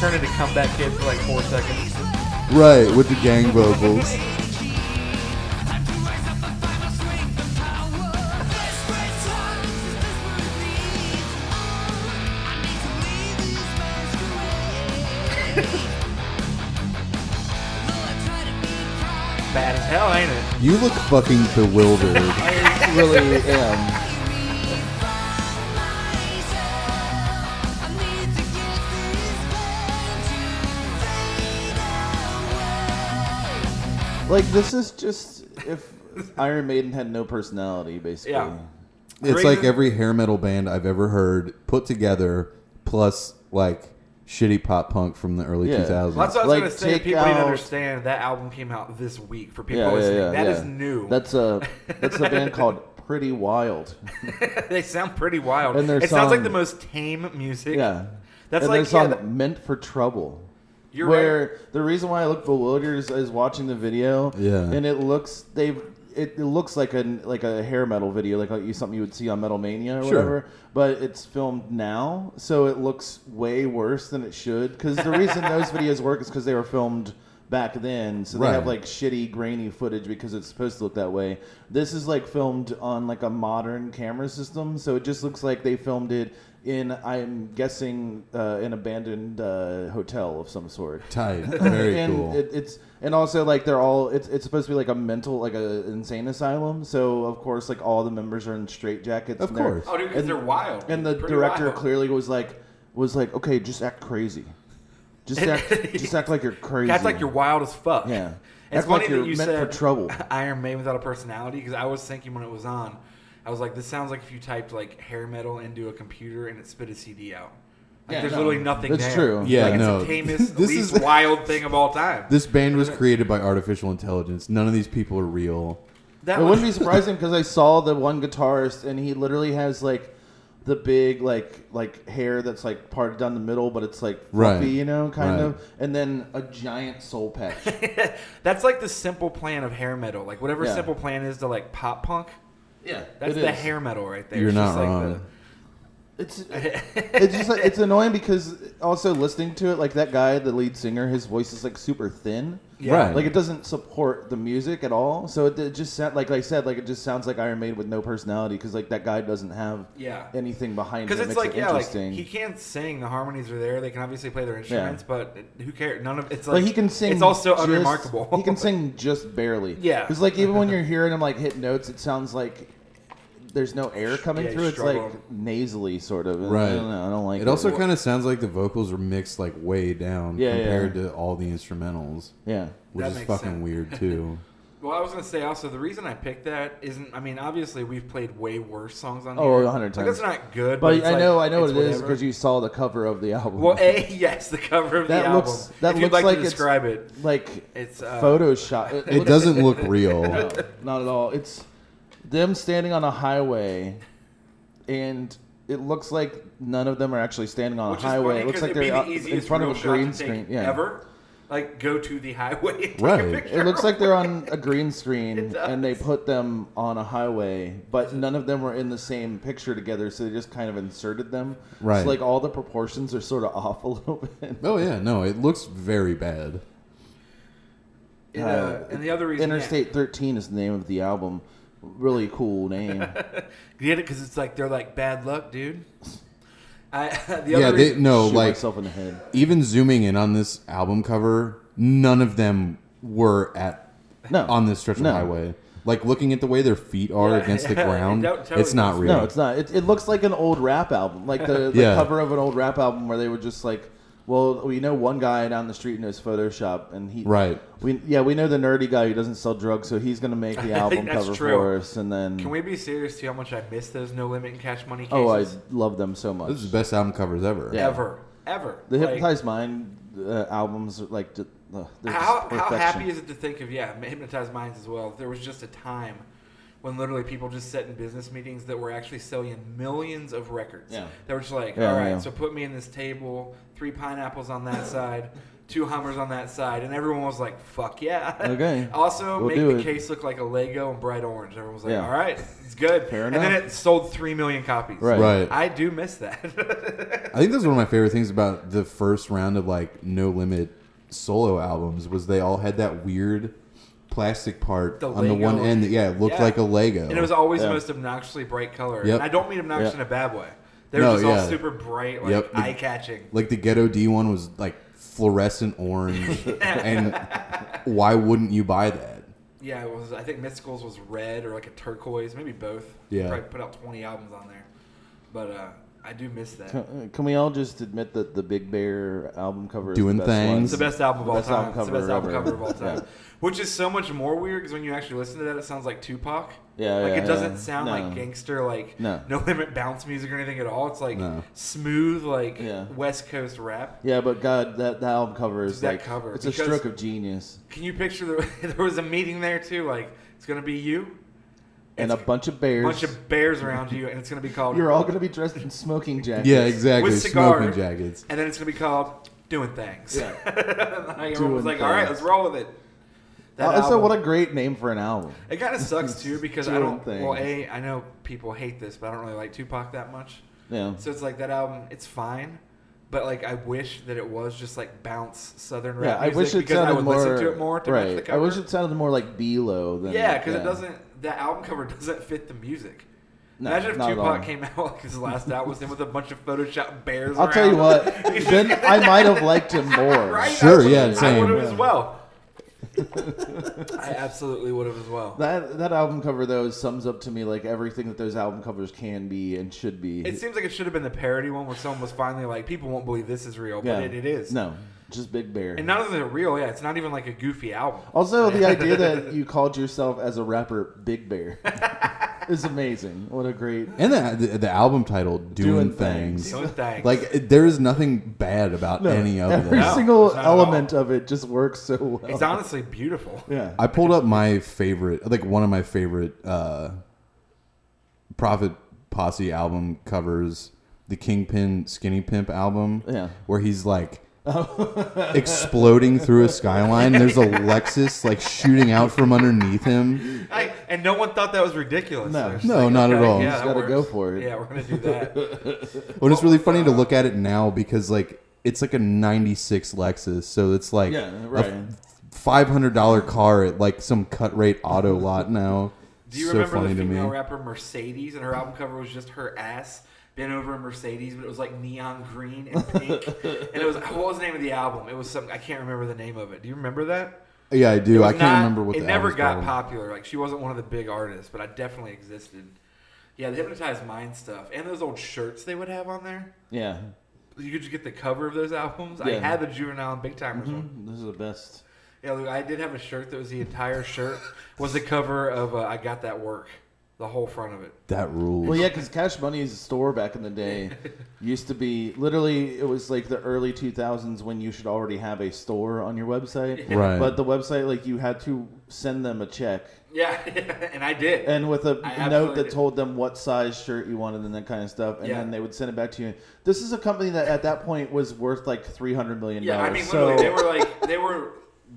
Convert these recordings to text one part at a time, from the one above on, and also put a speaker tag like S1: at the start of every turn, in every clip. S1: comeback kid for like four seconds.
S2: Right, with the gang vocals.
S1: Bad as hell, ain't it?
S2: You look fucking bewildered.
S3: I really am. Like this is just if Iron Maiden had no personality, basically.
S1: Yeah.
S2: It's
S1: Great.
S2: like every hair metal band I've ever heard put together, plus like shitty pop punk from the early
S3: Yeah.
S2: 2000s.
S1: That's what I was
S3: Like,
S1: gonna say.
S3: take
S1: People need to
S3: out-
S1: understand that album came out this week for people
S3: Yeah, yeah,
S1: listening.
S3: yeah.
S1: That is
S3: yeah.
S1: new.
S3: That's a that's a band called Pretty Wild.
S1: they sound pretty wild.
S3: And their
S1: it sounds like
S3: song-
S1: the most tame music.
S3: Yeah.
S1: That's
S3: and
S1: like
S3: their song
S1: yeah,
S3: Meant for Trouble.
S1: you're
S3: where
S1: right.
S3: the reason why I look bewildered is, is watching the video.
S2: Yeah.
S3: and it looks they've it, it looks like a like a hair metal video, like, like you- something you would see on Metal Mania or
S2: Sure.
S3: whatever. But it's filmed now, so it looks way worse than it should. Because the reason those videos work is because they were filmed back then, so they have
S2: Right.
S3: like shitty grainy footage because it's supposed to look that way. This is like filmed on like a modern camera system, so it just looks like they filmed it. In I'm guessing uh, an abandoned uh, hotel of some sort
S2: Tight. Very
S3: and
S2: cool.
S3: it, it's and also like they're all it's it's supposed to be like a mental like a insane asylum. So of course like all the members are in straitjackets.
S2: Of
S3: and they're-
S2: course.
S1: Oh, dude, 'cause
S3: and-
S1: they're wild.
S3: And the
S1: Pretty
S3: director
S1: wild.
S3: clearly was like was like okay, just act crazy, just act just act like you're crazy.
S1: That's like you're wild as fuck.
S3: Yeah.
S1: It's funny
S3: Act like
S1: that
S3: you're
S1: you
S3: meant
S1: said
S3: for trouble.
S1: Iron Maiden without a personality because I was thinking when it was on, I was like, this sounds like if you typed like hair metal into a computer and it spit a CD out. Like,
S3: Yeah,
S1: there's
S3: no.
S1: literally nothing
S3: That's
S1: there.
S3: true.
S2: Yeah,
S1: like,
S2: no.
S1: It's the tamest,
S2: This
S1: least
S2: is-
S1: wild thing of all time.
S2: this band was created by artificial intelligence. None of these people are real.
S1: that
S3: It
S1: was-
S3: wouldn't be surprising because I saw the one guitarist and he literally has like the big like like hair that's like parted down the middle, but it's like fluffy,
S2: Right.
S3: you know, kind
S2: Right.
S3: of, and then a giant soul patch.
S1: That's like the simple plan of hair metal. Like whatever
S3: Yeah.
S1: simple plan is to like pop punk.
S3: yeah,
S1: That's
S3: it
S1: the
S3: is.
S1: hair metal right there.
S2: You're
S1: It's
S2: not
S1: just like
S2: wrong.
S3: It's it's just like it's annoying because also listening to it, like that guy, the lead singer, his voice is like super thin.
S1: Yeah.
S2: Right.
S3: Like it doesn't support the music at all. So it, it just sound, like I said, like it just sounds like Iron Maiden with no personality because like that guy doesn't have
S1: Yeah.
S3: anything behind him.
S1: because it's
S3: makes
S1: like
S3: it
S1: yeah, like
S3: interesting.
S1: he can't sing. The harmonies are there. They can obviously play their instruments, but who cares? None of it's like,
S3: Like, he can sing.
S1: It's also
S3: just-
S1: unremarkable.
S3: He can sing just barely.
S1: Yeah.
S3: because like even when you're hearing him like hit notes, it sounds like there's no air coming
S1: Yeah, he's
S3: through. It's
S1: struggling.
S3: like nasally, sort of. And
S2: Right.
S3: I don't know. I don't like
S2: It
S3: it.
S2: also kind of sounds like the vocals are mixed like way down
S3: Yeah, yeah.
S2: compared to all the instrumentals,
S3: yeah.
S2: which
S1: That
S2: is
S1: makes
S2: fucking
S1: sense.
S2: weird too.
S1: Well, I was gonna say also the reason I picked that isn't. I mean, obviously we've played way worse songs on
S3: Oh,
S1: here.
S3: 100
S1: Like,
S3: times.
S1: that's not good. But,
S3: But
S1: it's
S3: I
S1: like,
S3: know, I know what
S1: it's
S3: it is
S1: whatever.
S3: because you saw the cover of the album.
S1: Well, a yes, the cover of the
S3: That
S1: album.
S3: looks- that
S1: if you'd
S3: looks
S1: like,
S3: like
S1: to
S3: it's-
S1: describe it,
S3: like
S1: it's uh,
S3: Photoshop.
S2: It
S3: looks-
S2: doesn't look real.
S3: no, not at all. It's them standing on a highway, and it looks like none of them are actually standing on
S1: Which
S3: a
S1: is
S3: highway.
S1: funny
S3: It looks
S1: 'cause
S3: like
S1: it'd be
S3: they're
S1: the
S3: out in
S1: easiest
S3: front of
S1: real
S3: a
S1: shot to
S3: green
S1: take
S3: screen. Yeah.
S1: Ever. Like go to the highway. and take a
S2: Right.
S1: picture.
S3: It looks like they're on a green screen
S1: It
S3: and they put them on a highway, but none of them were in the same picture together, so they just kind of inserted them.
S2: Right.
S3: So like all the proportions are sort of off a little bit.
S2: Oh yeah, no, it looks very bad.
S1: And, uh, and the other reason yeah.
S3: Interstate 13 is the name of the album. Really cool name.
S1: Get it? Because it's like they're like bad luck, dude. I, the other
S2: Yeah, they,
S1: reason,
S2: no,
S3: Shoot
S2: like
S3: myself in the head.
S2: even zooming in on this album cover, none of them were at
S3: No.
S2: on this stretch of
S3: No.
S2: highway. Like looking at the way their feet are
S1: Yeah,
S2: against the
S1: yeah,
S2: ground,
S1: that totally
S2: it's not
S1: does.
S2: real.
S3: No, it's not. It, it looks like an old rap album, like the, the
S2: Yeah.
S3: cover of an old rap album where they were just like, "Well, we know one guy down the street knows Photoshop, and he
S2: Right.
S3: We yeah, we know the nerdy guy who doesn't sell drugs, so he's gonna make the album
S1: That's
S3: cover
S1: true.
S3: for us, and then
S1: can we be serious to how much I miss those no limit and cash money
S3: oh, I
S1: cases?
S3: love them so much.
S2: This is the best album covers ever.
S3: Yeah.
S1: ever, ever.
S3: the
S1: Like,
S3: Hypnotized Mind uh, albums, are like ju- uh, they're
S1: how
S3: just
S1: how
S3: perfection.
S1: happy is it to think of yeah, hypnotized minds as well? There was just a time when literally people just sat in business meetings that were actually selling millions of records.
S3: Yeah.
S1: They were just like,
S3: Yeah,
S1: all right,
S3: yeah.
S1: so put me in this table, three pineapples on that side, two Hummers on that side, and everyone was like, "Fuck yeah!"
S3: Okay.
S1: also,
S3: We'll
S1: make
S3: do
S1: the
S3: it.
S1: case look like a Lego and bright orange. Everyone was like,
S3: Yeah.
S1: "All right, it's good."
S3: Fair
S1: and then
S3: enough.
S1: it sold three million copies.
S3: Right.
S2: Right.
S1: I do miss that.
S2: I think that's one of my favorite things about the first round of like No Limit solo albums was they all had that weird plastic part
S1: The
S2: on the one
S1: Lego.
S2: end that yeah it looked
S1: Yeah.
S2: like a Lego.
S1: and it was always
S3: Yeah.
S1: the most obnoxiously bright color.
S2: Yep.
S1: And I don't mean obnoxious
S3: Yeah.
S1: in a bad way. They were
S2: No,
S1: just
S2: yeah.
S1: all super bright, like
S2: Yep.
S1: eye catching.
S2: like the Ghetto D one was like fluorescent orange, and why wouldn't you buy that?
S1: Yeah, it was. I think Mysticals was red or like a turquoise, maybe both.
S2: Yeah.
S1: probably put out twenty albums on there, but uh, I do miss that.
S3: Can uh, can we all just admit that the Big Bear album cover
S2: Doing
S3: is the best one?
S2: things.
S1: It's the best album of all
S3: Best
S1: time.
S3: album
S1: it's the
S3: cover
S1: best album
S3: ever.
S1: cover of all time.
S3: Yeah.
S1: Which is so much more weird because when you actually listen to that, it sounds like Tupac.
S3: Yeah,
S1: like
S3: yeah,
S1: it doesn't
S3: yeah.
S1: sound like
S3: No.
S1: gangster, like
S3: No.
S1: limit bounce music or anything at all. It's like
S2: No.
S1: smooth, like
S3: Yeah.
S1: West Coast rap.
S3: Yeah, but God, that, that album cover is
S1: That
S3: like
S1: cover,
S3: it's a
S1: because-
S3: stroke of genius.
S1: Can you picture the, there was a meeting there too? Like it's gonna be you,
S3: And a
S1: It's
S3: bunch of bears.
S1: bunch of bears around you, and it's gonna be called
S3: You're all gonna be dressed in smoking jackets.
S2: Yeah, exactly.
S1: With cigar.
S2: Smoking jackets.
S1: and then it's gonna be called doing things.
S3: Yeah.
S1: And I
S3: Doing
S1: was like, all right,
S3: things.
S1: let's roll with it. That
S3: also,
S1: album-
S3: Oh, what a great name for an album.
S1: It kind of sucks too because I
S3: Doing
S1: don't. Well, a
S3: things.
S1: I know people hate this, but I don't really like Tupac that much.
S3: Yeah.
S1: So it's like that album. It's fine, but like I wish that it was just like bounce southern
S3: Yeah,
S1: rap
S3: I
S1: music
S3: wish it
S1: because
S3: sounded
S1: I would
S3: more.
S1: listen to it more to
S3: right.
S1: match the
S3: I
S1: cover.
S3: wish it sounded more like Below than.
S1: yeah, because it doesn't. That album cover doesn't fit the music.
S3: No,
S1: Imagine if
S3: not at
S1: Tupac
S3: all.
S1: came out like his last album was him with a bunch of Photoshop bears.
S3: I'll tell you
S1: around.
S3: what. then I might have liked him more.
S1: Right? I
S2: Sure,
S1: would've-
S2: yeah,
S1: I
S2: same.
S1: would have as well. I absolutely would have as well.
S3: That that album cover though sums up to me like everything that those album covers can be and should be.
S1: It seems like it should have been the parody one where someone was finally like, people won't believe this is real,
S3: Yeah.
S1: but it, it is.
S3: No, just Big Bear.
S1: And none of them are real, yeah. It's not even like a goofy album.
S3: Also, the idea that you called yourself as a rapper Big Bear is amazing. What a great.
S2: And the, the the album title "Doing,
S3: Doing
S2: Things,",
S1: Doing things.
S2: like it- there is nothing bad about any of
S3: Every
S2: them.
S1: No,
S3: single
S1: it's not at all.
S3: element of it just works so well.
S1: it's honestly beautiful.
S3: Yeah.
S2: I pulled up my favorite, like one of my favorite uh, Prophet Posse album covers, the Kingpin Skinny Pimp album,
S3: Yeah.
S2: where he's like exploding through a skyline. There's a Lexus like shooting out from underneath him.
S1: Like, and no one thought that was ridiculous.
S3: No.
S1: They're just
S2: No, not at all.
S1: Yeah,
S2: Just
S1: that
S3: gotta
S1: works.
S3: go for it.
S1: Yeah, we're gonna do that.
S2: Well, it's
S1: Oh,
S2: really funny to look at it now because like it's like a '96 Lexus, so it's like
S3: Yeah,
S2: a
S3: right.
S2: five hundred dollar car at like some cut rate auto lot now.
S1: Do you
S2: so
S1: remember
S2: funny
S1: the
S2: to me.
S1: female rapper Mercedes and her album cover was just her ass bent over a Mercedes, but it was like neon green and pink. and it was what was the name of the album? It was some I can't remember the name of it. Do you remember that?
S2: Yeah, I do.
S1: It
S2: I
S1: was
S2: can't
S1: not-
S2: remember what
S1: it
S2: the
S1: never
S2: album's
S1: got
S2: called.
S1: popular. Like she wasn't one of the big artists, but I definitely existed. Yeah, the hypnotized mind stuff and those old shirts they would have on there.
S3: Yeah.
S1: You could just get the cover of those albums. I
S3: Yeah.
S1: had the juvenile and big timers
S2: Mm-hmm.
S1: one.
S3: This is the best.
S1: Yeah, look, I did have a shirt that was the entire shirt was the cover of uh, I got that work, the whole front of it.
S2: That rules.
S3: Well, yeah, because Cash Money's store back in the day used to be literally it was like the early 2000s when you should already have a store on your website.
S2: Right.
S3: But the website, like, you had to send them a check
S1: Yeah, and I did.
S3: and with a
S1: I
S3: note
S1: absolutely
S3: that told them what size shirt you wanted and that kind of stuff, and
S1: Yeah.
S3: then they would send it back to you. This is a company that at that point was worth like three hundred million
S1: yeah,
S3: dollars.
S1: I mean,
S3: so
S1: literally, they were like they were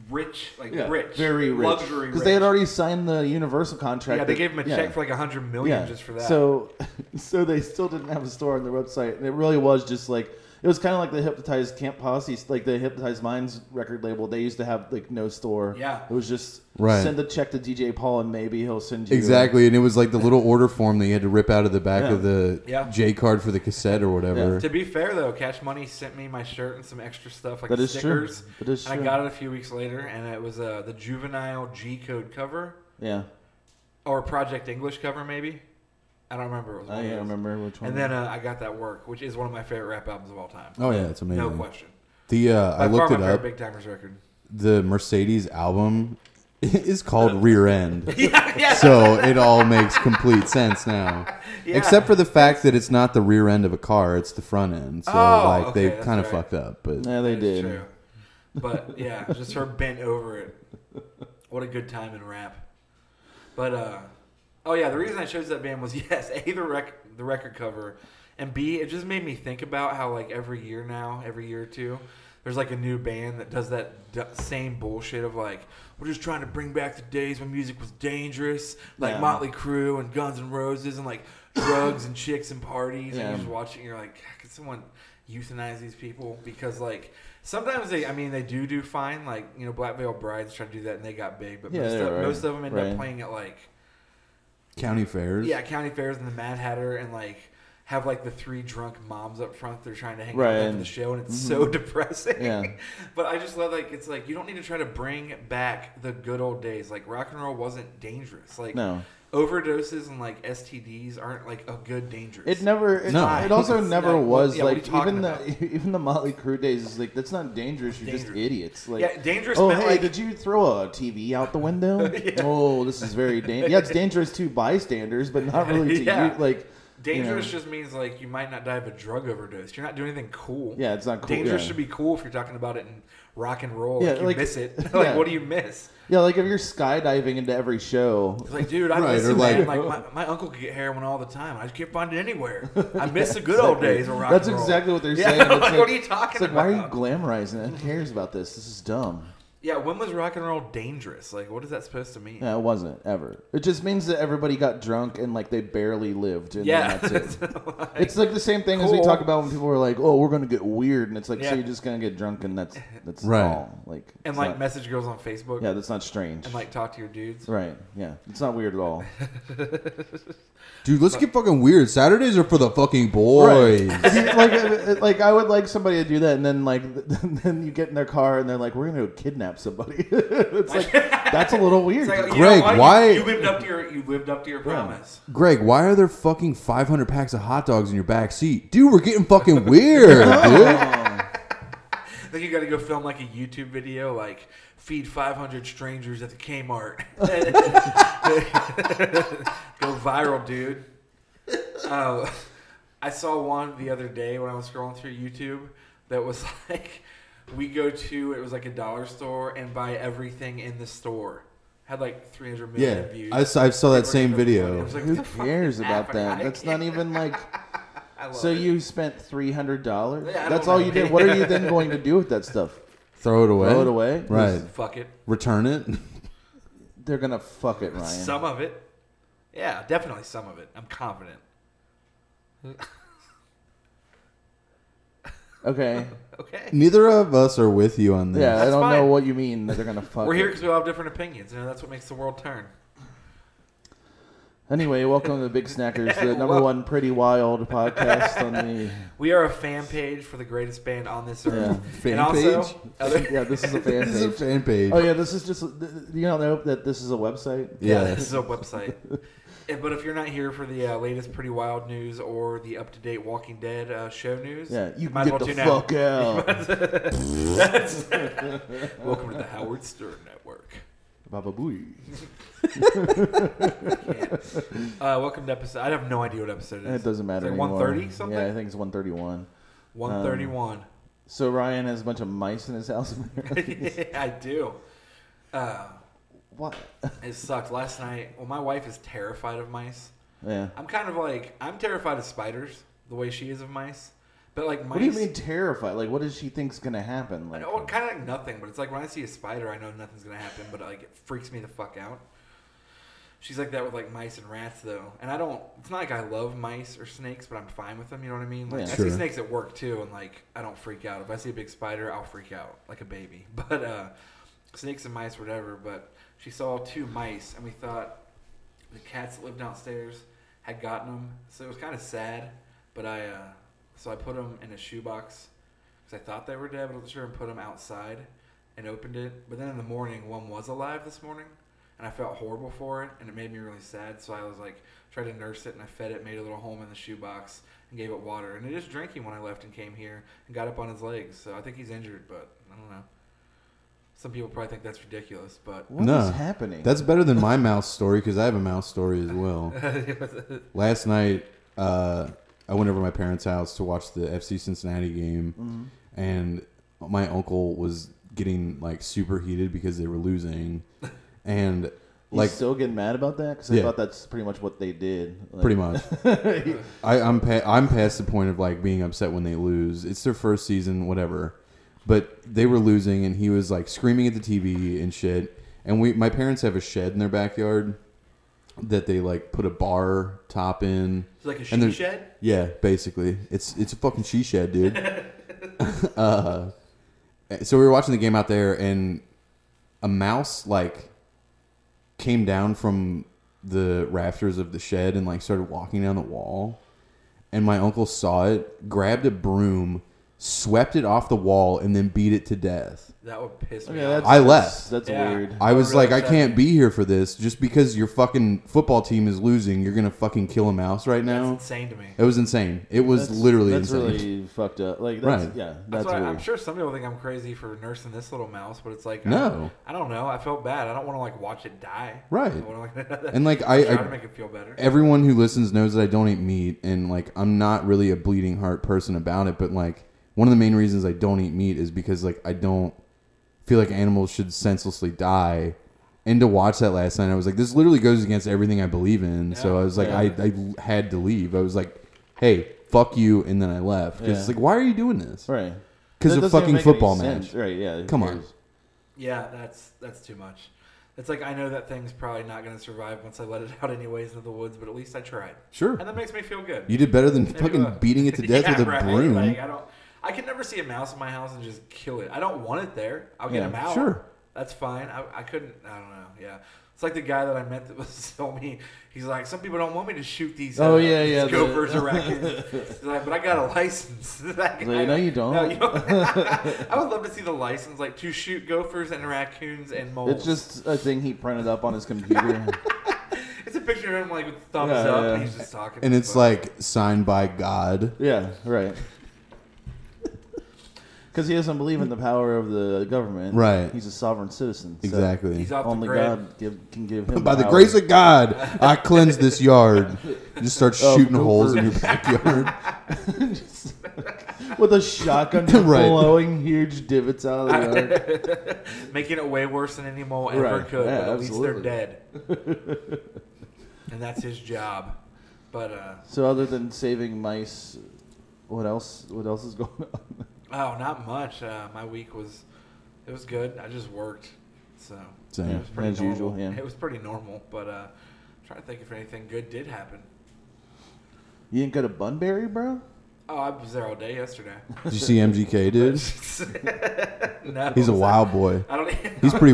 S1: rich, like
S3: yeah,
S1: rich,
S3: very rich,
S1: luxury,
S3: they
S1: rich.
S3: had already signed the Universal contract.
S1: yeah, they
S3: that-
S1: gave him a
S3: yeah,
S1: check for like a hundred million Oh, just for that.
S3: So, so they still didn't have a store on their website, and it really was just like. It was kind of like the hypnotized Camp Posse, like the hypnotized Minds record label. They used to have like no store.
S1: Yeah.
S3: it was just
S2: Right.
S3: send a check to DJ Paul and maybe he'll send you
S2: exactly. And it was like the little order form that you had to rip out of the back
S3: Yeah.
S2: of the
S1: Yeah.
S2: J card for the cassette or whatever.
S1: To be fair, though, Cash Money sent me my shirt and some extra stuff like
S3: That is true.
S1: stickers.
S3: That is
S1: And I
S3: true.
S1: got it a few weeks later, and it was uh, the Juvenile G Code cover
S3: Yeah,
S1: or Project English cover, maybe. I don't remember. It was one
S3: I
S1: of
S3: can't
S1: those.
S3: remember which one.
S1: And then uh, I got that work, which is one of my favorite rap albums of all time.
S2: Oh yeah, it's amazing.
S1: no question.
S2: The uh, I
S1: By
S2: looked
S1: far
S2: it
S1: my
S2: up.
S1: favorite Big Timers record.
S2: The Mercedes album is
S1: Uh,
S2: called Rear End.
S1: yeah, yeah.
S2: So it all makes complete sense now.
S1: Yeah.
S2: Except for the fact that it's not the rear end of a car, it's the front end. So
S1: Oh,
S2: like
S1: okay,
S2: they
S1: that's
S2: kind of
S1: right.
S2: fucked up. But
S3: yeah, they
S1: It's
S3: did.
S1: true. But yeah, just her bent over it. What a good time in rap. But uh, oh yeah, the reason I chose that band was yes, a the rec- the record cover, and b it just made me think about how like every year now, every year or two, there's like a new band that does that d- same bullshit of like we're just trying to bring back the days when music was dangerous, like
S3: Yeah.
S1: Motley Crue and Guns N' Roses and like drugs and chicks and parties. And
S3: Yeah.
S1: you just watch it and you're like, "God, can someone euthanize these people? Because like sometimes they, I mean, they do do fine. Like you know, Black Veil Brides tried to do that and they got big, but
S3: Yeah,
S1: most,
S3: they
S1: of,
S3: were
S1: most
S3: right.
S1: of them end
S3: Right.
S1: up playing at like
S2: County fairs.
S1: yeah, county fairs and the Mad Hatter and like have like the three drunk moms up front. They're trying to hang out
S3: Right. mm-hmm.
S1: after the show, and it's so depressing.
S3: Yeah.
S1: but I just love like it's like you don't need to try to bring back the good old days. Like rock and roll wasn't dangerous. Like
S3: No.
S1: overdoses and like STDs aren't like a good dangerous.
S3: It never. It,
S2: No.
S3: it also
S1: It's
S3: never
S1: not-
S3: was
S1: yeah, what are
S3: like
S1: you talking
S3: even the even the Motley Crue days is like that's not dangerous. You're just
S1: Dangerous.
S3: idiots. Like
S1: yeah, dangerous
S3: oh
S1: meant
S3: hey,
S1: like
S3: did you throw a TV out the window? Oh, this is very dangerous. Yeah, it's dangerous to bystanders, but not really to
S1: Yeah.
S3: you. Like
S1: dangerous
S3: You
S1: just means like you might not die of a drug overdose. You're not doing anything cool.
S3: yeah, it's not cool.
S1: Dangerous
S3: yeah.
S1: should be cool if you're talking about it in rock and roll.
S3: Yeah,
S1: like you
S3: like-
S1: miss it. like
S3: yeah.
S1: what do you miss?
S3: yeah, like if you're skydiving into every show,
S1: It's like, dude, I
S2: Right,
S1: miss
S2: or
S1: it, man.
S2: like-
S1: Like, my, my uncle could get heroin all the time. I just can't find it anywhere. I miss the good old days of rock
S3: That's
S1: and roll.
S3: exactly what they're
S1: Yeah,
S3: saying. It's
S1: like, what are you talking
S3: it's like, Why are
S1: about?
S3: you glamorizing it? Who cares about this? This is dumb.
S1: Yeah, when was rock and roll dangerous? Like, what is that supposed to mean?
S3: Yeah, it wasn't ever. It just means that everybody got drunk and like they barely lived. And
S1: Yeah.
S3: yeah, that's it. it's like the same thing as we
S1: cool.
S3: talk about when people are like, "Oh, we're gonna get weird," and it's like,
S1: Yeah.
S3: "So you're just gonna get drunk and that's that's
S2: Right.
S3: all." Like
S1: and
S3: it's
S1: like
S3: not-
S1: message girls on Facebook
S3: yeah, that's not strange.
S1: and like talk to your dudes.
S3: right? Yeah, it's not weird at all.
S2: Dude, let's get fucking weird. Saturdays are for the fucking boys.
S3: like, uh, like I would like somebody to do that, and then like, then you get in their car and they're like, "We're gonna go kidnap somebody." it's like that's a little weird.
S1: It's like, you know
S2: Greg,
S1: what? You-
S2: why-
S1: You, lived up to your you lived up to your promise.
S2: Greg, why are there fucking 500 packs of hot dogs in your back seat? Dude, we're getting fucking weird, dude.
S1: Then you got to go film like a YouTube video, like feed 500 strangers at the Kmart. go viral, dude. Oh, I saw one the other day when I was scrolling through YouTube that was like, we go to it was like a dollar store and buy everything in the store. Had like 300 million
S2: Yeah,
S1: views.
S2: I, s- I saw that
S1: They were
S2: same
S1: number one. It
S2: video.
S1: was like,
S3: Who
S1: what the fuck
S3: cares
S1: is
S3: about that?
S1: happening?
S3: That's not even like.
S1: I love
S3: So
S1: it.
S3: you spent three hundred dollars.
S1: Yeah, I
S3: That's
S1: don't
S3: all
S1: know.
S3: you did. What are you then going to do with that stuff?
S2: Throw it away.
S3: Throw it away?
S2: Right.
S1: fuck it.
S2: Return it.
S3: They're gonna fuck it, Ryan.
S1: Some of it. Yeah, definitely some of it. I'm confident.
S3: Okay.
S1: Okay.
S2: Neither of us are with you on this.
S3: Yeah, I
S1: That's
S3: don't know
S1: fine.
S3: what you mean that they're gonna fuck.
S1: We're here
S3: it.
S1: because we all have different opinions. You know, that's what makes the world turn.
S3: Anyway, welcome to the Big Snackers, the number
S1: Well-
S3: one pretty wild podcast on the.
S1: We are a fan page for the greatest band on this earth.
S3: Yeah.
S2: Fan
S1: and also,
S2: page?
S1: Other,
S3: Yeah, this is a fan
S2: This is a
S3: page.
S2: fan page.
S3: Oh yeah, this is just. th- th- You don't know that this is a website.
S1: yeah,
S2: Yeah.
S1: this is a website. Eh, but if you're not here for the uh, latest Pretty Wild news or the up to date Walking Dead uh, show news,
S3: Yeah, you
S1: might
S3: can
S1: as
S3: get
S1: well
S3: the
S1: tune
S3: fuck out.
S1: out. Welcome to the Howard Stern Network.
S3: Baba booey.
S1: Uh, welcome to episode. I have no idea what episode it is.
S3: It doesn't matter.
S1: It's like
S3: anymore.
S1: 130 something?
S3: Yeah, I think um, it's one thirty-one.
S1: 131.
S3: So Ryan has a bunch of mice in his house.
S1: I do. Uh,
S3: what?
S1: it sucked. Last night, well, my wife is terrified of mice.
S3: Yeah.
S1: I'm kind of like I'm terrified of spiders the way she is of mice. But like mice,
S3: What do you mean terrified? Like, what does she think's gonna happen? Like,
S1: Oh, kind of like nothing. But it's like when I see a spider, I know nothing's gonna happen. But like it freaks me the fuck out. She's like that with like mice and rats though, and I don't. It's not like I love mice or snakes, but I'm fine with them. You know what I mean? Like
S3: Yeah.
S1: I
S2: Sure.
S1: see snakes at work too, and like I don't freak out. If I see a big spider, I'll freak out like a baby. But uh, snakes and mice, whatever. But she saw two mice, and we thought the cats that lived downstairs had gotten them, so it was kind of sad. But I, uh, so I put them in a shoebox because I thought they were dead, but I wasn't sure, and put them outside and opened it. But then in the morning, one was alive this morning, and I felt horrible for it, and it made me really sad. So I was like, tried to nurse it, and I fed it, made a little home in the shoebox, and gave it water. And it is drinking when I left and came here, and got up on his legs. So I think he's injured, but I don't know. Some people probably think that's ridiculous, but
S3: what is
S2: No.
S3: happening?
S2: That's better than my mouse story because I have a mouse story as well. Last night, uh, I went over to my parents' house to watch the FC Cincinnati game,
S3: Mm-hmm.
S2: and my uncle was getting like super heated because they were losing, and
S3: He's
S2: like
S3: still getting mad about that because I
S2: Yeah.
S3: thought that's pretty much what they did. Like,
S2: pretty much. I, I'm pa- I'm past the point of like being upset when they lose. It's their first season, whatever. but they were losing, and he was like screaming at the TV and shit. And we, my parents have a shed in their backyard that they like put a bar top in.
S1: It's like a she
S2: And there's-
S1: shed.
S2: Yeah, basically, it's it's a fucking she shed, dude. uh, so we were watching the game out there, and a mouse like came down from the rafters of the shed and like started walking down the wall. And my uncle saw it, grabbed a broom, swept it off the wall, and then beat it to death.
S1: That would piss me
S3: Okay,
S1: off.
S3: that's,
S2: I left.
S3: That's, that's
S1: Yeah.
S3: weird.
S2: I was
S1: really
S2: like, I
S1: upset.
S2: can't be here for this. Just because your fucking football team is losing, you're gonna fucking kill a mouse right
S1: That's
S2: now.
S1: insane to me.
S2: It was insane. It was literally
S3: that's
S2: insane.
S3: really fucked up. Like that's,
S2: Right.
S3: yeah, that's,
S1: That's why
S3: weird.
S1: I'm sure some people think I'm crazy for nursing this little mouse, but it's like I-
S2: No.
S1: I, don't know. I felt bad. I don't want to like watch it die.
S2: Right.
S1: I wanna, like,
S2: And like
S1: try
S2: I,
S1: to
S2: I
S1: make it feel better.
S2: everyone who listens knows that I don't eat meat, and like I'm not really a bleeding heart person about it. But like one of the main reasons I don't eat meat is because like I don't feel like animals should senselessly die. And to watch that last night, I was like, this literally goes against everything I believe in. So
S1: Yeah.
S2: I was like,
S3: Yeah.
S2: I, I had to leave. I was like, hey, fuck you, and then I left 'Cause it's
S3: Yeah.
S2: like, why are you doing this?
S3: Right.
S2: 'Cause
S3: That
S2: a
S3: doesn't even
S2: fucking
S3: make any
S2: football
S3: sense.
S2: match.
S3: Right? Yeah. who
S2: Come on.
S3: cares?
S1: Yeah, that's that's too much. It's like I know that thing's probably not going to survive once I let it out anyways into the woods, but at least I tried,
S2: Sure,
S1: and that makes me feel good.
S2: you did better than
S1: Maybe
S2: fucking
S1: we'll-
S2: beating it to death
S1: Yeah,
S2: with a
S1: right.
S2: broom.
S1: Like, I don't. I can never see a mouse in my house and just kill it. I don't want it there. I'll get
S3: Yeah,
S1: him out.
S2: sure.
S1: That's fine. I, I couldn't. I don't know. Yeah. It's like the guy that I met that was telling me. He's like, some people don't want me to shoot these. uh,
S3: Oh, yeah,
S1: these
S3: yeah, the-
S1: Gophers or raccoons. He's like, but I got a license. That
S3: He's like, "No, you don't."
S1: I would love to see the license, like to shoot gophers and raccoons and moles.
S3: It's just a thing he printed up on his computer.
S1: It's a picture of him like with thumbs
S3: Yeah,
S1: up,
S3: yeah.
S1: and he's just talking.
S2: and
S1: to
S2: it's
S1: the-
S2: like signed by God.
S3: yeah. Right. Because he doesn't believe in the power of the government.
S2: Right.
S3: He's a sovereign citizen. so
S2: Exactly.
S1: he's off
S3: Only
S1: the grid.
S3: God give, can give him.
S2: By the
S3: power.
S2: grace of God, I cleanse this yard. Just start
S3: Of
S2: shooting holes in your
S3: gophers.
S2: backyard.
S3: with a shotgun just
S2: Right.
S3: blowing huge divots out of the yard.
S1: making it way worse than any mole ever
S3: Right.
S1: could.
S3: Yeah,
S1: but at least
S3: absolutely.
S1: they're dead, and that's his job. But uh,
S3: So other than saving mice, what else? What else is going on?
S1: oh, not much. Uh, my week was it was good. I just worked, so
S2: Same.
S1: it was pretty
S3: As
S1: normal.
S3: usual, yeah.
S1: It was pretty normal. But uh, I'm trying to think if anything good did happen.
S3: You didn't go to Bunbury, bro?
S1: Oh, I was there all day yesterday.
S2: Did you see MGK, dude?
S1: no,
S2: He's a wild boy.
S1: I don't.
S2: He's pretty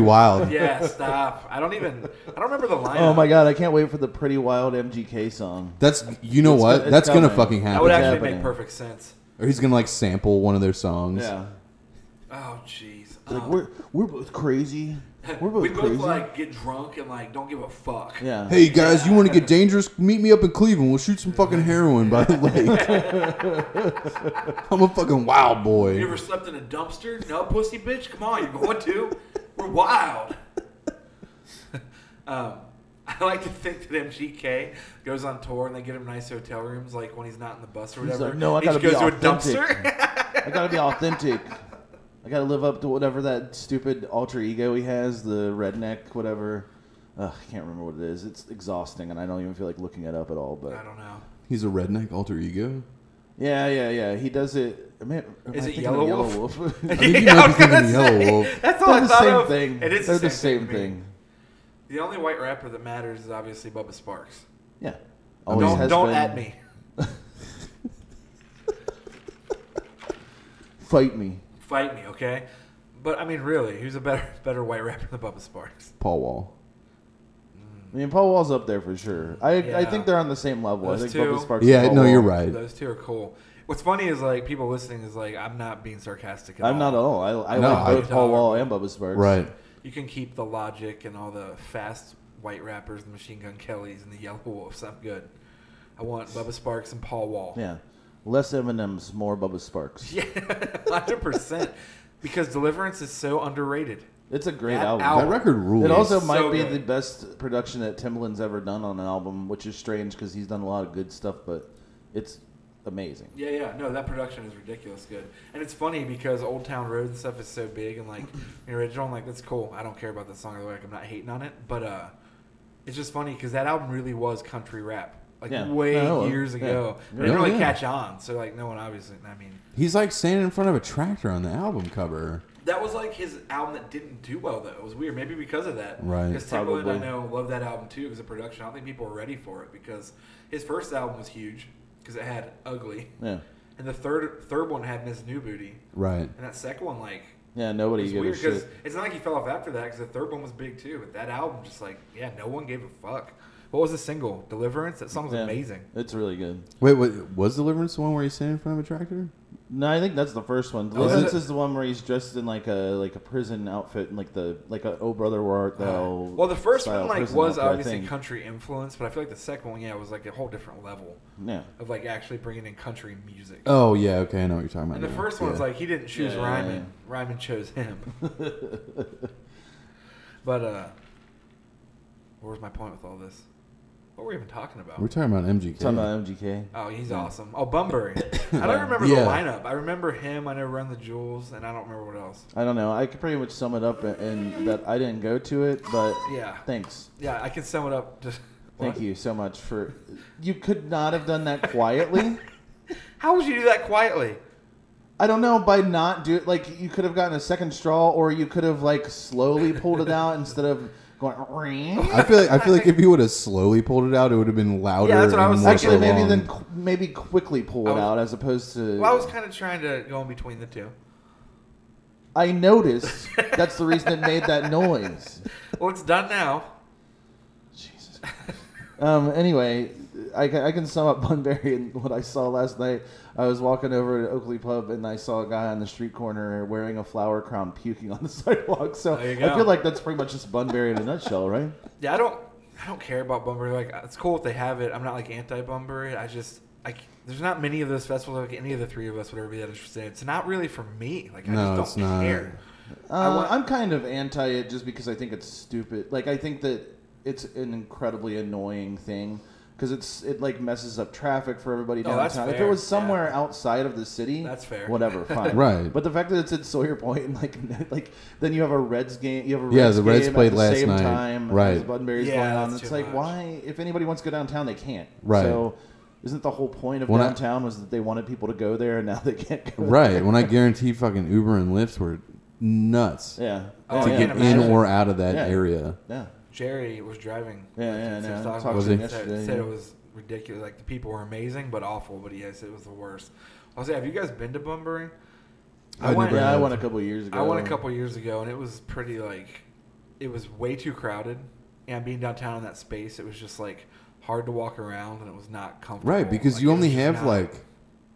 S2: wild.
S1: yeah, stop. I don't even. I don't remember the line.
S3: Oh my god, I can't wait for the Pretty Wild MGK song.
S2: That's you know
S3: It's-
S2: what?
S3: it's
S2: That's gonna
S3: coming.
S2: fucking
S1: That would
S2: happen.
S1: actually
S3: happening.
S1: make perfect sense.
S2: Or he's gonna like sample one of their songs.
S3: Yeah.
S1: Oh jeez.
S3: It's like
S1: Um,
S3: we're we're both crazy. We're both
S1: we
S3: crazy.
S1: both like get drunk and like don't give a fuck.
S3: yeah.
S2: Hey guys, you want to get dangerous? Meet me up in Cleveland. We'll shoot some fucking heroin by the lake. I'm a fucking wild
S1: You
S2: boy.
S1: ever slept in a dumpster? No, pussy bitch. Come on, you're going to. We're wild. um, I like to think that MGK goes on tour and they get him nice hotel rooms, like when he's not in the bus or
S3: He's
S1: whatever.
S3: like, "No, I
S1: he
S3: gotta
S1: just goes
S3: be
S1: to a
S3: authentic."
S1: dumpster.
S3: I gotta be authentic. I gotta live up to whatever that stupid alter ego he has, the redneck, whatever. Ugh, I can't remember what it is. It's exhausting, and I don't even feel like looking it up at all.
S1: I
S3: But
S1: don't know.
S2: He's a redneck alter ego.
S3: yeah, yeah, yeah. He does it. I mean, am
S1: Is
S3: I
S1: it
S3: thinking of
S1: Yellow
S3: Yellow
S1: Wolf?
S3: Wolf?
S2: I think you
S1: Yeah, I
S2: might be
S1: was
S2: thinking of
S1: gonna
S2: Yellow
S1: say,
S2: Wolf.
S1: That's all I
S3: They're the
S1: thought
S3: same
S1: of.
S3: thing.
S1: It is
S3: They're
S1: the
S3: the
S1: same,
S3: same
S1: thing. to me.
S3: thing.
S1: The only white rapper that matters is obviously Bubba Sparks.
S3: Yeah.
S2: mean-
S1: don't
S2: has
S1: don't
S3: been.
S1: at me.
S3: Fight me.
S1: Fight me, okay? But I mean, really, who's a better better white rapper than Bubba Sparks?
S2: Paul Wall.
S3: I mean, Paul Wall's up there for sure. I I
S1: Yeah.
S3: think they're on the same level.
S1: Those
S3: I think
S1: two.
S3: Bubba Sparks. and
S2: Yeah,
S3: Paul
S2: no,
S3: Wall.
S2: you're right.
S1: Those two are cool. What's funny is like people listening is like I'm not being sarcastic. At
S3: I'm not at
S1: all.
S3: all. I, I
S2: No,
S3: like both
S1: I-
S3: Paul Wall and Bubba Sparks.
S2: Right.
S1: You can keep the logic and all the fast white rappers, the Machine Gun Kellys, and the Yellow Wolves. I'm good. I want Bubba Sparks and Paul Wall.
S3: Yeah. Less Eminem's, more Bubba Sparks.
S1: Yeah, hundred percent. Because Deliverance is so underrated.
S3: It's a great
S1: That
S3: album.
S1: album-
S2: That record rules.
S3: It also
S1: so
S3: might be
S1: good.
S3: the best production that Timbaland's ever done on an album, which is strange because he's done a lot of good stuff, but it's amazing.
S1: Yeah, yeah. No, that production is ridiculous good. And it's funny because Old Town Road and stuff is so big and like the original. I'm like, that's cool. I don't care about the song. Like, I'm not hating on it. But uh, it's just funny because that album really was country rap. like
S3: Yeah.
S1: way
S3: Oh,
S1: years
S3: yeah.
S1: ago. But It
S2: Yeah.
S1: didn't really
S2: Yeah.
S1: catch on. So like no one obviously. I mean,
S2: He's like standing in front of a tractor on the album cover.
S1: that was like his album that didn't do well though. It was weird. Maybe because of that.
S2: Right.
S1: Because Timbaland, I
S3: Probably.
S1: know, loved that album too because of production. I don't think people were ready for it because his first album was huge because it had Ugly,
S3: Yeah.
S1: and the third third one had Miss New Booty,
S2: Right.
S1: and that second one like.
S3: Yeah, nobody
S1: It's
S3: gave
S1: weird
S3: a
S1: because
S3: shit.
S1: it's not like he fell off after that because the third one was big too. But that album, just like yeah, no one gave a fuck. What was the single? Deliverance. That song's
S3: Yeah.
S1: amazing.
S3: It's really good.
S2: Wait, what, was Deliverance the one where he's standing in front of a tractor?
S3: No, I think that's the first one.
S1: Oh, is
S3: Deliverance
S1: it?
S3: is the one where he's dressed in like a like a prison outfit and like the like a oh brother where art thou.
S1: Uh, well, the first
S3: style
S1: one like
S3: prison
S1: was
S3: outfit, I
S1: obviously
S3: think.
S1: country influence, but I feel like the second one, yeah, was like a whole different level
S3: yeah.
S1: of like actually bringing in country music.
S2: Oh yeah, okay, I know what you're talking about.
S1: and the
S2: now.
S1: first one's
S2: Yeah.
S1: like he didn't choose
S3: Yeah, yeah,
S1: Ryman.
S3: yeah.
S1: Ryman chose him. but uh, where's my point with all this? What were we even talking about?
S2: we're talking about MGK.
S3: Talking about MGK.
S1: Oh, he's awesome. Oh, Bunbury. I don't remember the
S2: Yeah.
S1: lineup. I remember him. I know Run the Jewels, and I don't remember what else.
S3: I don't know. I could pretty much sum it up in- in that I didn't go to it, but
S1: Yeah,
S3: thanks.
S1: yeah. I can sum it up. Just
S3: Thank you so much for. You could not have done that quietly.
S1: How would you do that quietly?
S3: I don't know by not do like you could have gotten a second straw or you could have like slowly pulled it out instead of going. "Ring."
S2: I feel like I feel like if you would have slowly pulled it out, it would have been louder.
S1: Yeah, that's what I
S2: and
S1: was
S2: more
S1: thinking.
S3: Actually, maybe
S2: prolonged.
S3: then qu- maybe quickly pull
S1: I
S3: it
S1: was-
S3: out as opposed to.
S1: Well, I was kind of trying to go in between the two.
S3: I noticed that's the reason it made that noise.
S1: Well, it's done now.
S3: Jesus. um. Anyway, I can, I can sum up Bunbury and what I saw last night. I was walking over to Oakley Pub and I saw a guy on the street corner wearing a flower crown puking on the sidewalk. So
S1: There
S3: I
S1: you go.
S3: feel like that's pretty much just Bunbury in a nutshell, right?
S1: Yeah, I don't. I don't care about Bunbury. Like, it's cool if they have it. I'm not like anti-Bunbury. I just, I, c- there's not many of those festivals. Like any of the three of us would ever be that interested. It's not really for me. Like, I
S2: No,
S1: just
S2: it's
S1: don't
S2: not.
S1: care.
S3: Uh,
S1: want-
S3: I'm kind of anti it just because I think it's stupid. Like I think that it's an incredibly annoying thing because it's it like messes up traffic for everybody
S1: No, Oh, that's
S3: downtown. if it
S1: fair.
S3: was somewhere
S1: Yeah.
S3: outside of the city,
S1: That's fair.
S3: Whatever, fine.
S2: Right.
S3: But the fact that it's at Sawyer Point and like like then you have a Reds game, you have a Reds
S2: Yeah, the Reds
S3: game
S2: played
S3: at the
S2: last
S3: same
S2: night.
S3: time
S2: Right.
S3: as Bunbury's
S1: Yeah,
S3: going on.
S1: that's
S3: It's
S1: too
S3: like
S1: much.
S3: why if anybody wants to go downtown they can't.
S2: Right.
S3: So isn't the whole point of
S2: When I-
S3: downtown was that they wanted people to go there and now they can't go?
S2: right when I guarantee fucking Uber and Lyft were nuts
S3: Yeah.
S1: Oh,
S2: to
S1: I
S3: yeah.
S1: can
S2: get in
S1: imagine.
S2: or out of that
S3: Yeah.
S2: area.
S3: Yeah.
S1: Jerry was driving.
S3: Yeah,
S1: like,
S3: yeah,
S1: he
S3: I
S1: was
S3: know.
S1: talking
S3: Talked
S1: about it,
S2: to him
S1: said-
S3: yesterday,
S1: Said
S3: yeah.
S1: it was ridiculous. Like the people were amazing but awful. But yes, it was the worst. I was like, have you guys been to Bunbury? I
S2: I've
S1: went-
S2: never
S3: Yeah, I
S2: had-
S3: went a couple years ago.
S1: I went a couple years ago, and it was pretty like, it was way too crowded. And being downtown in that space, it was just like hard to walk around, and it was not comfortable.
S2: Right, because
S1: Like,
S2: you
S1: it was
S2: only
S1: just
S2: have
S1: not-
S2: like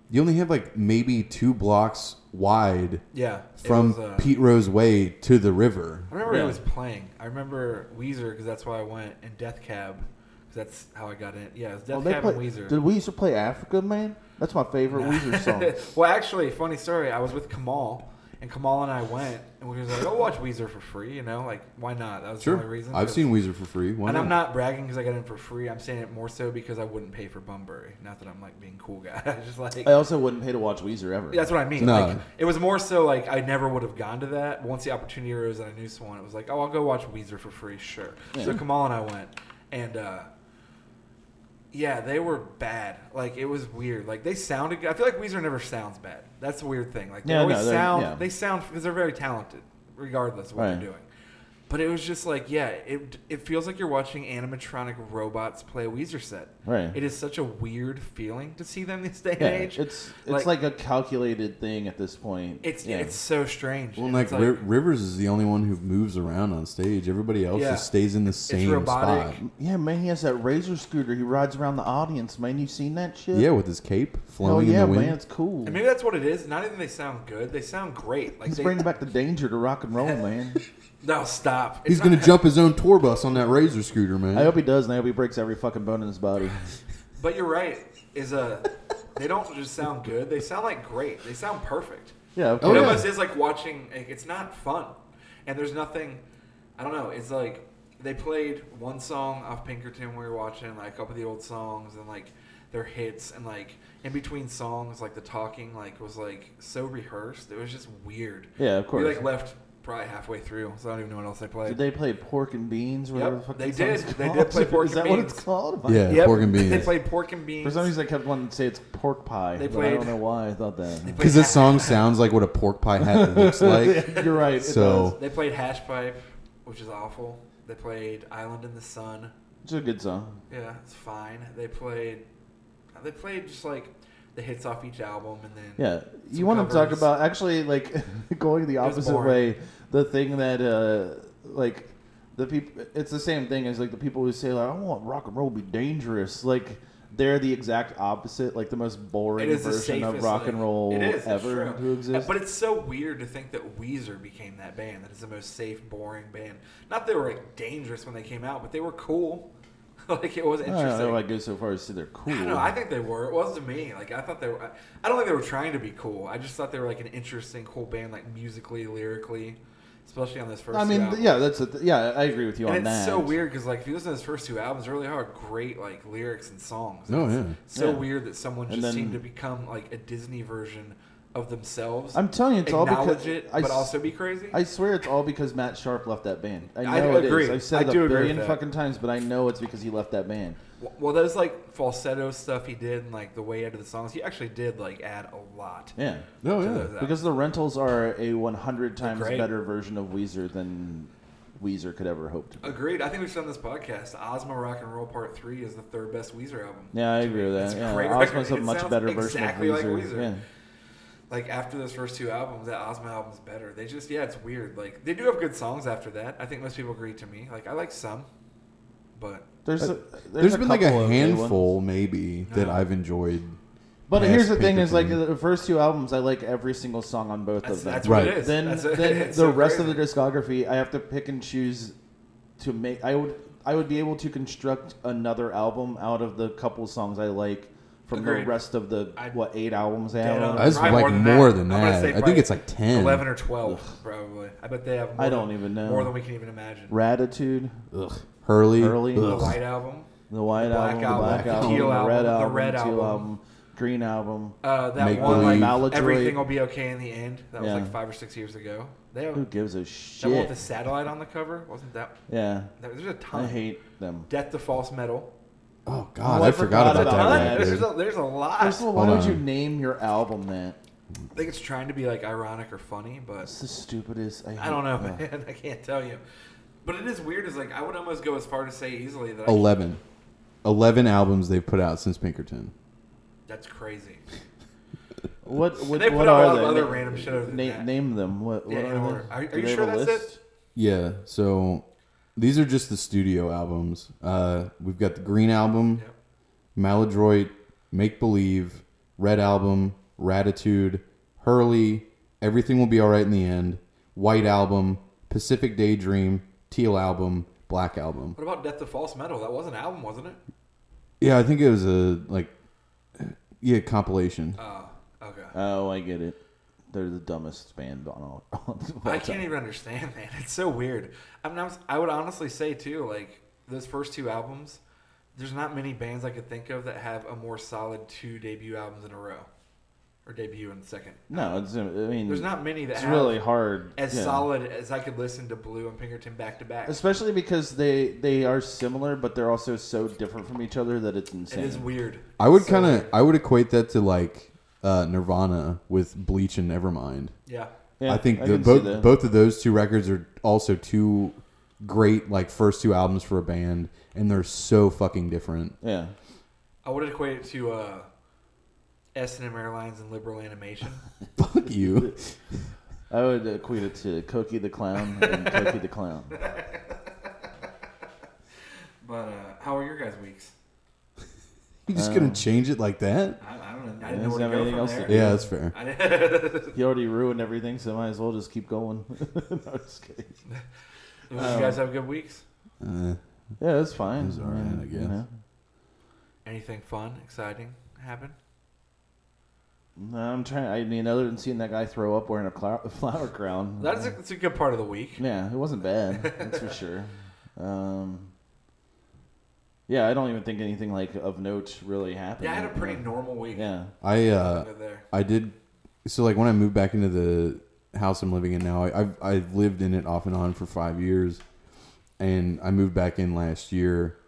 S2: you only have like maybe two blocks wide
S1: yeah it
S2: from
S1: was, uh,
S2: Pete Rose Way to the river.
S1: I remember
S3: Yeah.
S1: it was playing. I remember Weezer because that's why I went, and Death Cab because that's how I got in. Yeah, it was Death
S3: Oh, they
S1: Cab
S3: play-
S1: and Weezer.
S3: Did we used to play Africa Man? That's my favorite Weezer song.
S1: well, actually, funny story. I was with Kamal, and Kamal and I went, and we was like, "Go watch Weezer for free," you know, like why not? That was the
S2: Sure,
S1: only reason.
S2: I've
S1: 'cause-
S2: seen Weezer for free. Why
S1: and I'm not bragging because I got in for free. I'm saying it more so because I wouldn't pay for Bunbury. Not that I'm like being cool guy. I just like
S3: I also wouldn't pay to watch Weezer ever.
S1: that's what I mean.
S2: No.
S1: Like it was more so like I never would have gone to that. But once the opportunity arose and I knew someone, it was like, oh, I'll go watch Weezer for free, sure. So Kamal and I went, and uh, yeah, they were bad. Like it was weird. Like they sounded. good. I feel like Weezer never sounds bad. That's the weird thing. Like they
S3: Yeah,
S1: always
S3: no, they're-
S1: sound.
S3: yeah.
S1: They sound because they're very talented, regardless of what
S3: Right.
S1: they're doing. But it was just like, yeah, it, it feels like you're watching animatronic robots play a Weezer set.
S3: Right.
S1: It is such a weird feeling to see them this day and
S3: Yeah,
S1: age.
S3: it's it's like, a calculated thing at this point.
S1: It's
S3: yeah.
S1: it's so strange.
S2: Well,
S1: And
S2: like,
S1: it's
S2: Ri- Rivers is the only one who moves around on stage. Everybody else
S1: Yeah.
S2: just stays in the same spot.
S1: robotic.
S3: yeah, man, he has that razor scooter. He rides around the audience. Man, you seen that shit?
S2: Yeah, with his cape
S3: Oh
S2: flowing
S3: yeah,
S2: in the wind.
S3: man, it's cool.
S1: and maybe that's what it is. Not even they sound good; they sound great. Like
S3: He's
S1: they,
S3: bringing back the danger to rock and roll, man.
S1: no stop. It's
S2: He's
S1: not-
S2: gonna jump his own tour bus on that razor scooter, man.
S3: I hope he does, and I hope he breaks every fucking bone in his body.
S1: But you're right. Is a they don't just sound good; they sound like great. They sound perfect.
S3: Yeah, of
S2: Oh,
S1: it
S2: yeah.
S3: course.
S1: almost is like watching. Like, it's not fun, and there's nothing. I don't know. It's like they played one song off Pinkerton we were watching, like a couple of the old songs, and like their hits, and like in between songs, like the talking, like was like so rehearsed. It was just weird.
S3: Yeah, of
S1: We
S3: course.
S1: like left probably halfway through, so I don't even know what else they
S3: Did
S1: played.
S3: they play pork and beans? Whatever
S1: Yep,
S3: the fuck
S1: they
S3: that song's
S1: did. They
S3: called?
S1: did play pork
S3: Is
S1: and
S3: that what
S1: beans.
S3: it's called?
S2: Yeah.
S1: Yep,
S2: Pork and beans.
S1: They played pork and beans.
S3: For some reason, I kept wanting to say it's pork pie.
S1: They
S3: but I don't
S1: played-
S3: know why I thought that.
S1: They played
S2: Because this
S1: ha-
S2: song sounds like what a pork pie hat looks like.
S3: You're right. it
S2: So-
S3: does.
S1: They played Hash Pipe, which is awful. They played Island in the Sun.
S3: it's a good song.
S1: Yeah, it's fine. They played. They played just like the hits off each album, and then
S3: Yeah, you
S1: Some
S3: want to talk
S1: covers.
S3: about actually like going the
S1: was
S3: opposite
S1: boring.
S3: way. The thing that uh like the people, it's the same thing as like the people who say like I want rock and roll to be dangerous. Like they're the exact opposite. Like the most boring
S1: it is the
S3: version
S1: safest.
S3: of rock and
S1: like-
S3: roll
S1: it is, it's
S3: ever
S1: true.
S3: to exist.
S1: But it's so weird to think that Weezer became that band. That is the most safe, boring band. Not that they were like dangerous when they came out, but they were cool. like it was
S3: I don't
S1: interesting.
S3: know. if I go so far as to say they're cool.
S1: I don't know. I think they were. It was to me. Like I thought they were. I- I don't think they were trying to be cool. I just thought they were like an interesting, cool band, like musically, lyrically, especially on this first.
S3: I mean,
S1: two albums.
S3: yeah, that's a th- yeah. I agree with you
S1: And
S3: on
S1: it's
S3: that.
S1: so weird because like if you listen to his first two albums, they really are great like lyrics and songs.
S2: Oh,
S1: It's
S2: yeah.
S1: So
S3: Yeah.
S1: weird that someone
S3: And
S1: just
S3: then-
S1: seemed to become like a Disney version of themselves.
S3: I'm telling you, it's all
S1: acknowledge
S3: because
S1: it,
S3: I
S1: but
S3: s-
S1: also be crazy.
S3: I swear it's all because Matt Sharp left that band. I know
S1: I do
S3: it is.
S1: agree.
S3: I've said
S1: I
S3: it
S1: do
S3: a
S1: agree with
S3: billion
S1: that.
S3: fucking times, but I know it's because he left that band.
S1: well, those like falsetto stuff he did and like the way out of the songs, he actually did like add a lot.
S3: Yeah.
S2: Oh,
S1: to
S2: yeah.
S1: those albums.
S3: Because the rentals are a 100 times
S1: great.
S3: better version of Weezer than Weezer could ever hope to. be.
S1: Agreed. I think we've done this podcast. Ozma Rock and Roll Part Three is the third best Weezer album.
S3: Yeah, I agree with
S1: It's
S3: that. Yeah,
S1: great
S3: Ozma's a
S1: record. It
S3: much
S1: sounds
S3: better
S1: exactly like
S3: version of Weezer.
S1: Weezer. Like after those first two albums, that Ozma album's better. They just yeah, it's weird. Like they do have good songs after that. I think most people agree to me. Like I like some, but
S3: There's, a, there's,
S2: There's been like
S3: couple
S2: a
S3: of good ones.
S2: handful, maybe, that
S1: No.
S2: I've enjoyed.
S3: But
S2: Yes,
S3: here's the thing: is like
S2: Pinkerton.
S3: the first two albums, I like every single song on both
S1: that's,
S3: of them.
S1: that's
S2: Right.
S1: what it is.
S3: then,
S1: That's-
S3: then the
S1: it's so
S3: rest
S1: crazy.
S3: of the discography, I have to pick and choose to make. I would I would be able to construct another album out of the couple songs I like from
S1: Agreed.
S3: the rest of the
S1: I-
S3: what eight albums they
S1: Dead
S3: have.
S1: on.
S3: on.
S2: I just
S1: Probably
S2: like
S1: more than
S2: more
S1: that.
S2: than
S1: I'm gonna say
S2: that. I think
S1: probably
S2: it's like 10.
S1: 11 or 12 probably i bet they have more
S3: I don't
S1: than-
S3: even know.
S1: more than we can even imagine
S3: Ratitude,
S2: Ugh. Hurley.
S3: Hurley.
S1: the
S2: Ugh.
S1: white album
S3: the White
S1: The Black
S3: Album,
S1: Album,
S3: the Black
S2: the
S3: Album,
S1: Teal
S3: the Red
S1: Album,
S3: Album,
S1: the Red
S3: Teal
S1: Album.
S3: Green Album.
S1: uh, that
S2: Make
S1: one like
S2: Believe.
S3: Maladroit.
S1: everything will be okay in the end that was like
S3: Yeah.
S1: five or six years ago they have
S3: Who gives a
S1: that one with
S3: shit?
S1: the satellite on the cover wasn't that,
S3: yeah,
S1: that there's a ton
S3: I hate them.
S1: death to false metal
S2: Oh, God.
S3: Oh,
S2: I,
S3: I
S2: forgot,
S3: forgot
S2: about,
S3: about
S1: Ton.
S2: that.
S3: that.
S1: there's,
S2: dude.
S1: a, there's a lot
S3: First of all, why
S2: Hold
S3: would you
S2: on.
S3: name your album that?
S1: i think it's trying to be like ironic or funny but
S3: It's the stupidest. I, hate
S1: i don't know
S3: them.
S1: man i can't tell you but it is weird is like i would almost go as far to say easily that I,
S2: 11. 11 albums they've put out since Pinkerton.
S1: that's crazy
S3: What what,
S1: They put
S3: what
S1: out a
S3: are
S1: lot of
S3: they?
S1: other
S3: Na-
S1: random shit other than
S3: na-
S1: that.
S3: Name them. What,
S1: Yeah,
S3: what
S1: in
S3: are,
S1: order. Are-
S3: they?
S1: are
S3: Do
S1: you
S3: they
S1: sure
S3: have a
S1: that's it?
S3: list?
S2: Yeah. So these are just the studio albums. Uh, we've got the Green Album,
S1: Yep.
S2: Maladroit, Make Believe, Red Album, Ratitude, Hurley, Everything Will Be Alright in the End, White Album, Pacific Daydream, Teal Album, Black Album.
S1: What about Death to False Metal? That was an album, wasn't it?
S2: Yeah, I think it was a like yeah, compilation.
S1: Oh, okay.
S3: Oh, I get it. They're the dumbest band on all. all of all
S1: I
S3: time.
S1: can't even understand that. It's so weird. I mean, I, was, I would honestly say too, like those first two albums, there's not many bands I could think of that have a more solid two debut albums in a row, or debut and second.
S3: No, it's. I mean,
S1: There's not many that
S3: Mm. It's
S1: have
S3: really hard.
S1: as
S3: yeah.
S1: solid as I could listen to Blue and Pinkerton back to back.
S3: Especially because they they are similar, but they're also so different from each other that it's
S1: It
S3: insane.
S1: is weird.
S2: I would
S1: So
S2: kind of
S1: weird.
S2: I would equate that to like uh, Nirvana with Bleach and Nevermind.
S1: yeah.
S3: Yeah,
S2: I think the,
S3: can see
S2: both
S3: that.
S2: both of those two records are also two great like first two albums for a band, and they're so fucking different.
S3: Yeah.
S1: I would equate it to uh, S and M Airlines and Liberal Animation.
S2: Fuck you.
S3: I would equate it to Cookie the Clown and Cookie the Clown.
S1: But uh, how are your guys' weeks?
S2: You just gonna change it like that?
S1: I, I don't know. I
S3: Uh. Yeah,
S1: didn't know
S3: doesn't
S1: where to
S3: have
S1: go
S3: anything
S1: from
S3: else to
S1: there.
S3: do.
S2: Yeah, that's fair.
S1: I didn't-
S3: He already ruined everything, so might as well just keep going. no, I'm just kidding.
S1: Did you guys
S3: Um,
S1: have good weeks?
S2: Uh,
S3: Yeah, it's fine.
S2: It was all right, I
S3: you
S2: guess.
S3: know.
S1: Anything fun, exciting happen?
S3: No, I'm trying. I mean, other than seeing that guy throw up wearing a clou- flower
S2: Mm-hmm.
S3: crown,
S1: That's a, that's a good part of the week.
S3: yeah, it wasn't bad. That's for sure. Um, yeah, I don't even think anything like of note really happened.
S1: Yeah, I had a pretty normal week.
S3: Yeah,
S2: I uh,
S1: Over there.
S2: I did. So like when I moved back into the house I'm living in now. I, I've I've lived in it off and on for five years, and I moved back in last year,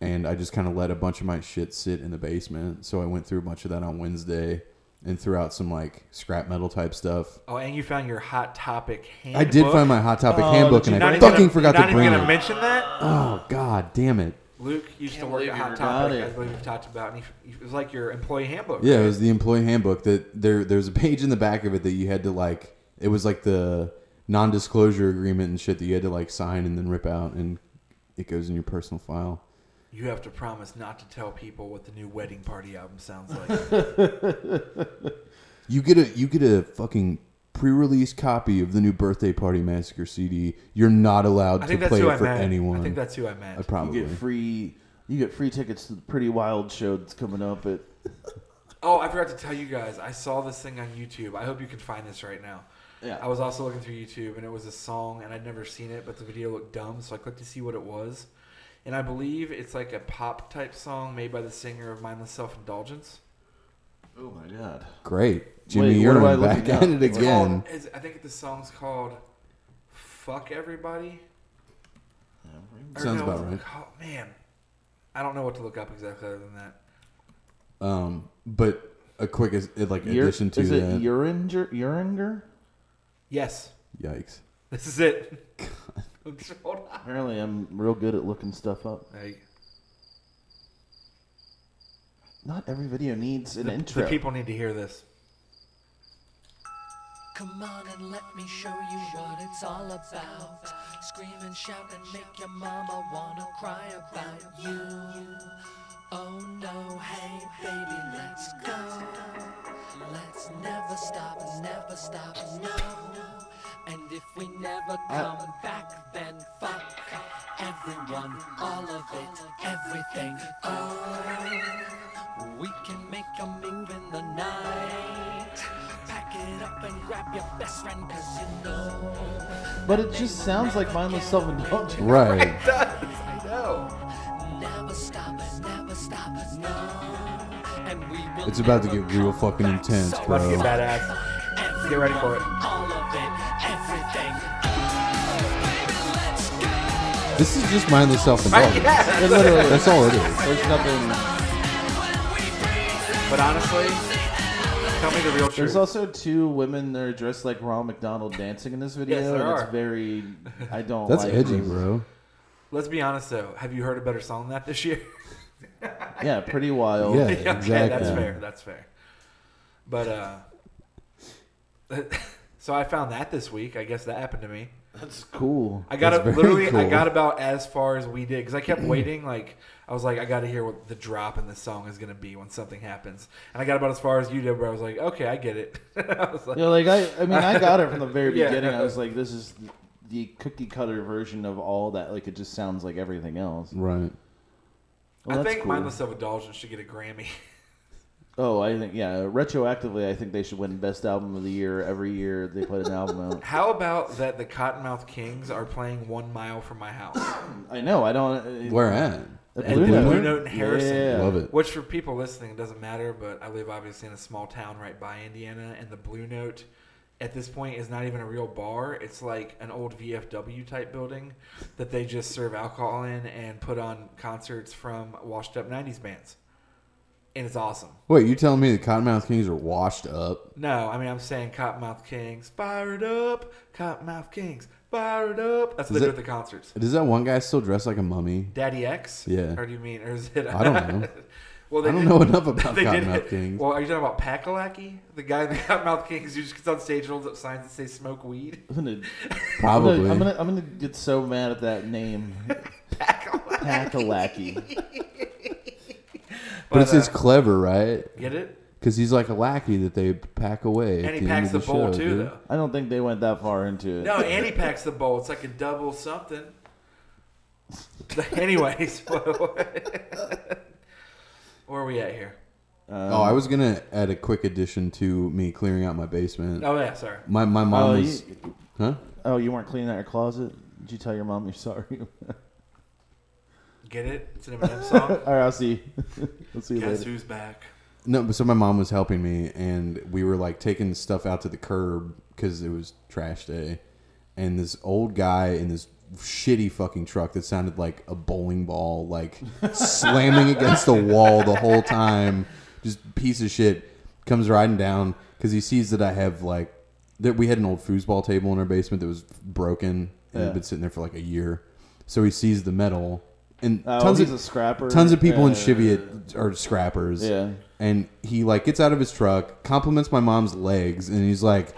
S2: and I just kind of let a bunch of my shit sit in the basement. So I went through a bunch of that on Wednesday, and threw out some like scrap metal type stuff.
S1: Oh, and you found your hot topic
S2: I
S1: handbook.
S2: did find my Hot Topic
S3: Oh,
S2: handbook,
S3: did you
S2: and
S1: Not
S2: I
S1: even
S2: fucking
S1: gonna-
S2: forgot
S1: not
S2: to
S1: even
S2: bring
S1: gonna
S2: it.
S1: mention that.
S2: Oh god, damn it!
S1: Luke used to
S3: Can't
S1: work
S3: believe
S1: at
S3: you
S1: Hot
S3: forgot
S1: Topic.
S3: it.
S1: I believe we've talked about, and he, it was like your employee handbook.
S2: Yeah,
S1: right?
S2: it was the employee handbook that there there's a page in the back of it that you had to like it was like the non-disclosure agreement and shit that you had to like sign and then rip out and it goes in your personal file.
S1: You have to promise not to tell people what the new wedding party album sounds like.
S2: You get a you get a fucking pre-release copy of the new birthday party massacre CD. You're not allowed
S1: I
S2: to
S1: think that's
S2: play
S1: who
S2: it
S1: I
S2: for
S1: meant.
S2: anyone.
S1: I think that's who I
S2: Uh,
S1: meant.
S2: probably.
S3: You get free. You get free tickets to the Pretty Wild show that's coming up at.
S1: Oh, I forgot to tell you guys. I saw this thing on YouTube. I hope you can find this right now.
S3: Yeah.
S1: I was also looking through YouTube, and it was a song, and I'd never seen it, but the video looked dumb, so I clicked to see what it was. And I believe it's like a pop type song made by the singer of Mindless Self Indulgence.
S3: Oh my god.
S2: Great. Jimmy
S3: Wait, what am I
S2: you're
S3: looking
S2: back
S3: up?
S2: at it
S3: It's
S2: again.
S1: Called, is, I think the song's called "Fuck Everybody." Or
S2: Sounds
S1: no,
S2: about right.
S1: Oh man, I don't know what to look up exactly other than that.
S2: Um but a quick as- like
S3: Ur-
S2: addition to
S3: is it
S2: that.
S3: Uringer? Uringer?
S1: Yes,
S2: Yikes.
S1: this is it. Hold on.
S3: Apparently, I'm real good at looking stuff up.
S1: Hey,
S3: Not every video needs an
S1: the,
S3: intro.
S1: the people need to hear this.
S4: Come on and let me show you what it's all about. Scream and shout and make your mama wanna cry about you. Oh no, hey baby, let's go. Let's never stop, never stop, no. And if we never come back, then fuck everyone, all of it, everything. Oh. We can make a move in the night. Pack it up and grab your best friend, cause you know.
S3: but it just sounds like mindless self-indulgence.
S2: Right.
S1: It does. I know.
S4: Never stop, never stop, no. And we will
S2: It's about to
S4: never
S2: get real
S4: come
S2: fucking
S4: back,
S2: intense,
S4: so
S2: bro.
S1: About to get
S4: fuck
S1: badass. Get ready for it.
S4: All of it, everything.
S2: This is just mindless self-indulgence.
S1: Yeah.
S3: It literally,
S2: That's all it is.
S3: there's nothing.
S1: But honestly, tell me the real truth.
S3: There's also two women that are dressed like Ronald McDonald dancing in this video.
S1: Yes, there
S3: and
S1: are.
S3: It's very. I don't.
S2: That's
S3: like
S2: edgy,
S1: mm.
S3: this.
S2: bro.
S1: Let's be honest though. Have you heard a better song than that this year?
S3: Yeah, pretty wild.
S2: Yeah.
S1: okay, that's
S2: Exactly.
S1: fair. That's fair. But uh, so I found that this week. I guess that happened to me.
S3: that's cool.
S1: I got
S2: That's
S1: up,
S2: very
S1: literally. I
S2: cool.
S1: got about as far as we did because I kept waiting. Like I was like, I got to hear what the drop in this song is gonna be when something happens. And I got about as far as you did, where I was like, okay, I get it. I was like,
S3: Yeah, like I, I mean, I got it from the very
S1: Yeah.
S3: beginning. I was like, this is the cookie cutter version of all that. Like, it just sounds like everything else.
S2: Right.
S3: Well,
S1: I
S3: that's
S1: think
S3: cool.
S1: mindless self indulgence should get a Grammy.
S3: Oh, I think yeah. Retroactively, I think they should win best album of the year every year they put an album out.
S1: How about that? The Cottonmouth Kings are playing one mile from my house.
S3: I know. I don't.
S2: Where at?
S3: At
S1: At
S3: Blue
S1: the
S3: Note.
S1: Blue Note in Harrison.
S3: Yeah.
S2: Love it.
S1: Which, for people listening, it doesn't matter, but I live obviously in a small town right by Indiana, and the Blue Note at this point is not even a real bar. It's like an old VFW type building that they just serve alcohol in and put on concerts from washed up 90s bands. And it's awesome.
S2: Wait, you telling me the Cottonmouth Kings are washed up?
S1: No, I mean, I'm saying Cottonmouth Kings, fire it up. Cottonmouth Kings, fire it up. That's what they
S2: Is
S1: do
S2: it-
S1: at the concerts.
S2: Does that one guy still dress like a mummy?
S1: Daddy X?
S2: Yeah.
S1: Or do you mean, or is it?
S2: I don't know.
S1: well,
S2: I don't
S1: did-
S2: know enough about
S1: They did
S2: Cottonmouth
S1: it.
S2: Kings.
S1: Well, are you talking about Pakalaki? The guy in the Cottonmouth Kings who just gets on stage and holds up signs that say smoke weed?
S3: I'm gonna,
S2: Probably.
S3: I'm gonna, I'm gonna get so mad at that name. Pakalaki.
S2: but, it
S1: uh,
S2: says clever, right?
S1: Get it?
S2: Because he's like a lackey that they pack away. at
S1: And he
S2: the
S1: packs
S2: end
S1: the,
S2: of the,
S1: bowl too,
S2: show, dude.
S1: though.
S3: I don't think they went that far into it. Um,
S1: No, and he packs the bowl. It's like a double something. Anyways, where are we at here?
S2: Oh, I was gonna add a quick addition to me clearing out my basement.
S1: Oh yeah, sorry.
S2: My my mom
S3: Oh,
S2: was,
S3: you,
S2: huh?
S3: oh, you weren't cleaning out your closet. Did you tell your mom you're sorry?
S1: Get it? It's an Eminem song.
S3: All right, I'll see. you. I'll see you
S1: Guess
S3: later.
S1: who's back?
S2: No, but so my mom was helping me, and we were like taking stuff out to the curb because it was trash day. And this old guy in this shitty fucking truck that sounded like a bowling ball, like slamming against the wall the whole time, just piece of shit, comes riding down because he sees that I have like that we had an old foosball table in our basement that was broken and
S3: Yeah.
S2: had been sitting there for like a year. So he sees the metal and
S3: Oh,
S2: tons
S3: he's
S2: of
S3: a scrapper.
S2: Tons of people in
S3: Yeah.
S2: Cheviot are scrappers.
S3: Yeah.
S2: And he like gets out of his truck, compliments my mom's legs, and he's like,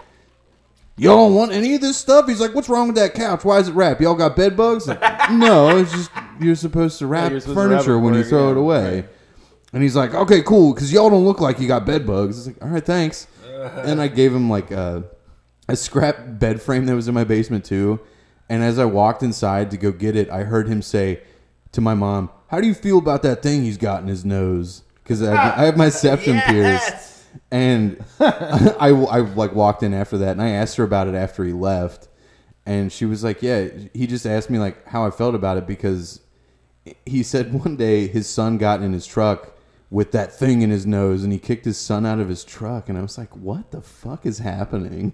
S2: "Y'all don't want any of this stuff?" He's like, "What's wrong with that couch? Why is it wrapped? Y'all got bed bugs?" Like, no, it's just you're supposed to wrap
S3: you're supposed to wrap it
S2: furniture when you
S3: before-
S2: throw
S3: yeah,
S2: it away.
S3: right.
S2: And he's like, "Okay, cool, because y'all don't look like you got bed bugs." It's like, "All right, thanks." and I gave him like a, a scrap bed frame that was in my basement too. And as I walked inside to go get it, I heard him say to my mom, "How do you feel about that thing he's got in his nose?" Because I, have- I have my septum pierced. And I, I like walked in after that, and I asked her about it after he left, and she was like, "Yeah." He just asked me like how I felt about it because he said one day his son got in his truck with that thing in his nose, and he kicked his son out of his truck, and I was like, "What the fuck is happening?"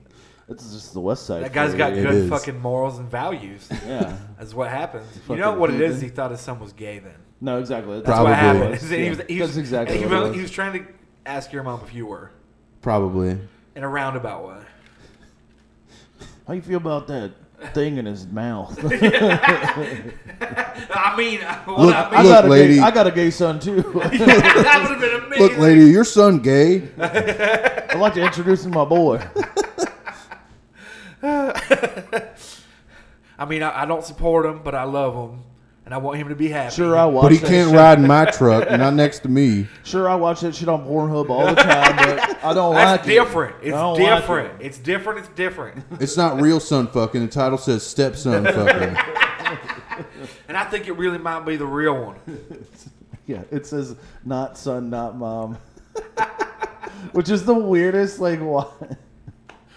S3: That's just the West Side.
S1: That guy's
S3: for
S1: got
S3: you.
S2: It
S1: good
S2: is.
S1: fucking morals and values.
S3: Yeah.
S1: That's what happens. You
S3: Fucking
S1: know what it is?
S3: heathen.
S1: He thought his son was gay then.
S3: No, exactly. That's
S1: That's
S2: Probably.
S1: what happened.
S3: was,
S1: He
S3: yeah.
S1: was, he was,
S3: That's exactly
S1: he,
S3: what it
S1: was,
S3: was.
S1: he was trying to ask your mom if you were
S2: Probably.
S1: in a roundabout way.
S3: How you feel about that thing in his mouth?
S1: I mean, what
S2: Look-
S1: I
S3: I
S1: mean,
S3: got a
S2: lady.
S3: Gay, I got a gay son too.
S1: that would have been amazing.
S2: Look, lady, your son gay.
S3: I'd like to introduce him to my boy.
S1: I mean, I, I don't support him, but I love him, and I want him to be happy.
S3: Sure, I watch.
S2: But he
S3: that
S2: can't
S3: shit.
S2: ride in my truck, not next to me.
S3: Sure, I watch that shit on Pornhub all the time, but I don't
S1: That's
S3: like it.
S1: different.
S3: I
S1: It's
S3: don't like it.
S1: different. it's different. It's different.
S2: It's not real son fucking. The title says stepson fucking.
S1: And I think it really might be the real one.
S3: Yeah, it says not son, not mom, which is the weirdest. Like, why?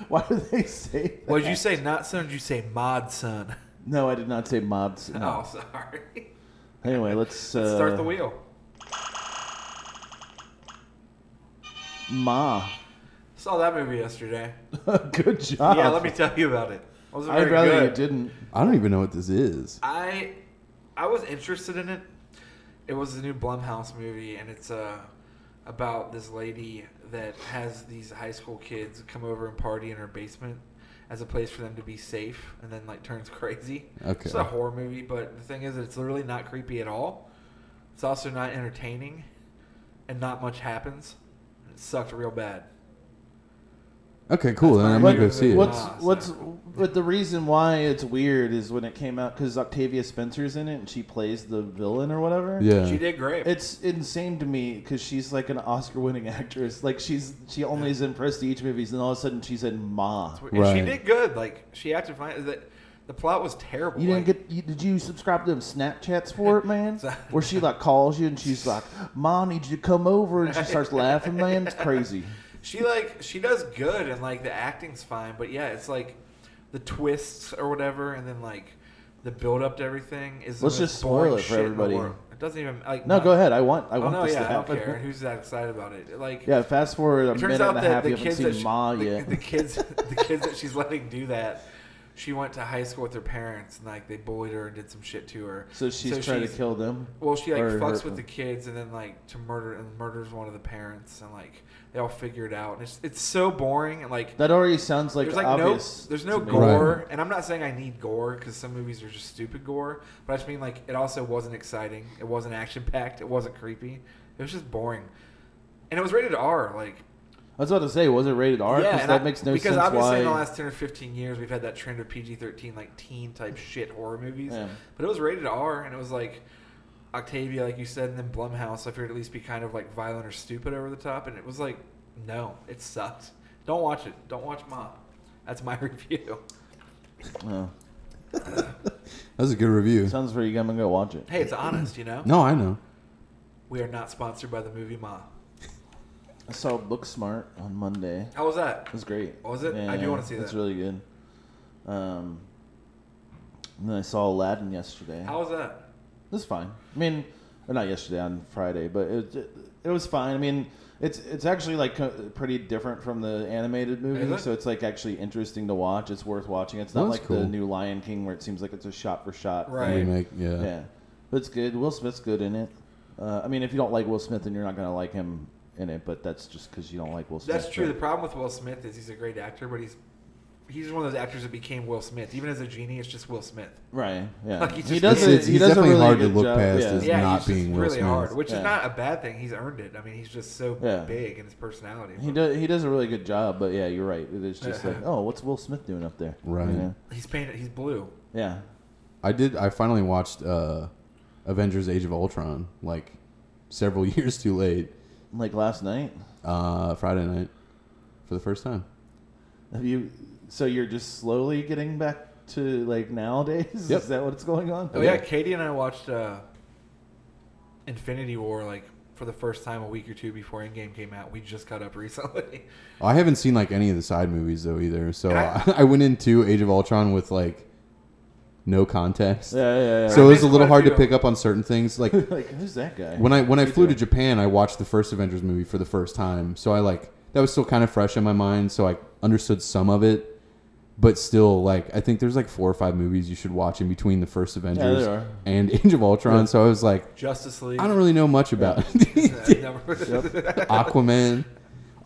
S3: Why do they say? That?
S1: Well, did you say not son? Did you say mod son?
S3: No, I did not say mods. No.
S1: Oh, sorry.
S3: Anyway, let's uh,
S1: Start Oh. the wheel.
S3: Ma.
S1: Saw that movie yesterday.
S3: good job.
S1: Yeah, let me tell you about it. I was very
S3: I'd rather
S1: good.
S3: you didn't.
S2: I don't even know what this is.
S1: I I was interested in it. It was a new Blumhouse movie, and it's uh, about this lady that has these high school kids come over and party in her basement as a place for them to be safe, and then like turns crazy.
S2: Okay.
S1: it's a horror movie, but the thing is, it's literally not creepy at all. It's also not entertaining, and not much happens. It sucked real bad.
S2: Okay, cool. Then I'm gonna go see it.
S3: What's
S1: Ah,
S3: what's
S1: so-
S3: but the reason why it's weird is when it came out because Octavia Spencer's in it and she plays the villain or whatever.
S1: She
S2: Yeah.
S1: did great.
S3: It's insane to me because she's like an Oscar-winning actress. Like she's she only is in prestige movies, and all of a sudden she's in Ma.
S1: And She
S2: Right.
S1: did good. Like she acted fine. The, the plot was terrible.
S3: You didn't
S1: Like,
S3: get? You, did you subscribe to them Snapchats for it, man?
S1: So-
S3: Where she like calls you and she's like, "Ma, I need you to come over," and she starts laughing, man. It's crazy.
S1: She like she does good and like the acting's fine, but yeah, it's like the twists or whatever, and then like the build up to everything is. the
S3: Let's
S1: most
S3: just spoil
S1: boring
S3: it for
S1: shit in the
S3: everybody.
S1: world. It doesn't even like.
S3: No, go ahead. I want. I
S1: Oh
S3: want
S1: no,
S3: this
S1: yeah,
S3: to
S1: I don't
S3: happen.
S1: care. Who's that excited about it? Like,
S3: Yeah, fast forward a
S1: it
S3: minute
S1: turns
S3: and
S1: out
S3: a
S1: that
S3: half.
S1: the
S3: You haven't
S1: kids that
S3: seen
S1: she,
S3: Ma
S1: the,
S3: yet.
S1: the kids, the kids that she's letting do that. She went to high school with her parents, and like they bullied her and did some shit to her.
S3: so she's trying
S1: she's-
S3: to kill them.
S1: well, she like
S3: Or
S1: fucks
S3: her-
S1: with the kids and then like to murder and murders one of the parents and like they all figure it out and it's it's so boring and like
S3: That already sounds like,
S1: there's like no
S3: obvious.
S1: there's no
S3: to me.
S1: gore and I'm not saying I need gore because some movies are just stupid gore but I just mean like it also wasn't exciting it wasn't action packed it wasn't creepy it was just boring and it was rated R like
S3: I was about to say, was it rated R?
S1: yeah,
S3: Because
S1: and
S3: that
S1: I-
S3: makes no
S1: because
S3: sense.
S1: obviously
S3: why?
S1: in the last ten or fifteen years we've had that trend of PG thirteen like teen type shit horror movies.
S3: Mm. Yeah.
S1: But it was rated R and it was like Octavia, like you said, and then Blumhouse. I figured at least be kind of like violent or stupid over the top, and it was like, no, it sucked. Don't watch it. Don't watch Ma. That's my review.
S3: Oh.
S2: That was a good review.
S3: Sounds where you're gonna go watch it.
S1: Hey, it's honest, you know.
S2: No, I know.
S1: We are not sponsored by the movie Ma.
S3: I saw Booksmart on Monday. It
S1: How was that?
S3: was great.
S1: Was Oh, it? I do wanna see
S3: It's
S1: that.
S3: really good. Um, and then I saw Aladdin yesterday.
S1: How was that?
S3: It was fine. I mean, or not yesterday on Friday, but it it, it was fine. I mean, it's it's actually like co- pretty different from the animated movie,
S1: Is it?
S3: so it's like actually interesting to watch. It's worth watching. It's not
S2: That's
S3: like
S2: cool.
S3: the new Lion King where it seems like it's a shot for shot.
S1: Right.
S2: Remake, yeah.
S3: Yeah, but it's good. Will Smith's good in it. Uh, I mean, if you don't like Will Smith, then you're not gonna like him in it. But that's just because you don't like Will Smith.
S1: That's true. The
S3: but-
S1: problem with Will Smith is he's a great actor, but he's he's one of those actors that became Will Smith. Even as a genie, it's just Will Smith.
S3: Right. Yeah.
S1: Like, he's
S3: he
S1: just-
S3: does.
S2: It's-
S3: a-
S2: it's-
S3: he
S2: he's
S3: does a
S2: definitely
S3: really
S2: hard to
S3: good
S2: look
S3: job.
S2: past
S3: Yeah.
S2: as-
S1: Yeah,
S2: Not
S1: he's just
S2: being Will
S1: really
S2: Smith.
S1: hard, which
S3: Yeah.
S1: is not a bad thing. He's earned it. I mean, he's just so
S3: Yeah.
S1: big in his personality.
S3: He does. He does a really good job. But yeah, you're right. It's just like, oh, what's Will Smith doing up there?
S2: Right.
S3: You know?
S1: He's painted. He's blue.
S3: Yeah.
S2: I did. I finally watched uh, Avengers: Age of Ultron like several years too late.
S3: Like last night.
S2: Uh, Friday night for the first time.
S3: Have you? So you're just slowly getting back to like nowadays.
S2: Yep.
S3: Is that what's going on?
S1: Oh yeah, Katie and I watched uh, Infinity War like for the first time a week or two before Endgame came out. We just caught up recently.
S2: I haven't seen like any of the side movies though either. So
S1: And
S2: I,
S1: I-
S2: I went into Age of Ultron with like no context.
S3: Yeah, yeah, yeah.
S2: So it was a
S1: There's
S2: little
S1: quite a
S2: hard to
S1: few.
S2: pick up on certain things. Like
S3: like, who's that guy?
S2: when I when I
S3: Me
S2: flew to
S3: too.
S2: Japan, I watched the first Avengers movie for the first time. So I like that was still kind of fresh in my mind. So I understood some of it, but still like I think there's like four or five movies you should watch in between the first Avengers
S3: are.
S2: and Age of Ultron. So I was like,
S1: Justice League.
S2: I don't really know much about
S1: I've never-
S2: Aquaman.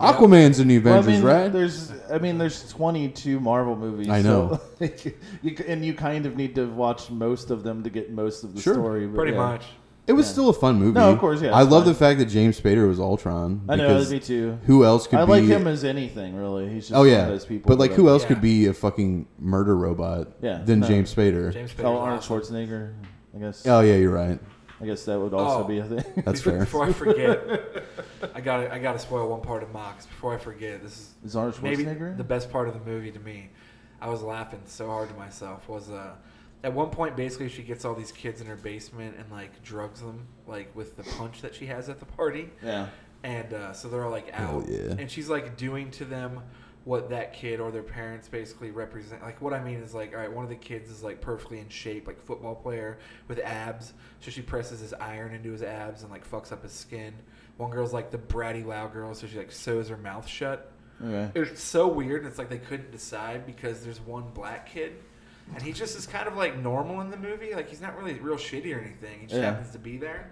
S2: Aquaman's in the
S3: Well,
S2: Avengers,
S3: I mean,
S2: right?
S3: There's, I mean, there's 22 Marvel movies.
S2: I know.
S3: so, like, you, c- and you kind of need to watch most of them to get most of the
S2: Sure.
S3: story. but
S1: Pretty
S3: yeah.
S1: much.
S2: It was
S3: Yeah.
S2: still a fun movie.
S3: No, of course, yeah,
S2: I
S3: it's
S2: love
S3: fine.
S2: the fact that James Spader was Ultron.
S3: I know,
S2: because
S3: me too.
S2: Who else could
S3: I
S2: be?
S3: like him as anything, really. He's just
S2: oh
S3: one
S2: yeah,
S3: of those people.
S2: but like
S3: that
S2: who
S3: I-
S2: else could
S1: Yeah.
S2: be a fucking murder robot?
S3: Yeah,
S2: than
S3: no.
S2: James Spader.
S1: James Spader's
S3: Oh, Arnold
S1: awesome.
S3: Schwarzenegger. I guess.
S2: Oh yeah, you're right.
S3: I guess that would also
S1: Oh.
S3: be a thing.
S2: That's
S1: before,
S2: fair.
S1: Before I forget, I got to I got to spoil one part of Mox. Before I forget, this is
S3: Is Arnold
S1: maybe
S3: Schwarzenegger?
S1: the best part of the movie to me. I was laughing so hard to myself. Was uh, at one point basically she gets all these kids in her basement and like drugs them like with the punch that she has at the party,
S3: yeah.
S1: and uh, so they're all like out,
S2: Hell yeah.
S1: and she's like doing to them what that kid or their parents basically represent. Like what I mean is like all right, one of the kids is like perfectly in shape, like football player with abs, so she presses his iron into his abs and like fucks up his skin. One girl's like the bratty loud girl, so she like sews her mouth shut.
S3: Okay.
S1: It's so weird. It's like they couldn't decide because there's one black kid, and he just is kind of like normal in the movie. Like he's not really real shitty or anything. He just
S3: Yeah.
S1: happens to be there.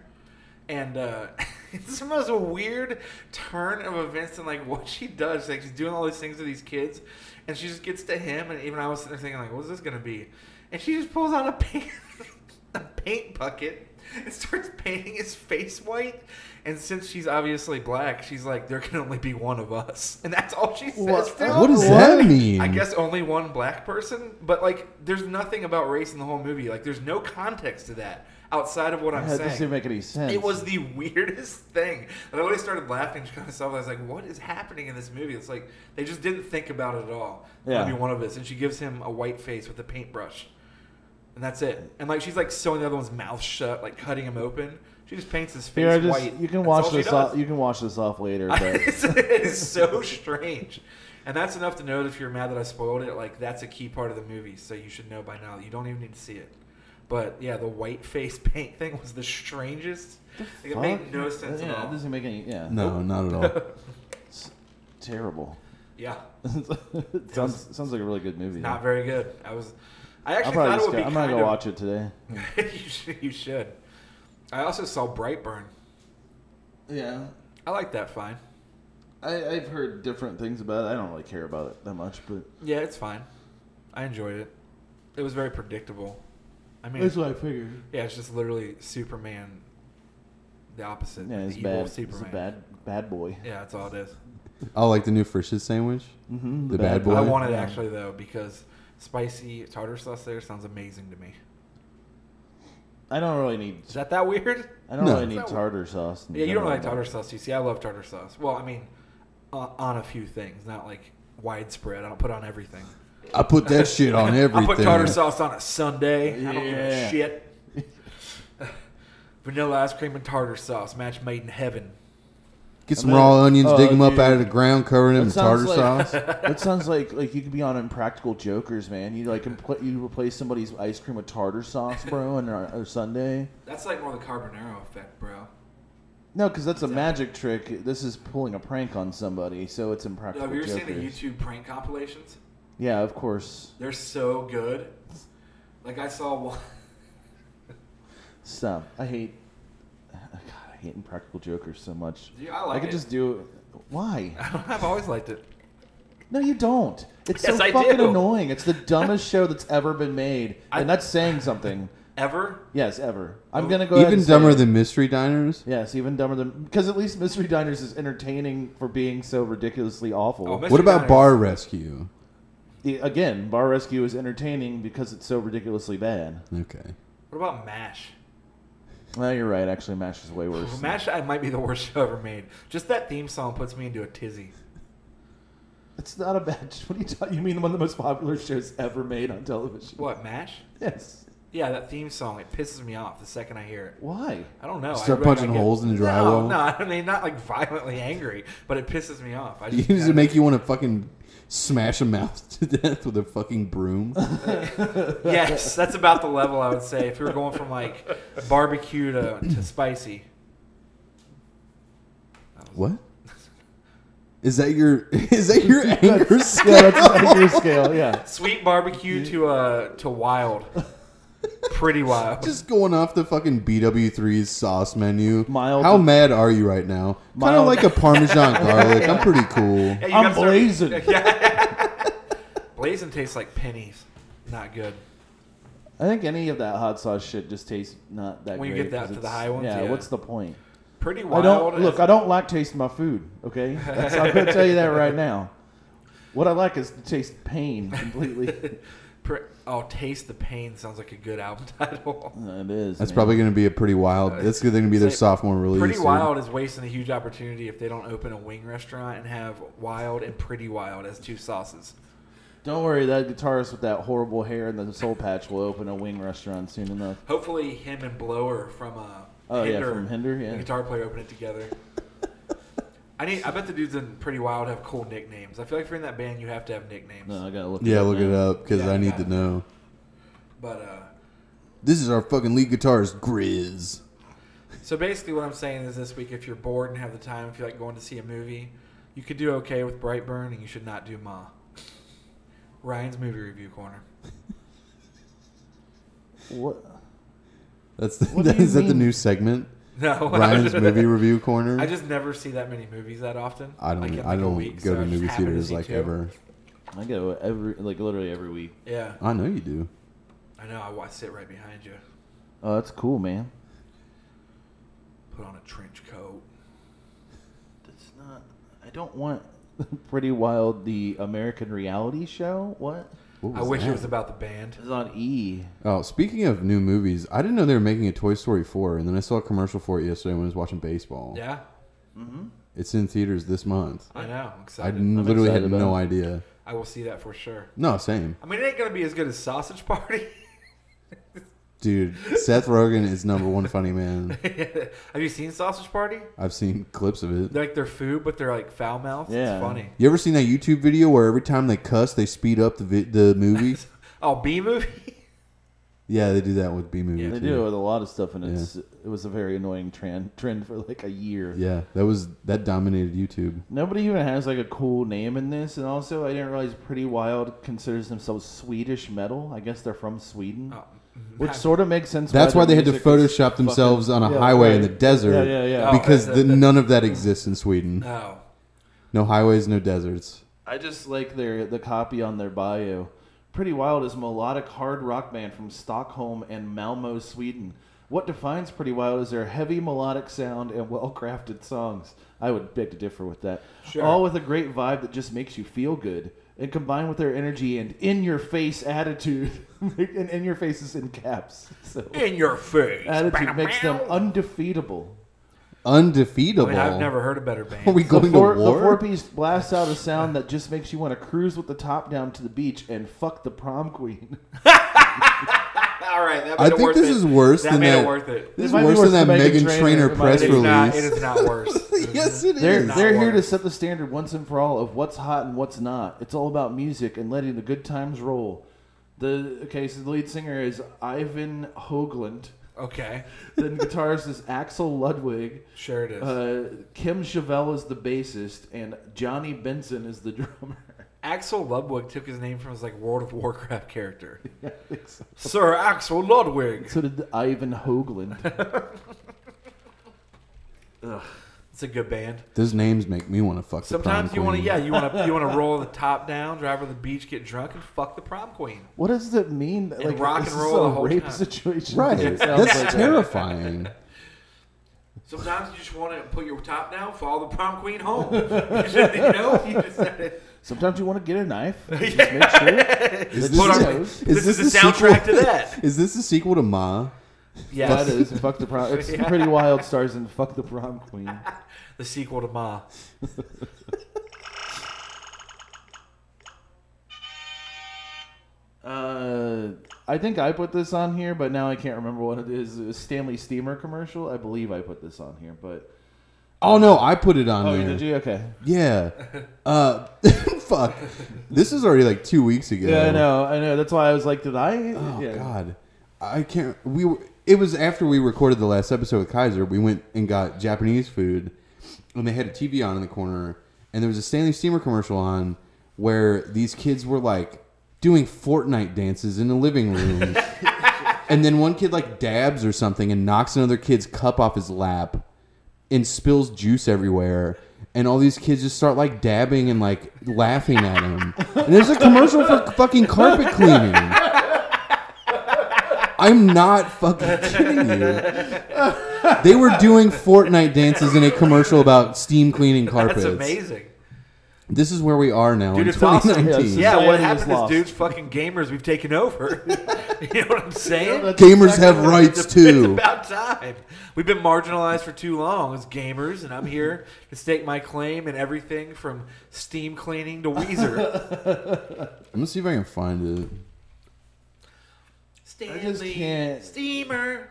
S1: And uh, it's the most weird turn of events and like what she does. Like she's doing all these things to these kids, and she just gets to him. And even I was sitting there thinking like, what's this gonna be? And she just pulls out a paint, a paint bucket. And starts painting his face white, and since she's obviously black, she's like, "There can only be one of us," and that's all she says.
S3: What-
S1: to him.
S2: What does that mean?
S1: I guess only one black person, but like, there's nothing about race in the whole movie. Like, there's no context to that outside of what I'm
S3: Yeah, that doesn't
S1: saying.
S3: make any sense.
S1: It was the weirdest thing. And I always started laughing just kind of myself. I was like, "What is happening in this movie?" It's like they just didn't think about it at all.
S3: Yeah.
S1: Maybe one of us, and she gives him a white face with a paintbrush, and that's it. And like she's like sewing the other one's mouth shut, like cutting him open. She just paints his face
S3: Here, I just,
S1: white.
S3: You can
S1: That's
S3: watch
S1: all she
S3: this
S1: does.
S3: off. You can watch this off later. But
S1: it's, it's so strange. And that's enough to know that if you're mad that I spoiled it, like that's a key part of the movie, so you should know by now. You don't even need to see it. But yeah, the white face paint thing was the strangest. like, it made
S3: Fuck.
S1: no sense
S3: yeah,
S1: at all.
S3: It doesn't make any. Yeah.
S2: No, not at all.
S3: Terrible.
S1: yeah,
S3: sounds sounds like a really good movie.
S1: not very good. I was, I
S3: I'm
S1: actually
S3: probably
S1: thought it
S3: just
S1: would
S3: go,
S1: be.
S3: I'm
S1: kind
S3: gonna go
S1: of,
S3: watch it today.
S1: you, should, you should. I also saw Brightburn.
S3: Yeah,
S1: I like that fine.
S3: I, I've heard different things about it. I don't really care about it that much, but
S1: Yeah, it's fine. I enjoyed it. It was very predictable. I mean,
S3: what I figured.
S1: Yeah, it's just literally Superman, the opposite.
S3: Yeah,
S1: the
S3: it's
S1: evil
S3: bad.
S1: Superman.
S3: It's a bad bad boy.
S1: Yeah, that's all it is.
S2: Oh, like the new Frisch's sandwich.
S3: Mm-hmm,
S2: The bad boy?
S1: I want it actually though because spicy tartar sauce there sounds amazing to me.
S3: I don't really need.
S1: Is that that weird?
S3: I don't
S2: No.
S3: really need
S1: That-
S3: tartar sauce. in
S1: Yeah, you don't
S3: general,
S1: like
S3: but-
S1: tartar sauce, you see. I love tartar sauce. Well, I mean, uh, on a few things, not like widespread. I don't put on everything.
S2: I put that shit on everything.
S1: I put tartar sauce on a Sunday. I don't give
S3: Yeah.
S1: a shit. Vanilla ice cream and tartar sauce, match made in heaven.
S2: Get some
S3: I'm
S2: raw
S3: in.
S2: onions,
S3: Oh,
S2: dig them up
S3: dude.
S2: out of the ground, cover them
S3: That
S2: in tartar
S3: sounds like-
S2: sauce.
S3: That sounds like like you could be on Impractical Jokers, man. You like impl- you replace somebody's ice cream with tartar sauce, bro, on a, a Sunday.
S1: That's like more the carbonaro effect, bro.
S3: No, because that's a magic trick. This is pulling a prank on somebody, so it's
S1: No,
S3: Impractical
S1: have you ever
S3: Jokers.
S1: seen the YouTube prank compilations?
S3: Yeah, of course.
S1: They're so good. Like I saw one.
S3: Stop. I hate. God, I hate Impractical Jokers so much.
S1: Yeah, I like
S3: I could
S1: it.
S3: just do. Why?
S1: I've always liked it.
S3: No, you don't. It's
S1: Yes,
S3: so
S1: I
S3: fucking
S1: do.
S3: annoying. It's the dumbest show that's ever been made,
S1: I-
S3: and that's saying something.
S1: Ever?
S3: Yes, ever. I'm gonna go ahead
S2: Even
S3: and say
S2: dumber
S3: it.
S2: than mystery diners.
S3: Yes, even dumber than because at least Mystery Diners is entertaining for being so ridiculously awful.
S1: Oh, Mystery
S2: What about
S1: Diners.
S2: bar rescue?
S3: The- Again, Bar Rescue is entertaining because it's so ridiculously bad.
S2: Okay.
S1: What about MASH?
S3: Well, you're right. Actually, Mash is way worse.
S1: Oh, MASH I might be the worst show ever made. Just that theme song puts me into a tizzy.
S3: It's not a bad. What do you talking? You mean one of the most popular shows ever made on television?
S1: What, MASH?
S3: Yes.
S1: Yeah, that theme song, it pisses me off the second I hear it.
S3: Why?
S1: I don't know. I
S2: Start
S1: really
S2: punching
S1: like it.
S2: holes in the
S1: No,
S2: drywall?
S1: no, I mean not like violently angry, but it pisses me off. I
S2: It used to make you want to fucking smash a mouse to death with a fucking broom.
S1: Yes, that's about the level I would say if we were going from like barbecue to, to spicy.
S2: what? Is that your is that your anger
S3: Yeah,
S2: scale?
S3: that's on your scale. Yeah.
S1: Sweet barbecue to uh to wild. Pretty wild.
S2: Just going off the fucking BW3's sauce menu.
S3: Mild-
S2: How mad are you right now? Kind of
S3: Mild-
S2: like a Parmesan garlic. I'm pretty cool.
S1: Yeah, you
S3: I'm
S1: gotta start-
S3: blazing.
S1: Blazing tastes like pennies. Not good.
S3: I think any of that hot sauce shit just tastes not that.
S1: When you
S3: great
S1: get that to
S3: 'cause
S1: the
S3: it's-
S1: high ones, yeah.
S3: yeah. What's the point?
S1: Pretty
S3: I
S1: wild.
S3: don't look.
S1: is-
S3: I don't like tasting my food. Okay, That's, I'm going to tell you that right now. What I like is to taste pain completely. it
S1: Pre- oh, taste the pain sounds like a good album title.
S3: is.
S2: That's
S3: man.
S2: probably going to be a pretty wild. That's going to be their
S1: Say-
S2: sophomore release.
S1: Pretty
S2: dude.
S1: Wild is wasting a huge opportunity if they don't open a wing restaurant and have Wild and Pretty Wild as two sauces.
S3: Don't worry, that guitarist with that horrible hair and the soul patch will open a wing restaurant soon enough.
S1: Hopefully, him and Blower from uh,
S3: Oh, yeah,
S1: Hinder,
S3: from Hinder,
S1: the
S3: yeah.
S1: guitar player, open it together. I need. I bet the dudes in Pretty Wild have cool nicknames. I feel like if you're in that band, you have to have nicknames.
S3: No, I gotta look.
S2: Yeah,
S3: it up
S2: look
S3: now.
S2: it up because
S1: Yeah,
S2: I need
S1: yeah.
S2: to know.
S1: But uh,
S2: This is our fucking lead guitarist, Grizz.
S1: so basically, what I'm saying is this week, if you're bored and have the time, if you like going to see a movie, you could do okay with Brightburn, and you should not do Ma. Ryan's movie review corner.
S3: What?
S2: That's the,
S3: What do you
S2: is that the
S3: mean?
S2: new segment?
S1: No,
S2: Ryan's movie review corner.
S1: I just never see that many movies that often.
S2: I don't. e,
S1: Like, in,
S2: I
S1: like, a
S2: don't
S1: week,
S2: go
S1: so I
S2: to
S1: just
S2: movie
S1: happen to
S2: theaters
S1: see
S2: like
S1: two.
S2: ever.
S3: I go every like literally every week.
S1: Yeah,
S2: I know you do.
S1: I know. I wa- sit right behind you.
S3: Oh, that's cool, man.
S1: Put on a trench coat.
S3: That's not. I don't want Pretty Wild, the American reality show. What?
S2: What
S1: I wish
S2: that?
S1: it was about the band.
S3: It's on E.
S2: Oh, speaking of new movies, I didn't know they were making a Toy Story four, and then I saw a commercial for it yesterday when I was watching baseball.
S1: Yeah,
S2: It's in theaters this month.
S1: I know. I'm
S2: I
S1: excited.
S2: n- literally had
S3: excited about
S2: no
S3: it.
S2: idea.
S1: I will see that for sure.
S2: No, same,
S1: I mean, it ain't gonna be as good as Sausage Party.
S2: dude. Seth Rogen is number one funny man.
S1: Have you seen Sausage Party?
S2: I've seen clips of it.
S1: They're like their food, but they're like foul mouthed.
S3: Yeah.
S1: It's funny.
S2: You ever seen that YouTube video where every time they cuss, they speed up the vi- the movie?
S1: Oh, B movie.
S2: yeah, they do that with B movie.
S1: Yeah,
S3: They
S2: too.
S3: do it with a lot of stuff, and it's it was a very annoying trend trend for like a year.
S2: Yeah, that was that dominated YouTube.
S3: Nobody even has like a cool name in this, and also I didn't realize Pretty Wild considers themselves Swedish metal. I guess they're from Sweden,
S1: Oh,
S3: which
S1: I-
S3: sort of makes sense.
S2: That's why
S3: their
S2: they had to
S3: music is
S2: Photoshop
S3: fucking-
S2: themselves on a
S3: Yeah,
S2: highway
S3: right.
S2: in the desert.
S3: Yeah, yeah, yeah.
S1: Oh,
S2: Because
S1: that's-
S2: the, none of that exists in Sweden.
S1: no.
S2: No highways, no deserts.
S3: I just like their the copy on their bio. Pretty Wild is a melodic hard rock band from Stockholm and Malmo, Sweden. What defines Pretty Wild is their heavy melodic sound and well-crafted songs. I would beg to differ with that.
S1: Sure.
S3: All with a great vibe that just makes you feel good. And combined with their energy and in-your-face attitude, and in-your-face is in caps, so
S1: In your face.
S3: attitude makes them undefeatable.
S1: I
S2: Undefeatable.
S1: mean, I've never heard a better band.
S2: Are we
S3: The
S2: going
S3: four,
S2: to
S3: the four
S2: war?
S3: piece blasts out a sound that just makes you want to cruise with the top down to the beach and fuck the prom queen.
S1: All right, that
S2: I
S1: made it
S2: think
S1: worth
S2: this
S1: is
S2: is worse
S1: that
S2: than
S1: made
S2: that.
S1: it worth it.
S2: This is
S3: might be
S2: worse than that Megan Trainer
S3: It
S2: press
S1: It is
S2: release.
S1: not. It is not worse.
S2: yes, it
S3: They're,
S2: is.
S1: not
S3: they're here to
S1: worse.
S3: set the standard once and for all of what's hot and what's not. It's all about music and letting the good times roll. The okay, so the lead singer is Ivan Hoagland.
S1: Okay,
S3: Then guitarist is Axel Ludwig.
S1: sure it is.
S3: Uh, Kim Chevelle is the bassist, and Johnny Benson is the drummer.
S1: Axel Ludwig took his name from his like World of Warcraft character, Sir Axel Ludwig.
S3: so did Ivan Hoagland.
S1: It's a good band.
S2: Those names make me want to fuck
S1: Sometimes
S2: the
S1: you
S2: prom
S1: want to,
S2: queen.
S1: yeah, you want to, you want to roll the top down, drive to the beach, get drunk, and fuck the prom queen.
S3: What does that mean? like
S1: rock
S3: this
S1: and
S3: is
S1: roll
S3: a
S1: the whole
S3: rape
S1: time.
S3: situation.
S2: Right.
S3: It sounds
S2: That's
S3: like that.
S2: terrifying.
S1: Sometimes you just want to put your top down, follow the prom queen home. you know, you just said it.
S3: Sometimes you want to get a knife. Just make sure.
S2: Is
S1: Hold
S2: this,
S1: on,
S2: a-
S1: wait.
S2: is
S1: This is
S2: this
S1: the
S2: a sequel-
S1: soundtrack to that.
S2: Is this a sequel to Ma?
S3: Yeah,
S1: Yes,
S3: it is. Fuck the prom. It's pretty wild. Stars and fuck the prom queen.
S1: the sequel to Ma.
S3: Uh, I think I put this on here, but now I can't remember what it is. It was Stanley Steamer commercial. I believe I put this on here, but
S2: Oh no, I put it on
S3: oh,
S2: there.
S3: did you? Okay.
S2: Yeah. Uh, fuck. This is already like two weeks ago.
S3: Yeah, I know. I know. That's why I was like, did I?
S2: Oh
S3: yeah.
S2: god, I can't. We were. It was after we recorded the last episode with Kaiser. We went and got Japanese food, and they had a TV on in the corner, and there was a Stanley Steamer commercial on where these kids were like doing Fortnite dances in the living room, and then one kid like dabs or something and knocks another kid's cup off his lap, and spills juice everywhere. And all these kids just start like dabbing and like laughing at him. And there's a commercial for fucking carpet cleaning. I'm not fucking kidding you. They were doing Fortnite dances in a commercial about steam cleaning carpets.
S1: That's amazing.
S2: This is where we are now
S1: Dude,
S2: in
S1: it's awesome.
S2: 2019.
S1: Yeah,
S3: Yeah, society
S1: what
S3: is
S1: happened is
S3: lost.
S1: dudes fucking gamers we've taken over. you know what I'm saying?
S3: that's
S2: Gamers
S3: exactly
S2: have
S3: what-
S2: rights
S1: It's
S2: too.
S1: about time. We've been marginalized for too long as gamers, and I'm here to stake my claim in everything from steam cleaning to Weezer.
S2: I'm gonna see if I can find it.
S1: Stanley,
S3: can't-
S1: steamer.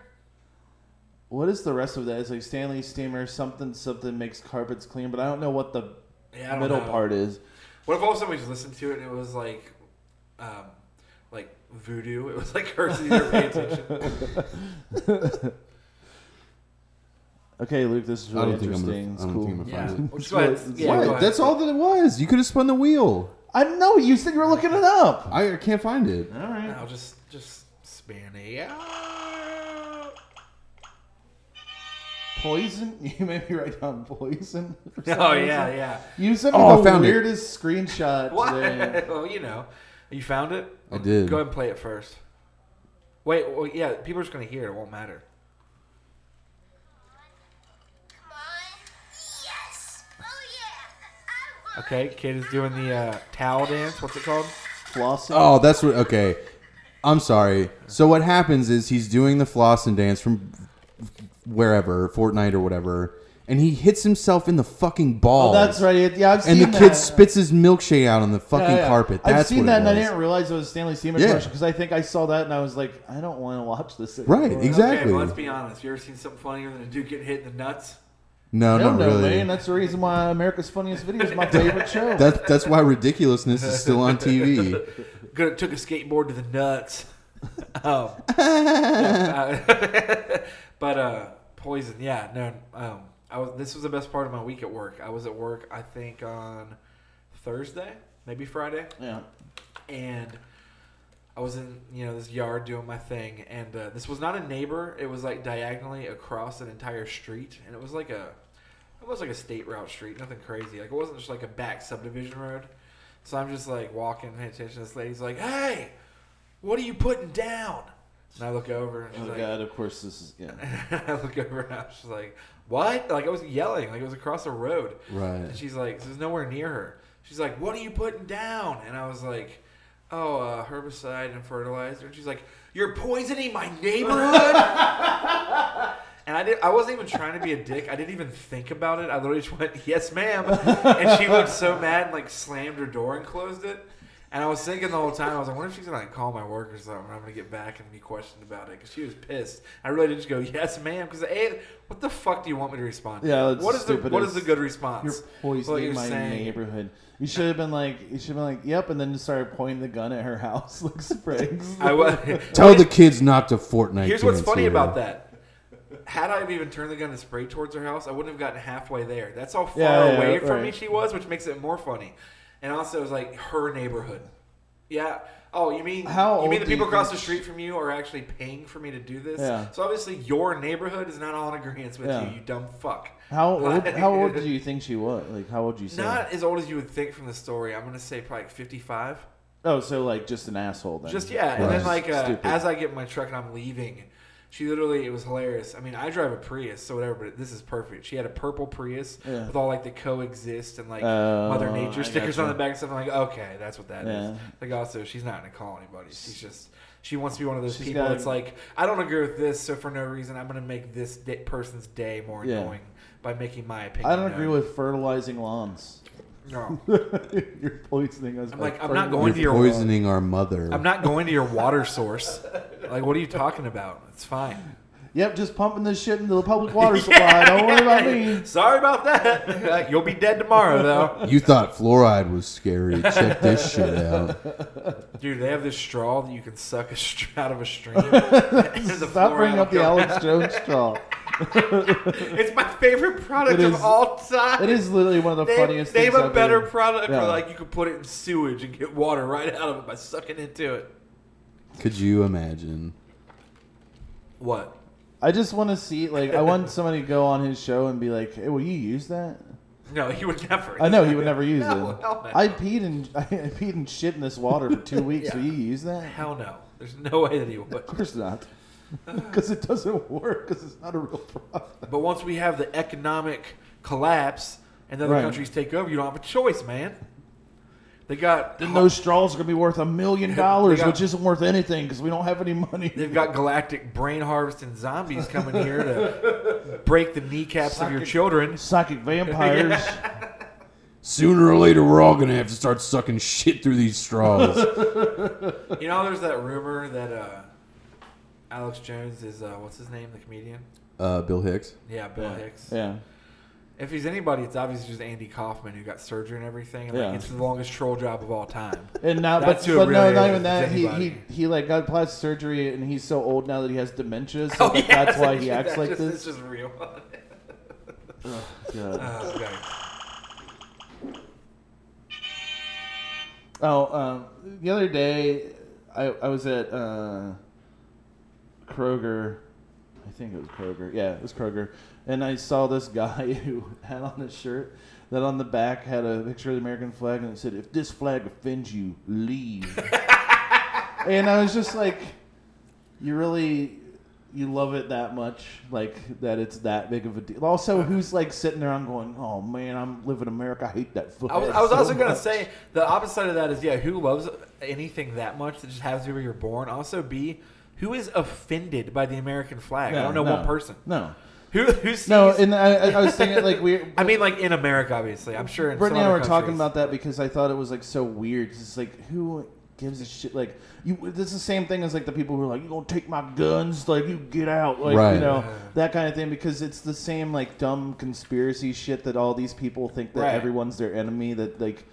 S3: What is the rest of that? It's like Stanley Steamer something something makes carpets clean, but I don't know what the
S1: Yeah, I don't
S3: middle
S1: know.
S3: part is.
S1: What if all of a sudden we just listened to it and it was like, um, like voodoo? It was like curses. You never pay attention.
S3: Okay, Luke, this is
S2: I
S3: really
S2: don't think I'm gonna.
S3: interesting.
S2: I
S3: It's
S2: don't
S3: cool.
S2: think I'm gonna
S1: Yeah.
S2: find
S1: Well, just go ahead.
S3: It's
S1: Yeah, go
S2: it. Wait,
S1: ahead.
S2: that's all that it was. You could have spun the wheel.
S3: I know you said you were looking it up.
S2: I, I can't find it.
S3: All right.
S1: I'll just just span it Oh, out.
S3: Poison? You made me write down poison. for some
S1: Oh
S3: reason.
S1: yeah, yeah.
S3: You sent me
S2: Oh, I
S3: the
S2: found it.
S3: weirdest screenshot
S1: What?
S3: today.
S1: well, you know, you found it.
S2: I did.
S1: Go ahead and play it first. Wait, well, yeah, people are just gonna hear it. It won't matter.
S5: Yes! Oh yeah!
S1: Okay, kid is doing the uh, towel dance. What's it called?
S3: Flossing.
S2: Oh, that's what. Okay, I'm sorry. So what happens is he's doing the floss and dance from wherever Fortnite or whatever, and he hits himself in the fucking
S3: Oh,
S2: ball.
S3: that's right. It- Yeah, I've seen
S2: And the
S3: that.
S2: kid spits his milkshake out on the
S3: Yeah,
S2: fucking
S3: yeah.
S2: carpet. That's
S3: I've seen
S2: what
S3: that,
S2: it
S3: and I
S2: was.
S3: didn't realize it was Stanley Steamer
S2: Yeah.
S3: because I think I saw that and I was like, I don't want to watch this.
S2: Right, exact-
S3: anymore.
S1: Okay,
S2: Exactly.
S1: well, let's be honest. You ever seen something funnier than a dude getting hit in the nuts?
S2: No,
S3: Hell
S2: not
S3: no,
S2: really.
S3: man. That's the reason why America's Funniest Video is my favorite show.
S2: That, that's why ridiculousness is still on TV.
S1: Good, took a skateboard to the nuts. oh, Yeah, uh, but uh, poison. Yeah, no. Um, I was. This was the best part of my week at work. I was at work. I think on Thursday, maybe Friday.
S3: yeah.
S1: and I was in you know this yard doing my thing, and uh, this was not a neighbor. It was like diagonally across an entire street, and it was like a almost like a state route street, nothing crazy. Like it wasn't just like a back subdivision road. So I'm just like walking, paying attention. This lady's like, "Hey, what are you putting down?" And I look over, and she's
S3: Oh
S1: like,
S3: God! Of course, this is yeah.
S1: I look over and I was just like, "What?" Like I was yelling, like it was across the road.
S2: Right.
S1: And she's like, "This is nowhere near her." She's like, "What are you putting down?" And I was like, "Oh, uh, herbicide and fertilizer." And she's like, "You're poisoning my neighborhood." and I did. I wasn't even trying to be a dick. I didn't even think about it. I literally just went, "Yes, ma'am," and she looked so mad and like slammed her door and closed it. And I was thinking the whole time, I was like, "What if she's gonna like, call my work or something? And I'm gonna get back and be questioned about it." Because she was pissed. I really did just go, "Yes, ma'am." Because a, what the fuck do you want me to respond? To?
S3: Yeah, that's
S1: what is the
S3: stupid
S1: what
S3: as-
S1: is the good response?
S3: You're
S1: What
S3: poisoning
S1: you're
S3: my
S1: saying.
S3: neighborhood. You should have been like, you should have been like, yep, and then just started pointing the gun at her house like Spriggs.
S1: I was.
S2: Tell the kids not to Fortnite.
S1: Here's what's
S2: dance
S1: funny
S2: here.
S1: about that. Had I even turned the gun and sprayed towards her house, I wouldn't have gotten halfway there. That's how far
S3: Yeah, yeah,
S1: away
S3: yeah,
S1: from me
S3: right.
S1: she was, which makes it more funny. And also, it was like her neighborhood. Yeah. Oh, you mean
S3: How
S1: you
S3: old
S1: mean the
S3: do you
S1: people across the
S3: think
S1: street from you are actually paying for me to do this?
S3: Yeah.
S1: So obviously, your neighborhood is not all in agreement with
S3: Yeah.
S1: you, you dumb fuck.
S3: How old,
S1: Like-
S3: how old do you think she was? Like, how old do you say?
S1: Not as old as you would think from the story. I'm gonna say probably 55.
S3: oh, so like just an asshole then.
S1: Just yeah, and then
S2: Right.
S1: like uh,
S3: Stupid.
S1: as I get in my truck and I'm leaving, she literally it was hilarious. I mean, I drive a Prius, so whatever, but this is perfect. She had a purple Prius
S3: Yeah.
S1: with all like the coexist and like
S3: Oh,
S1: Mother
S3: I
S1: Nature stickers
S3: gotcha.
S1: on the back and stuff. I'm like, okay, that's what that is.
S3: Yeah.
S1: Like also, she's not gonna call anybody. She's just she wants to be one of those
S3: She's
S1: people
S3: got-
S1: that's like, I don't agree with this, so for no reason, I'm gonna make this di- person's day more
S3: Yeah.
S1: annoying by making my opinion.
S3: I don't agree
S1: known.
S3: with fertilizing lawns.
S1: No,
S3: You're poisoning us.
S1: I'm
S3: by
S1: like, I'm not
S3: fertilizing-
S1: going to
S2: You're
S1: your
S2: poisoning our mother.
S1: I'm not going to your water source. Like, what are you talking about? It's fine.
S3: Yep, just pumping this shit into the public water supply. Don't worry about me.
S1: Sorry about that. Like, You'll be dead tomorrow, though.
S2: You thought fluoride was scary. Check this shit out.
S1: Dude, they have this straw that you can suck a str- out of a stream. And the
S3: Stop
S1: fluoride
S3: bringing
S1: will
S3: up the
S1: go-
S3: Alex Jones straw.
S1: It's my favorite product
S3: It
S1: of
S3: is-
S1: all time.
S3: It is literally one of the
S1: Name-
S3: funniest
S1: name
S3: things.
S1: a
S3: I've
S1: better
S3: ever-
S1: product
S3: Yeah.
S1: where like you could put it in sewage and get water right out of it by sucking into it.
S2: Could you imagine?
S1: What?
S3: I just want to see, like, I want somebody to go on his show and be like, hey, "Will you use that?"
S1: No, he would never.
S3: I know he would never use
S1: No,
S3: it.
S1: hell no.
S3: I peed and I peed and shit in this water for two weeks. Will you use that?
S1: Hell no. There's no way that he would.
S3: Of course not, because it doesn't work. Because it's not a real product.
S1: But once we have the economic collapse and other
S3: Right.
S1: countries take over, you don't have a choice, man. They got
S3: Then those straws are gonna be worth a million dollars,
S1: got-
S3: which isn't worth anything because we don't have any money.
S1: They've got galactic brain harvesting zombies coming here to break the kneecaps of your children.
S3: Psychic vampires.
S2: Sooner or later, we're all gonna have to start sucking shit through these straws.
S1: You know, there's that rumor that uh, Alex Jones is uh, what's his name, the comedian?
S2: Uh, Bill Hicks.
S1: Yeah, Bill Hicks.
S3: yeah.
S1: If he's anybody, it's obviously just Andy Kaufman who got surgery and everything. And, like,
S3: Yeah.
S1: it's the longest troll job of all time.
S3: And now, but,
S1: That's who it
S3: but no,
S1: really
S3: not
S1: is.
S3: even that.
S1: It's
S3: He, he
S1: anybody.
S3: he like got plastic surgery, and he's so old now that he has dementia. So like, that's why he acts like
S1: Oh, just,
S3: this.
S1: It's just real.
S3: God.
S1: Oh, okay.
S3: Oh, um, the other day, I I was at uh, Kroger. I think it was Kroger. Yeah, it was Kroger, and I saw this guy who had on a shirt that on the back had a picture of the American flag, and it said, "If this flag offends you, leave." and I was just like, "You really." You love it that much, like that it's that big of a deal. Also, who's like sitting there? I'm going, oh man, I'm living America. I hate that flag.
S1: I was, I was
S3: so
S1: also going
S3: much."
S1: to say the opposite side of that is yeah, who loves anything that much that just has to be where you're born? Also, B, who is offended by the American flag? I
S3: No,
S1: don't know
S3: no,
S1: one person.
S3: No,
S1: Who, who sees,
S3: no, and I, I- I was thinking like we.
S1: I mean, like in America, obviously. I'm sure. In
S3: Brittany
S1: some
S3: and I
S1: other
S3: were talking
S1: countries.
S3: about that because I thought it was like so weird. 'cause It's like who gives a shit? Like you, this is the same thing as like the people who are like, "You gonna take my guns? Like you get out? Like
S2: Right.
S3: you know that kind of thing?" Because it's the same like dumb conspiracy shit that all these people think that
S1: Right.
S3: everyone's their enemy. That like.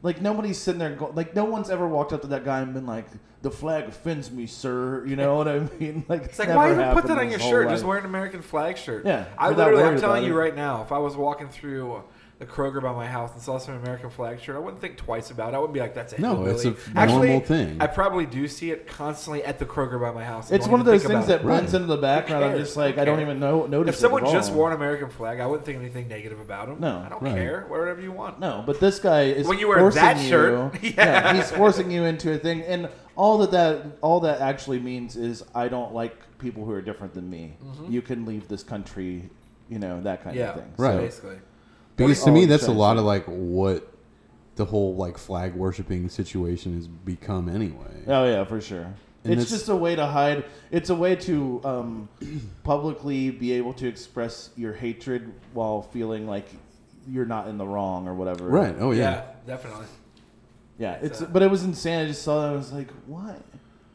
S3: Like nobody's sitting there, go- like no one's ever walked up to that guy and been like, "The flag offends me, sir." You know what I mean? Like
S1: It's like,
S3: never
S1: why even put
S3: happened
S1: that on
S3: his
S1: your
S3: whole
S1: shirt? Just
S3: life.
S1: wear an American flag shirt.
S3: Yeah,
S1: I
S3: we're not
S1: literally, I'm
S3: worried
S1: telling
S3: about
S1: you
S3: it.
S1: right now, if I was walking through the Kroger by my house and saw some American flag shirt, I wouldn't think twice about it. I wouldn't be like, that's a
S2: No,
S1: hillbilly.
S2: it's a f-
S1: Actually,
S2: normal thing.
S1: I probably do see it constantly at the Kroger by my house. I
S3: It's
S1: don't
S3: one of
S1: even
S3: those
S1: think
S3: things
S1: about it.
S3: that blends
S2: Right.
S3: into the background. I'm
S1: cares?
S3: just like,
S1: Who
S3: I don't
S1: cares?
S3: even know notice.
S1: If
S3: it
S1: someone
S3: at all.
S1: just wore an American flag, I wouldn't think anything negative about them.
S3: No.
S1: I don't
S2: Right.
S1: care. Wear whatever you want.
S3: no, but this guy is
S1: When you wear
S3: forcing
S1: that
S3: you-
S1: shirt,
S3: yeah.
S1: yeah.
S3: he's forcing you into a thing, and all that that all that actually means is I don't like people who are different than me. You can leave this country, you know that kind
S1: Mm-hmm. Yeah,
S3: of thing.
S1: right.
S2: Right.
S1: Basically,
S2: Because
S3: Oh,
S2: to me,
S3: I'm
S2: that's a
S3: sorry,
S2: lot
S3: sorry.
S2: of like what the whole like flag worshipping situation has become anyway.
S3: Oh yeah, for sure.
S2: And
S3: it's
S2: it's-
S3: just a way to hide. It's a way to um, publicly be able to express your hatred while feeling like you're not in the wrong or whatever.
S2: Right. Oh
S1: yeah.
S2: yeah.
S1: definitely.
S3: Yeah, it's
S1: So-
S3: but it was insane. I just saw that. I was like, what?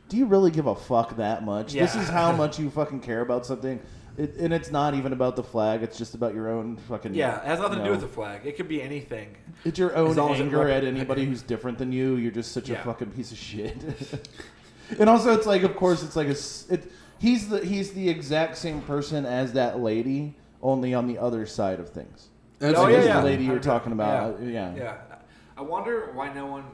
S3: Do you really give a fuck that much? This
S1: Yeah.
S3: is how much you fucking care about something. It, and it's not even about the flag. It's just about your own fucking.
S1: Yeah, it has nothing to do
S3: no.
S1: with the flag. It could be anything.
S3: It's your own
S1: As long as it
S3: anger
S1: rep-
S3: at anybody who's different than you. You're just such a
S1: Yeah.
S3: fucking piece of shit. and also, it's like, of course, it's like a. s- It, he's the he's the exact same person as that lady, only on the other side of things.
S2: That's
S3: Oh,
S2: a
S3: yeah,
S2: good
S3: yeah.
S2: one.
S3: lady you were talking about, uh, yeah.
S1: Yeah. I wonder why no one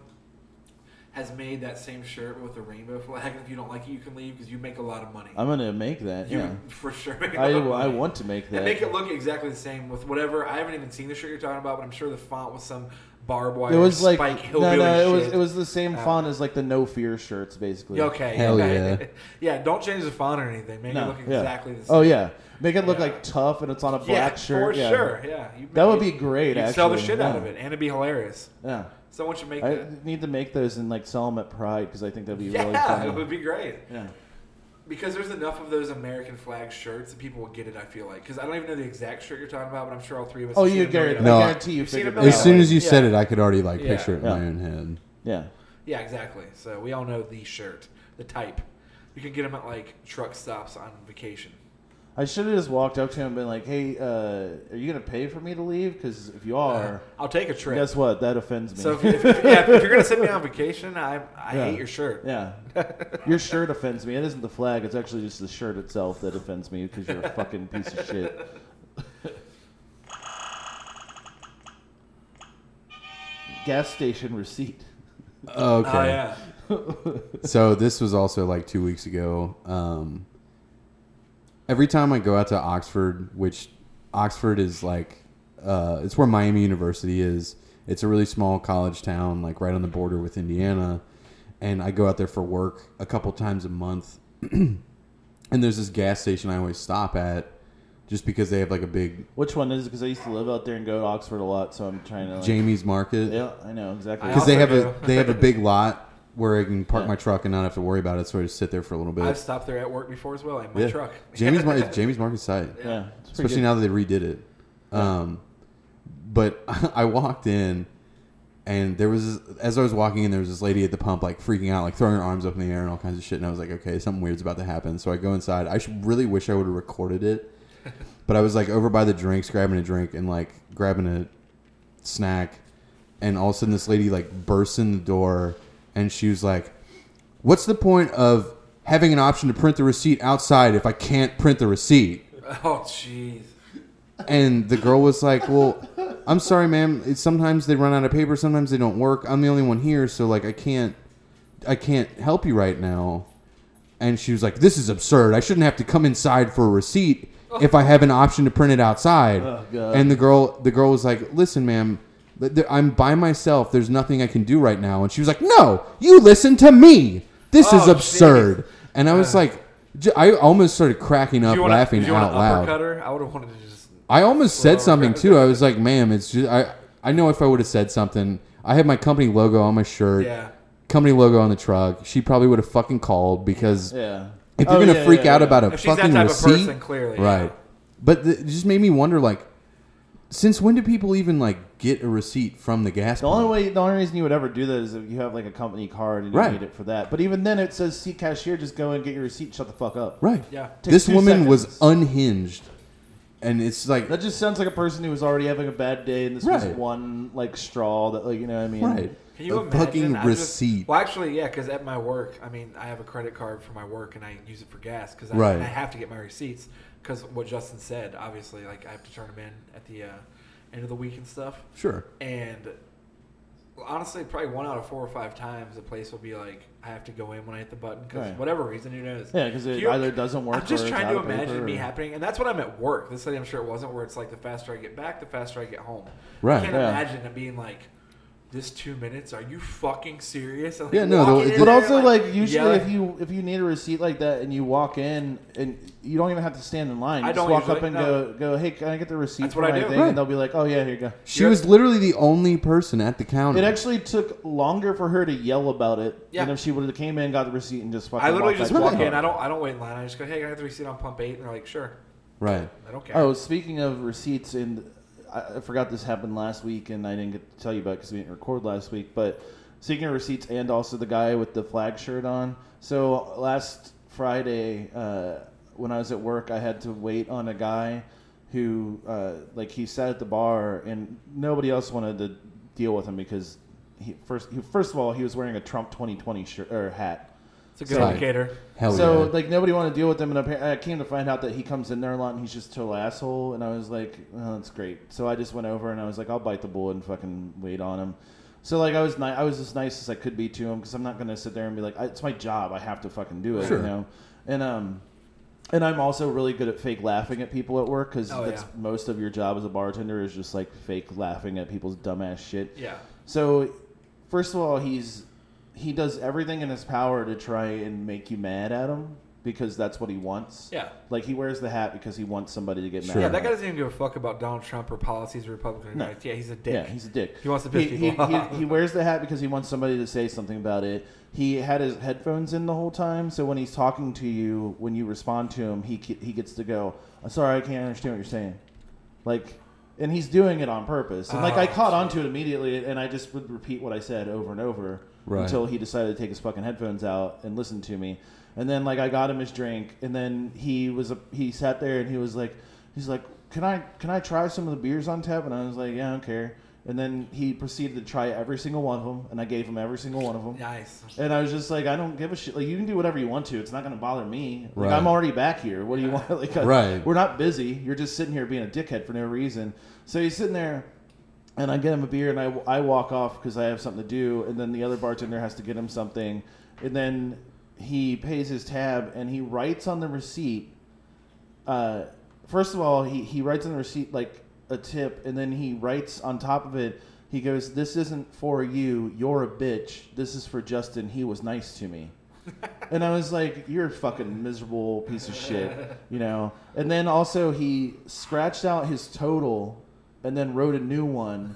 S1: has made that same shirt with a rainbow flag. If you don't like it, you can leave because you make a lot of money.
S3: I'm gonna make that.
S1: you
S3: Um, yeah,
S1: would for sure make a lot
S3: I,
S1: of
S3: I
S1: money.
S3: want to make that.
S1: And make it look exactly the same with whatever. I haven't even seen the shirt you're talking about, but I'm sure the font was some barbed wire.
S3: It was like
S1: spike
S3: no,
S1: hillbilly
S3: no. It
S1: shit.
S3: was it was the same
S1: Uh,
S3: font as like the No Fear shirts, basically.
S1: Yeah, Okay.
S2: Hell
S1: okay. yeah. Don't change the font or anything. Make it
S3: No,
S1: look
S3: yeah.
S1: exactly the same.
S3: Oh yeah, make it look
S1: Yeah.
S3: like tough, and it's on a black
S1: yeah,
S3: shirt.
S1: for
S3: yeah.
S1: sure. Yeah. You-
S3: That would be great.
S1: You'd
S3: actually,
S1: sell the shit out
S3: Yeah.
S1: of it, and it'd be hilarious.
S3: Yeah,
S1: Someone should make
S3: I
S1: that.
S3: need to make those and like sell them at Pride because I think that'd be really
S1: Yeah, it
S3: fun.
S1: would be great.
S3: yeah,
S1: Because there's enough of those American flag shirts that people will get it. I feel like because I don't even know the exact shirt you're talking about, but I'm sure all three of us.
S3: Oh,
S1: have
S3: you
S1: seen a million
S3: guarantee,
S1: of
S2: No,
S1: them.
S3: I
S2: I-
S3: guarantee you
S1: You've seen
S3: figured
S1: it
S3: it out.
S2: As soon as you
S1: Yeah.
S2: said it, I could already like
S1: Yeah.
S2: picture it in my
S3: Yeah.
S2: own head.
S3: yeah,
S1: Yeah, exactly. So we all know the shirt, the type. You can get them at like truck stops on vacation.
S3: I should have just walked up to him and been like, "Hey, uh, are you gonna pay for me to leave? Because if you are,
S1: I'll take a trip.
S3: guess what? That offends me.
S1: Uh, so if, if, yeah, if you're gonna send me on vacation, I I
S3: Yeah.
S1: hate your shirt.
S3: Yeah. Your shirt offends me. It isn't the flag. It's actually just the shirt itself that offends me because you're a fucking piece of shit. Gas station receipt.
S2: Okay.
S1: Oh yeah.
S2: so this was also like two weeks ago. Um, every time I go out to Oxford, which Oxford is like, uh, it's where Miami University is. It's a really small college town, like right on the border with Indiana. And I go out there for work a couple times a month. and there's this gas station I always stop at just because they have like a big
S3: Which one is it? Because I used to live out there and go to Oxford a lot, so I'm trying to. Like,
S2: Jamie's Market.
S3: Yeah, I know exactly.
S1: I
S2: Because they
S1: also
S2: have a
S1: do.
S2: they have a big lot where I can park
S3: Yeah.
S2: my truck and not have to worry about it. So I just sit there for a little bit.
S1: I've stopped there at work before as well in my
S2: Yeah.
S1: truck.
S2: Jamie's Mar- it's Jamie's Market site,
S3: yeah, it's pretty
S2: especially
S3: good.
S2: now that they redid it. Um, but I walked in, and there was this- as I was walking in, there was this lady at the pump like freaking out, like throwing her arms up in the air and all kinds of shit. And I was like, okay, something weird's about to happen. So I go inside. I should, really wish I would have recorded it, but I was like over by the drinks, grabbing a drink and like grabbing a snack, and all of a sudden this lady like bursts in the door, and she was like what's the point of having an option to print the receipt outside if I can't print the receipt?
S1: Oh jeez.
S2: And the girl was like, well, I'm sorry, ma'am. It's, sometimes they run out of paper. Sometimes they don't work. I'm the only one here, so like I can't, I can't help you right now. And she was like, this is absurd. I shouldn't have to come inside for a receipt if I have an option to print it outside.
S3: Oh, God.
S2: and the girl, the girl was like, listen, ma'am. th- th- I'm by myself. There's nothing I can do right now. And she was like, "No, you listen to me. This is
S1: Oh,
S2: absurd." And I was like, j- I almost started cracking
S1: Do
S2: up,
S1: you want
S2: laughing
S1: do you
S2: out
S1: want
S2: loud.
S1: Uppercut her? I would have wanted to just.
S2: I almost
S1: Slow
S2: said something
S1: crowd.
S2: too. I was like, "Ma'am, it's just I. I know if I would have said something, I had my company logo on my shirt,
S1: Yeah.
S2: company logo on the truck. She probably would have fucking called because
S3: Yeah.
S2: if you're
S3: Oh,
S2: gonna
S3: yeah,
S2: freak
S3: yeah,
S2: out
S3: yeah.
S2: about a
S1: If she's that
S2: fucking
S1: type of
S2: receipt,
S1: person, clearly, yeah.
S2: right? But th- it just made me wonder, like, since when do people even like get a receipt from the gas?
S3: The only
S2: pump?
S3: way, the only reason you would ever do that is if you have like a company card and you
S2: Right.
S3: need it for that. But even then, it says see cashier, just go and get your receipt. Shut the fuck up.
S2: right?
S1: Yeah.
S3: Take
S2: This
S3: two
S2: woman was
S3: seconds.
S2: unhinged, and it's like
S3: That just sounds like a person who was already having a bad day, and this was
S2: Right.
S3: one like straw that, like, you know what I mean?
S2: right.
S1: Can you
S2: a
S1: imagine?
S2: fucking
S1: I just-
S2: receipt.
S1: well, actually, yeah, because at my work, I mean, I have a credit card for my work and I use it for gas because I,
S2: Right.
S1: and I have to get my receipts because what Justin said, obviously, like I have to turn them in at the uh, end of the week and stuff.
S2: sure.
S1: And honestly, probably one out of four or five times, the place will be like, I have to go in when I hit the button because
S3: Right.
S1: whatever reason, who knows?
S3: Yeah, 'cause it
S1: You-
S3: either doesn't work
S1: I'm just
S3: or it's
S1: trying
S3: out
S1: to
S3: of paper
S1: imagine it me
S3: or-
S1: happening, and that's what I'm at work. This lady, I'm sure it wasn't, where it's like the faster I get back, the faster I get home.
S2: Right.
S1: I can't
S3: Yeah.
S1: imagine it being like. This two minutes? Are you fucking serious? And, like,
S2: Yeah, no, the-
S1: walking in
S2: But
S3: But
S1: there,
S3: also, like, usually
S1: yelling.
S3: if you if you need a receipt like that and you walk in and you don't even have to stand in line, you
S1: I
S3: just
S1: don't
S3: walk
S1: usually-
S3: up and
S1: no.
S3: go go, hey, can I get the receipt?
S1: That's
S3: for
S1: what I
S3: my
S1: do.
S3: Thing?
S2: Right.
S3: And they'll be like, oh yeah, here you go.
S2: She was literally the only person at the counter.
S3: It actually took longer for her to yell about it
S1: Yeah.
S3: than if she would have came in, got the receipt, and just fucking.
S1: I literally
S3: walked
S1: just
S3: back to
S1: walk
S3: the
S1: in.
S3: car.
S1: I don't. I don't wait in line. I just go, "Hey, can I have the receipt on pump 8? And they're like, "Sure."
S2: right.
S1: I don't care.
S3: Oh, speaking of receipts, and I I forgot this happened last week, and I didn't get to tell you about because we didn't record last week. But Speaking of receipts, and also the guy with the flag shirt on. So last Friday, uh, when I was at work, I had to wait on a guy who, uh, like, he sat at the bar, and nobody else wanted to deal with him because he first, he, first of all, he was wearing a Trump 2020 shirt or hat.
S1: It's a good
S2: Sorry.
S1: indicator.
S2: Hell
S3: so
S2: yeah.
S3: like nobody wanted to deal with him, and apparently I came to find out that he comes in there a lot, and he's just a total asshole. And I was like, oh, that's great. So I just went over and I was like, I'll bite the bullet and fucking wait on him. So like I was ni- I was as nice as I could be to him because I'm not gonna sit there and be like, I, it's my job, I have to fucking do it,
S2: Sure.
S3: you know. And um, and I'm also really good at fake laughing at people at work because
S1: Oh,
S3: that's
S1: yeah.
S3: most of your job as a bartender is just like fake laughing at people's dumbass shit.
S1: Yeah.
S3: So, first of all, he's he does everything in his power to try and make you mad at him because that's what he wants.
S1: Yeah.
S3: Like he wears the hat because he wants somebody to get mad.
S2: Sure.
S1: Yeah,
S3: at
S1: that guy
S3: him.
S1: doesn't even give a fuck about Donald Trump or policies or Republican.
S3: No.
S1: No. Yeah, he's a dick.
S3: Yeah, he's a dick.
S1: He wants to piss
S3: he,
S1: people
S3: he-
S1: off.
S3: he wears the hat because he wants somebody to say something about it. He had his headphones in the whole time, so when he's talking to you, when you respond to him, he ke- he gets to go. I'm sorry, I can't understand what you're saying. Like, and he's doing it on purpose. And like, I
S1: Oh,
S3: caught onto it immediately, and I just would repeat what I said over and over
S2: Right.
S3: until he decided to take his fucking headphones out and listen to me. And then like I got him his drink, and then he was a, he sat there and he was like, he's like, can I can I try some of the beers on tap? And I was like, yeah, I don't care. And then he proceeded to try every single one of them, and I gave him every single one of them.
S1: nice.
S3: And I was just like, I don't give a shit. Like you can do whatever you want to. It's not gonna bother me. Like
S2: Right.
S3: I'm already back here. What do you want? Like I-
S2: Right.
S3: We're not busy. You're just sitting here being a dickhead for no reason. So he's sitting there, and I get him a beer, and I, I walk off because I have something to do, and then the other bartender has to get him something, and then he pays his tab, and he writes on the receipt. Uh, first of all, he he writes on the receipt like a tip, and then he writes on top of it. He goes, "This isn't for you. You're a bitch. This is for Justin. He was nice to me." And I was like, "You're a fucking miserable piece of shit," you know. And then also he scratched out his total, and then wrote a new one,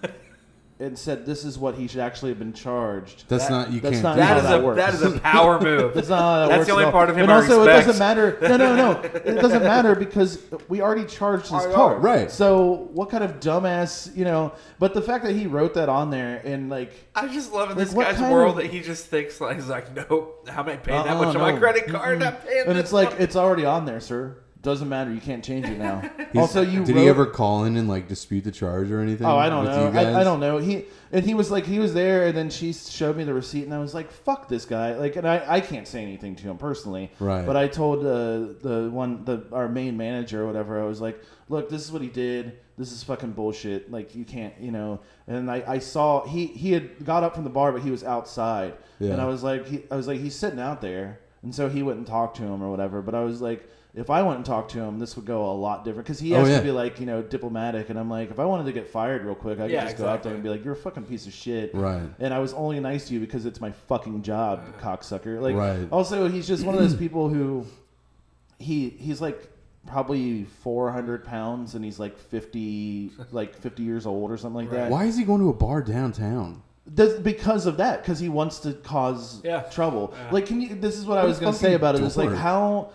S3: and said, "This is what he should actually have been charged."
S2: that's
S1: that-
S2: not you
S3: that's
S2: can't.
S3: not
S2: do
S1: That
S3: how
S1: is
S3: that
S1: a
S3: works.
S1: that is a power move.
S3: That's not how that
S1: That's
S3: works
S1: the
S3: at
S1: only
S3: all.
S1: part of him
S3: And
S1: I
S3: also, it
S1: respect.
S3: doesn't matter. No, no, no. It doesn't matter because we already charged his
S1: Alright,
S3: card.
S2: alright. Right.
S3: So what kind of dumbass, you know? But the fact that he wrote that on there and like,
S1: I just love in
S3: Like,
S1: this
S3: what
S1: guy's
S3: kind
S1: world
S3: of-
S1: that he just thinks like he's like, nope, how am I paying that
S3: Uh-uh,
S1: much on my
S3: no.
S1: credit card? I'm paying
S3: and
S1: this
S3: it's like
S1: much.
S3: it's already on there, sir. Doesn't matter. You can't change it now.
S2: He's-
S3: also, you
S2: did
S3: wrote,
S2: he ever call in and like dispute the charge or anything?
S3: Oh, I don't
S2: with
S3: know.
S2: you guys?
S3: I, I don't know. He and he was like he was there, and then she showed me the receipt, and I was like, "Fuck this guy!" Like, and I, I can't say anything to him personally,
S2: Right.
S3: But I told uh, the one the our main manager or whatever. I was like, "Look, this is what he did. This is fucking bullshit. Like, you can't, you know." And I, I saw he he had got up from the bar, but he was outside,
S2: Yeah.
S3: and I was like, he, I was like, he's sitting out there, and so he wouldn't talk to him or whatever. But I was like. If I went and talked to him, this would go a lot different because he
S2: Oh,
S3: has
S2: yeah.
S3: to be like, you know, diplomatic. And I'm like, if I wanted to get fired real quick, I could
S1: Yeah,
S3: just go out
S1: exactly.
S3: there and be like, "You're a fucking piece of shit."
S2: Right.
S3: And I was only nice to you because it's my fucking job, cocksucker. Like,
S2: Right.
S3: also, he's just one of those people who he he's like probably 400 pounds and he's like 50 like 50 years old or something like that
S2: Why is he going to a bar downtown?
S3: That's because of that because he wants to cause
S1: Yeah.
S3: trouble
S1: Yeah.
S3: like can you this is what
S2: What
S3: i
S2: a
S3: was gonna
S2: fucking
S3: say about it is like
S2: dork.
S3: how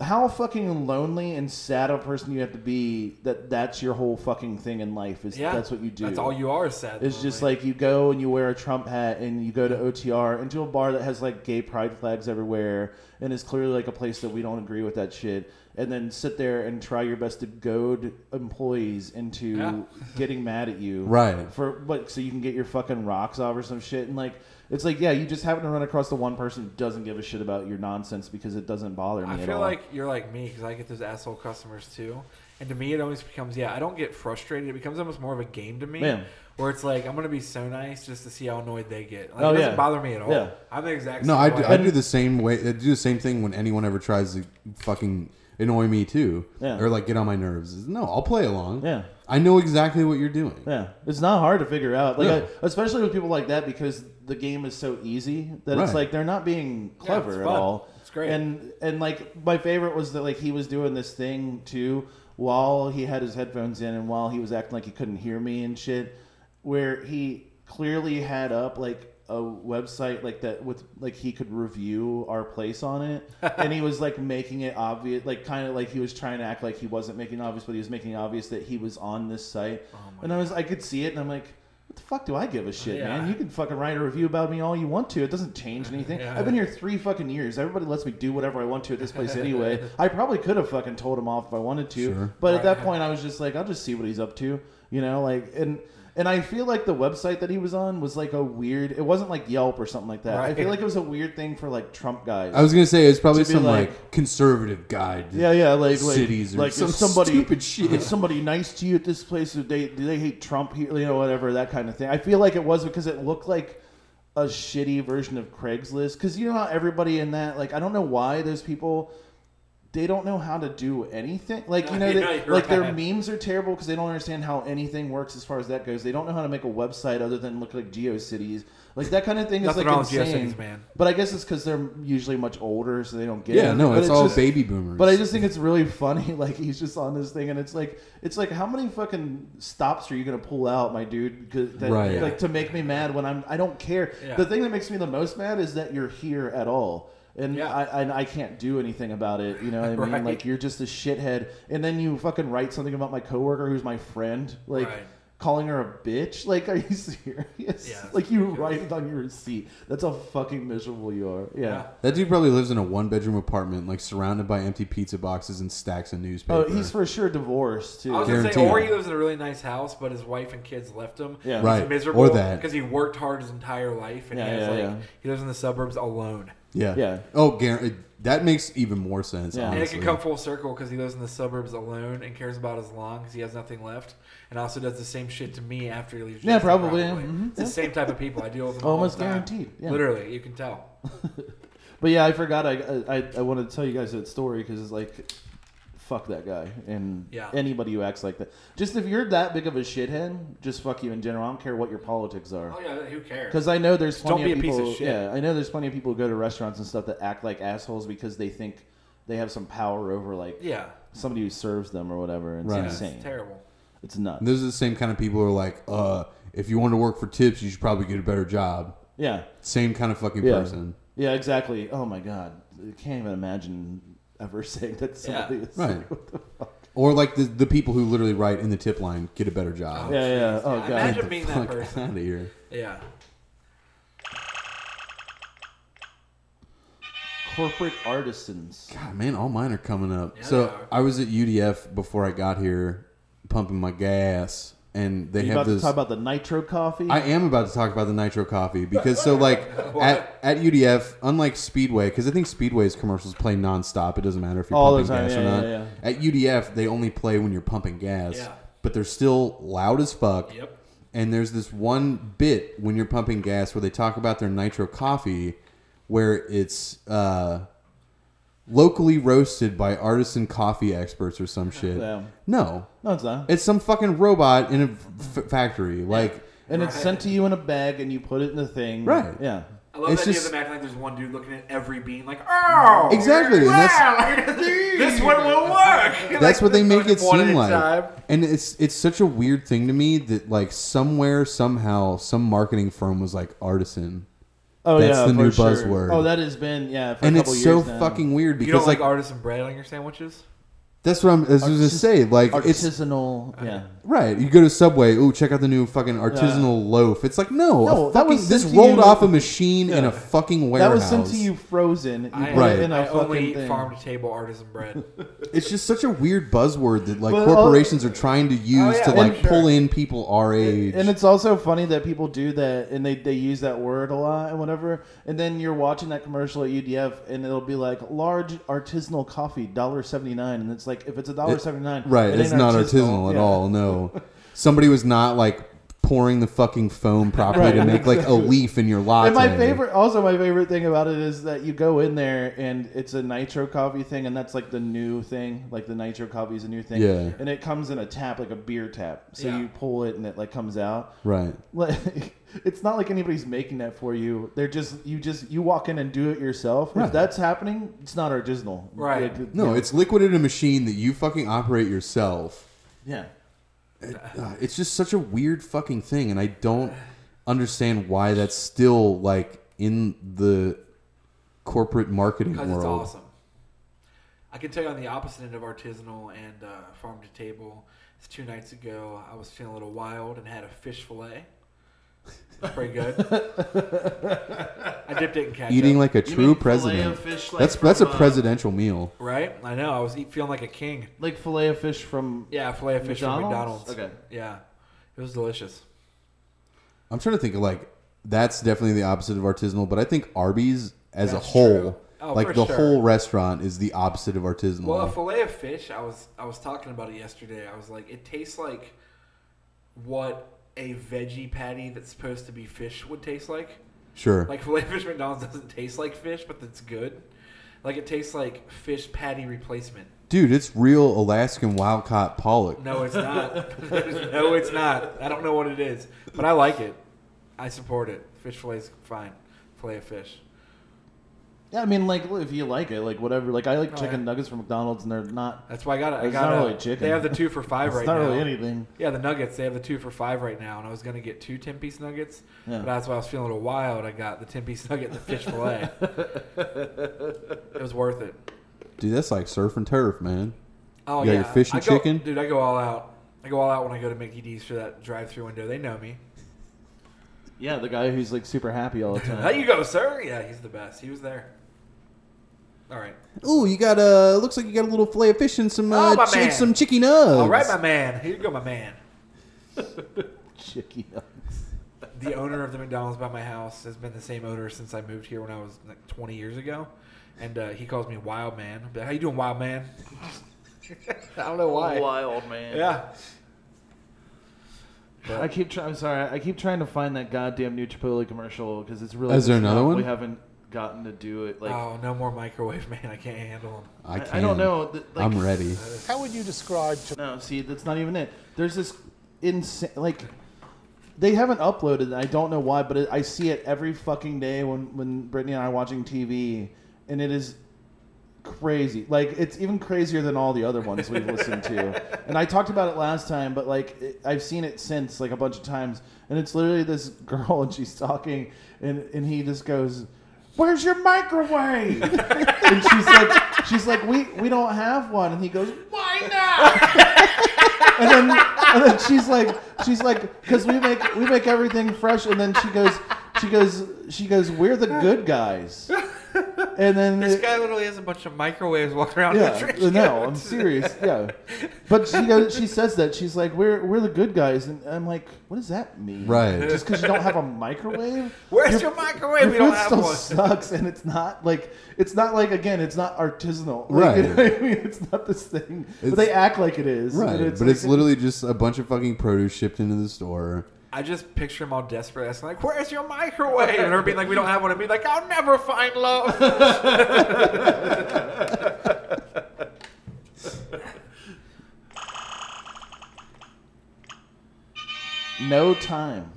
S3: how fucking lonely and sad a person you have to be that that's your whole fucking thing in life is
S1: yeah,
S3: that's what you do
S1: That's all you are, sad.
S3: it's just like you go and you wear a Trump hat and you go to OTR into a bar that has like gay pride flags everywhere and is clearly like a place that we don't agree with that shit. And then sit there and try your best to goad employees into
S1: Yeah.
S3: getting mad at you,
S2: Right.
S3: For but so you can get your fucking rocks off or some shit. And like it's like yeah, you just happen to run across the one person who doesn't give a shit about your nonsense because it doesn't bother me
S1: I
S3: at
S1: feel
S3: all.
S1: like you're like me because I get those asshole customers too. And to me, it always becomes yeah. I don't get frustrated. It becomes almost more of a game to me,
S3: Yeah.
S1: where it's like I'm gonna be so nice just to see how annoyed they get. Like,
S3: Oh,
S1: it doesn't
S3: yeah.
S1: bother me at all.
S3: Yeah.
S1: I'm the exact.
S2: No,
S1: same
S2: I
S1: way.
S2: do, I do the same way. I do the same thing when anyone ever tries to fucking annoy me too,
S3: Yeah.
S2: or like get on my nerves. No, I'll play along.
S3: Yeah.
S2: I know exactly what you're doing.
S3: Yeah, it's not hard to figure out, like
S2: No.
S3: I, especially with people like that because the game is so easy that
S2: Right.
S3: it's like they're not being clever
S1: it's
S3: at
S1: fun.
S3: all.
S1: It's great.
S3: And and like my favorite was that like he was doing this thing too while he had his headphones in and while he was acting like he couldn't hear me and shit, where he clearly had up like a website like that with like he could review our place on it and he was like making it obvious like kind of like he was trying to act like he wasn't making it obvious but he was making it obvious that he was on this site and i was i could see it and i'm like What the fuck do I give a shit,
S1: Yeah.
S3: man? You can fucking write a review about me all you want to. It doesn't change anything.
S1: Yeah.
S3: I've been here three fucking years. Everybody lets me do whatever I want to at this place anyway. I probably could have fucking told him off if I wanted to,
S2: Sure.
S3: but at
S1: Right.
S3: that point, I was just like, I'll just see what he's up to, you know, like and. And I feel like the website that he was on was like a weird. It wasn't like Yelp or something like that. I
S1: Right.
S3: feel like it was a weird thing for like Trump guys.
S2: I was gonna say it's probably
S3: To be
S2: some
S3: like-
S2: like, conservative guide.
S3: Yeah, yeah, like like,
S2: cities or
S3: like
S2: some
S3: if somebody,
S2: stupid shit.
S3: Is somebody nice to you at this place? If they do they hate Trump here, you know, whatever that kind of thing. I feel like it was because it looked like a shitty version of Craigslist. Because you know how everybody in that, like, I don't know why those people. They don't know how to do anything. Like you know, they,
S1: Yeah, you're
S3: like their
S1: right.
S3: memes are terrible because they don't understand how anything works as far as that goes. They don't know how to make a website other than look like GeoCities, like that kind of thing is
S1: Nothing
S3: like
S1: wrong with
S3: insane.
S1: GeoCities, man.
S3: But I guess it's because they're usually much older, so they don't get.
S2: yeah.
S3: it.
S2: No,
S3: But
S2: it's, all
S3: just-
S2: baby boomers.
S3: but I just think it's really funny. Like he's just on this thing, and it's like it's like how many fucking stops are you gonna pull out, my dude? Because that,
S2: Right.
S3: like to make me mad when I'm I don't care.
S1: Yeah.
S3: The thing that makes me the most mad is that you're here at all. And
S1: Yeah.
S3: I and I can't do anything about it. You know what I mean?
S1: Right.
S3: Like you're just a shithead. And then you fucking write something about my coworker who's my friend, like
S1: Right.
S3: calling her a bitch. Like, are you serious?
S1: that's
S3: like you write it on your receipt. That's how fucking miserable you are. yeah.
S1: Yeah.
S2: that dude probably lives in a one bedroom apartment, like surrounded by empty pizza boxes and stacks of newspapers.
S3: Oh, he's for sure divorced too.
S1: I was gonna say,
S2: Guaranteed.
S1: or he lives in a really nice house, but his wife and kids left him.
S3: Yeah.
S1: He's
S2: Right.
S1: miserable
S2: Or that.
S1: because he worked hard his entire life, and
S3: Yeah,
S1: he has
S3: yeah,
S1: like
S3: yeah.
S1: he lives in the suburbs alone.
S2: yeah.
S3: Yeah.
S2: Oh, Gar- it, that makes even more sense.
S3: Yeah.
S1: And it
S2: Honestly.
S1: can come full circle because he lives in the suburbs alone and cares about his lawn because he has nothing left, and also does the same shit to me after he leaves.
S3: Yeah,
S1: Jason,
S3: probably, mhm.
S1: It's the same type of people I deal with. Them
S3: Almost
S1: all the time.
S3: guaranteed, yeah.
S1: Literally, you can tell.
S3: But yeah, I forgot. I I, I wanted to tell you guys that story because it's like, fuck that guy and
S1: Yeah.
S3: anybody who acts like that. Just if you're that big of a shithead, just fuck you in general. I don't care what your politics
S1: Oh
S3: are.
S1: yeah, who cares?
S3: Because I know there's
S1: don't
S3: plenty of
S1: be a piece
S3: people.
S1: of shit.
S3: Yeah, I know there's plenty of people who go to restaurants and stuff that act like assholes because they think they have some power over like
S1: yeah,
S3: somebody who serves them or whatever. It's
S2: Right.
S1: it's
S3: insane. It's,
S1: terrible.
S3: nuts.
S2: Those are the same kind of people who are like, uh, if you want to work for tips, you should probably get a better job.
S3: yeah.
S2: Same kind of fucking
S3: Yeah.
S2: person.
S3: Yeah. Exactly. Oh my god, I can't even imagine ever saying that. to Somebody
S1: Yeah.
S3: is
S2: Right. Or like the, the people who literally write in the tip line, get a better job.
S3: Yeah. Yeah. Oh
S1: Yeah,
S3: god.
S2: Get
S1: imagine
S2: the
S1: being that
S2: fuck
S1: person.
S2: out of here.
S1: Yeah,
S3: corporate artisans.
S2: God, man, all mine are coming up.
S1: Yeah, they
S2: so
S1: are.
S2: I was at UDF before I got here, pumping my gas, and they
S3: You
S2: have
S3: about
S2: this.
S3: to talk about the nitro coffee?
S2: I am about to talk about the nitro coffee because so like at, at UDF, unlike Speedway, because I think Speedway's commercials play nonstop. It doesn't matter if you're
S3: All the
S2: pumping
S3: time,
S2: gas
S3: yeah,
S2: or not.
S3: yeah,
S2: At UDF, they only play when you're pumping gas,
S1: Yeah.
S2: but they're still loud as fuck.
S1: Yep.
S2: And there's this one bit when you're pumping gas where they talk about their nitro coffee, where it's uh, locally roasted by artisan coffee experts or some shit.
S3: Yeah.
S2: No,
S3: no, it's not.
S2: it's some fucking robot in a f- factory. Like.
S3: and it's sent to you in a bag, and you put it in the thing.
S2: Right.
S3: Yeah.
S1: I love
S2: It's
S1: that idea
S2: just-
S1: of them acting like there's one dude looking at every bean like, oh,
S2: Exactly, and that's-
S1: wow, this one will work.
S2: That's
S1: Like,
S2: what they
S1: just
S2: make it
S1: one at
S2: seem
S1: a
S2: like.
S1: time.
S2: And it's it's such a weird thing to me that like somewhere somehow some marketing firm was like artisan.
S3: Oh
S2: That's
S3: yeah.
S2: the new
S3: for sure.
S2: buzzword.
S3: Oh, that has been yeah. For
S2: And
S3: a couple
S2: it's so
S3: years now.
S2: fucking weird
S1: You don't
S2: because
S1: like,
S2: like
S1: artisan bread on your sandwiches?
S2: that's what I'm as was gonna
S3: Artis-
S2: say like it's
S3: artisanal. yeah.
S2: right. You go to Subway, ooh, check out the new fucking artisanal loaf. It's like no, a
S3: No, that
S2: fucking-
S3: was sent
S2: this
S3: to you-
S2: rolled off a machine in a
S3: Yeah.
S2: fucking
S3: That
S2: warehouse.
S3: was sent to you frozen. You
S1: I,
S3: put
S2: Right.
S3: it in a
S1: I
S3: fucking
S1: only eat
S3: thing.
S1: farm to table artisan bread.
S2: It's just such a weird buzzword that like
S3: But, uh,
S2: corporations are trying to
S3: Oh,
S2: use
S1: yeah,
S2: to
S1: I'm
S2: like
S1: sure.
S2: pull in people our age.
S3: And it's also funny that people do that and they, they use that word a lot and whatever. And then you're watching that commercial at UDF and it'll be like large artisanal coffee, dollar seventy nine, and it's like if it's a dollar
S2: It-
S3: seventy nine,
S2: Right, it's not artisanal, at all. No, somebody was not like pouring the fucking foam properly
S3: Right,
S2: to make like a
S3: exactly.
S2: leaf in your latte.
S3: And my favorite, also my favorite thing about it is that you go in there and it's a nitro coffee thing, and that's like the new thing. Like the nitro coffee is a new thing,
S2: Yeah.
S3: And it comes in a tap, like a beer tap. So
S1: Yeah.
S3: you pull it and it like comes out.
S2: right?
S3: Like, it's not like anybody's making that for you. They're just you just you walk in and do it yourself. If
S2: Right.
S3: that's happening, it's not artisanal,
S1: Right.
S3: Like, it-
S2: No,
S3: yeah.
S2: it's liquid in a machine that you fucking operate yourself.
S3: yeah.
S2: Uh, It's just such a weird fucking thing, and I don't understand why that's still like in the corporate marketing
S1: Because it's
S2: world.
S1: awesome. I can tell you on the opposite end of artisanal and uh, farm to table. It's two nights ago. I was feeling a little wild and had a fish fillet. It's pretty good. I dipped it in ketchup.
S2: Eating like a
S6: You
S2: true
S6: mean fillet of
S2: president.
S6: fish, like,
S2: that's that's a
S6: from, uh,
S2: presidential meal.
S1: right? I know. I was eat, feeling like a king.
S3: Like fillet of fish from.
S1: Yeah, filet of fish from
S3: McDonald's?
S1: McDonald's.
S3: Okay.
S1: Yeah, it was delicious.
S2: I'm trying to think of like that's definitely the opposite of artisanal, but I think Arby's as a
S1: That's true.
S2: whole,
S1: Oh, for
S2: like the
S1: sure.
S2: whole restaurant, is the opposite of artisanal.
S1: Well, a fillet of fish. I was I was talking about it yesterday. I was like, it tastes like what a veggie patty that's supposed to be fish would taste like.
S2: sure,
S1: Like filet of fish McDonald's doesn't taste like fish, but it's good. Like it tastes like fish patty replacement.
S2: dude, it's real Alaskan wild caught pollock.
S1: No, it's not. no, it's not. I don't know what it is, but I like it. I support it. Fish filet's fine. Filet of fish.
S3: Yeah, I mean, like if you like it, like whatever. Like I like chicken
S1: Oh, yeah.
S3: nuggets from McDonald's, and they're not.
S1: That's why I got it. I
S3: It's
S1: got
S3: not
S1: a-
S3: really chicken.
S1: They have the two for five
S3: It's
S1: right
S3: not
S1: now.
S3: really anything.
S1: Yeah, the nuggets. They have the two for five right now, and I was gonna get two ten piece nuggets,
S3: Yeah.
S1: but that's why I was feeling a little wild. I got the ten piece nugget and the fish fillet. it was worth it.
S2: Dude, that's like surf and turf, man.
S1: Oh
S2: You got
S1: yeah,
S2: your fish and
S1: I go,
S2: chicken?
S1: dude. I go all out. I go all out when I go to Mickey D's for that drive through window. They know me.
S3: Yeah, the guy who's like super happy all the time.
S1: There you go, sir. Yeah, he's the best. He was there. All right.
S2: Ooh, you got a looks like you got a little fillet of fish and some
S1: Oh,
S2: uh,
S1: my
S2: chi-
S1: man.
S2: some chicken nugs.
S1: All right, my man. Here you go, my man.
S3: Chicken nuggets.
S1: the owner of the McDonald's by my house has been the same owner since I moved here when I was like 20 years ago, and uh, he calls me Wild Man. But how you doing, Wild Man? I don't know why.
S6: Wild man.
S1: Yeah,
S3: I keep trying. I'm sorry. I keep trying to find that goddamn new Chipotle commercial because it's really.
S2: Is there
S3: it's
S2: another
S3: not-
S2: one?
S3: We haven't gotten to do it. Like
S1: oh, no more microwave, man. I can't handle them.
S2: I,
S3: I-
S2: can.
S3: I don't know, th- like-
S2: I'm ready.
S7: How would you describe to
S3: No, see, that's not even it. There's this insane, like, they haven't uploaded. it, I don't know why, but it, I see it every fucking day when when Brittany and I are watching TV, and it is crazy. Like, it's even crazier than all the other ones we've listened to. And I talked about it last time, but like, it, I've seen it since like a bunch of times, and it's literally this girl and she's talking, and and he just goes. Where's your microwave? and she's like, she's like, we we don't have one. And he goes, and then, and then she's like, she's like, because we make we make everything fresh, and then she goes, she goes, she goes, we're the good guys, and then
S1: This guy literally has a bunch of microwaves walking around. in the
S3: yeah,
S1: trash
S3: no,
S1: can.
S3: I'm serious, yeah, but she goes, she says that she's like, we're we're the good guys, and I'm like, what does that mean?
S2: Right.
S3: Just because you don't have a microwave?
S1: Where's your microwave?
S3: Your
S1: We don't
S3: food
S1: have
S3: still
S1: one.
S3: sucks, and it's not like it's not like again, it's not artisanal, Like,
S2: Right.
S3: You know what I mean, it's not this thing,
S2: It's-
S3: but they act like it is, and
S2: Right, but
S3: like-
S2: it's literally just a bunch of fucking produce shipped into the store.
S1: I just picture him all desperate, asking like, "Where's your microwave?" And her being like, "We don't have one." And me like, "I'll never find love."
S3: no time.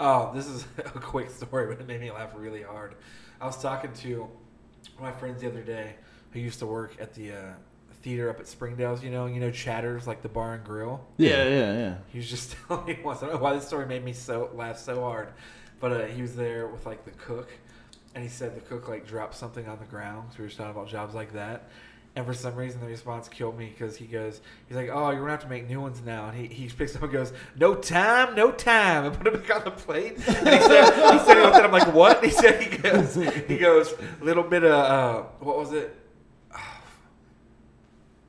S1: Oh, this is a quick story, but it made me laugh really hard. I was talking to one of my friends the other day who used to work at the uh, theater up at Springdale's, you know, you know Chatters, like the bar and grill.
S3: Yeah, yeah, yeah.
S1: He was just telling me once. I don't know why this story made me so laugh so hard, but uh, he was there with like the cook, and he said the cook like dropped something on the ground. So we were just talking about jobs like that, and for some reason the response killed me because he goes, he's like, "Oh, you're gonna have to make new ones now." And he, he picks up and goes, "No time, no time," and put it back on the plate. And he said, he said, he looked at him like, "What?" And he said, he goes, he goes, little bit of uh, what was it?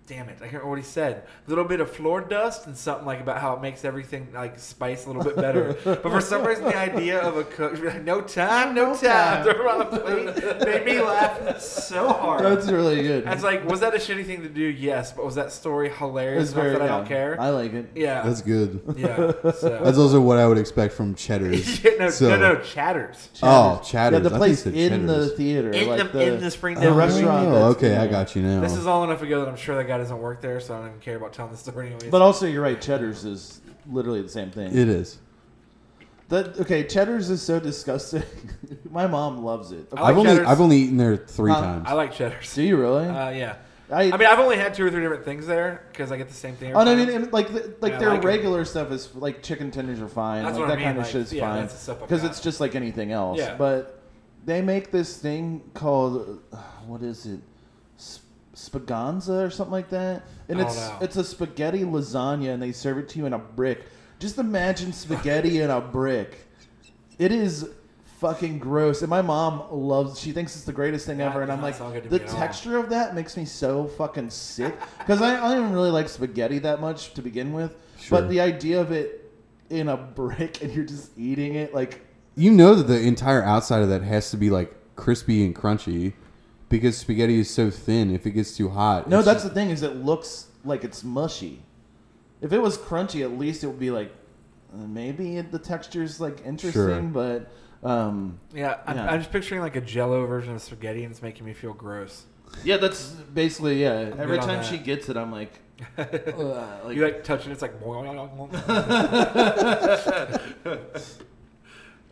S1: damn it, I can't remember what he said. A little bit of floor dust and something like about how it makes everything like spice a little bit better. but for some reason, the idea of a cook, like, no time, no time, throw it on the plate, made me laugh so hard.
S3: That's really good.
S1: I was like, was that a shitty thing to do? Yes, but was that story hilarious
S3: It's
S1: enough
S3: very-
S1: that I don't
S3: yeah,
S1: care?
S3: I like it.
S1: yeah,
S2: That's good.
S1: yeah.
S2: That's
S1: So.
S2: also what I would expect from Cheddar's.
S1: Shit, no,
S2: So-
S1: no, no, chatters.
S2: Oh,
S3: Yeah,
S2: Cheddar's.
S3: the
S2: I
S3: place
S2: think
S3: in
S2: it's
S3: the
S2: Cheddar's.
S3: theater,
S1: In
S3: like
S1: the-
S3: the
S1: in the Springdale
S3: the
S1: Oh,
S3: restaurant.
S2: Oh,
S3: that's-
S2: okay, I
S3: yeah.
S2: got you now.
S1: This is all enough ago that I'm sure that guy doesn't work there, so I don't even care about telling the story anyways.
S3: But also, you're right. Cheddar's is literally the same thing.
S2: it is.
S3: That okay? Cheddar's is so disgusting. My mom loves it. Okay.
S1: I like
S2: I've only
S1: Cheddar's.
S2: I've only eaten there three
S3: Huh?
S2: times.
S1: I like chatters.
S3: Do you really?
S1: Uh, yeah.
S3: I-
S1: I, mean, I've only had two or three different things there because I get the same thing. every
S3: oh, no, I
S1: time.
S3: mean, and, like the, like
S1: Yeah, I
S3: their
S1: like it.
S3: regular stuff is like chicken tenders are fine.
S1: That's
S3: like
S1: what I
S3: that
S1: mean,
S3: kind of
S1: like,
S3: shit is
S1: yeah,
S3: fine
S1: that's the stuff I've got.
S3: it's just like anything else.
S1: Yeah.
S3: But they make this thing called uh, what is it? Sp- Spaganza or something like that, and
S1: I
S3: it's
S1: don't know.
S3: it's a spaghetti lasagna, and they serve it to you in a brick. Just imagine spaghetti and a brick. It is fucking gross. And my mom loves. She thinks it's the greatest thing
S1: That
S3: ever. And
S1: does
S3: I'm
S1: not
S3: like,
S1: sound good to
S3: the
S1: me at all."
S3: texture of that makes me so fucking sick because I, I don't even really like spaghetti that much to begin with.
S2: Sure.
S3: But the idea of it in a brick and you're just eating it like
S2: You know that the entire outside of that has to be like crispy and crunchy because spaghetti is so thin. If it gets too hot,
S3: No,
S2: it's
S3: that's
S2: just-
S3: the thing is it looks like it's mushy. If it was crunchy, at least it would be like uh, maybe it, the texture's like interesting, but um,
S1: Yeah, I'm,
S3: Yeah.
S1: I'm just picturing like a Jello version of spaghetti, and it's making me feel gross.
S3: yeah, that's basically yeah. Every
S1: good on
S3: time
S1: that.
S3: she gets it, I'm like, uh, like,
S1: You like touching it's like. That's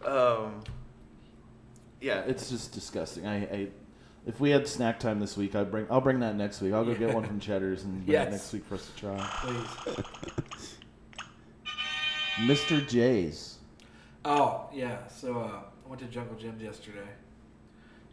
S3: um, yeah, it's just disgusting. I, I if we had snack time this week, I bring I'll bring that next week. I'll go get one from Cheddar's and bring it
S1: Yes.
S3: next week for us to try. Mr. J's.
S1: Oh yeah, so uh, I went to Jungle Gyms yesterday,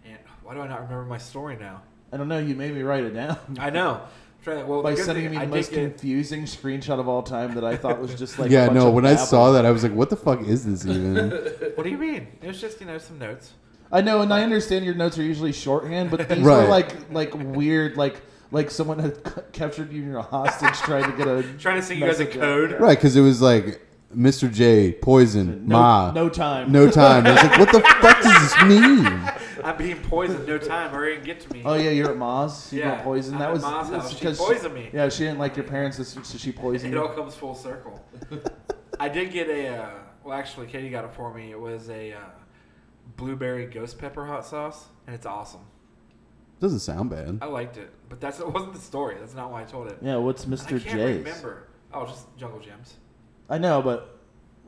S1: and why do I not remember my story now?
S3: I don't know. You made me write it down.
S1: I know. Try that. Well,
S3: by
S1: the good
S3: sending
S1: thing-
S3: me
S1: I
S3: the
S1: did
S3: most
S1: get-
S3: confusing screenshot of all time that I thought was just like a
S2: yeah,
S3: bunch
S2: no.
S3: of
S2: When I saw
S3: babble.
S2: that, I was like, "What the fuck is this even?"
S1: uh, What do you mean? It was just you know some notes.
S3: I know, and I understand your notes are usually shorthand, but these were
S2: Right.
S3: like like weird, like like someone had c- captured you in your hostage trying to get a
S1: Trying to sing you guys a
S3: message out.
S1: code.
S2: right? Because it was like Mr. J, poison,
S3: No,
S2: ma,
S3: no time.
S2: no time. I was like, "What the fuck does this mean?"
S1: I'm being poisoned. No time. Hurry and get to me.
S3: Oh yeah, you're at Ma's. You
S1: Yeah,
S3: got poisoned.
S1: I'm
S3: That
S1: at
S3: was
S1: Ma's
S3: that's
S1: house. She
S3: because
S1: poisoned me.
S3: Yeah, she didn't like your parents, so so she poisoned
S1: It all
S3: you.
S1: comes full circle. I did get a. Uh, well, actually, Katie got it for me. It was a uh, blueberry ghost pepper hot sauce, and it's awesome.
S2: Doesn't sound bad.
S1: I liked it, but that's it wasn't the story. That's not why I told it.
S3: Yeah, what's
S1: I
S3: Mr.
S1: can't
S3: J's?
S1: remember. Oh, just Jungle Gems.
S3: I know, but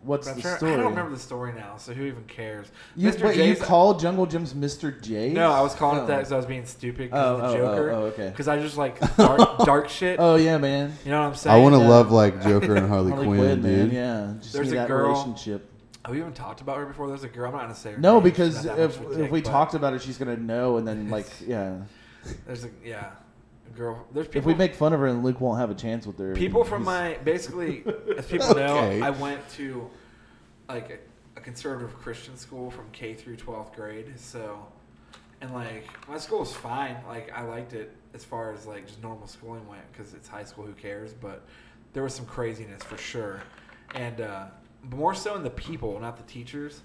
S3: what's
S1: But I'm
S3: the
S1: trying-
S3: story?
S1: I don't remember the story now, so who even cares?
S3: You,
S1: Mr.
S3: wait,
S1: J's.
S3: you called Jungle Jim's Mr. J's?
S1: no, I was calling
S3: Oh.
S1: it that because I was being stupid. Cause
S3: Oh,
S1: of the
S3: oh, oh,
S1: Joker.
S3: oh, okay.
S1: Because I just like dark, dark shit.
S3: Oh yeah, man.
S1: You know what I'm saying?
S2: I want to
S3: Yeah.
S1: uh,
S2: love like Joker and Harley,
S3: Harley
S2: Quinn,
S3: Quinn, man.
S2: dude.
S3: Yeah, just
S1: There's
S3: need
S1: a
S3: that
S1: girl-
S3: relationship.
S1: Have we even talked about her before? There's a girl. I'm not gonna say her.
S3: No,
S1: name,
S3: because
S1: she's not that
S3: if
S1: much of a
S3: if
S1: dick,
S3: we
S1: but
S3: talked about it, she's gonna know, and then like yeah,
S1: there's a yeah, a girl. There's people.
S3: if we make fun of her, and Luke won't have a chance with her.
S1: people from
S3: He's-
S1: my basically, as people
S2: Okay.
S1: know, I went to like a, a conservative Christian school from K through 12th grade. So, and like my school was fine. Like I liked it as far as like just normal schooling went because it's high school. Who cares? But there was some craziness for sure, and uh, more so in the people, not the teachers.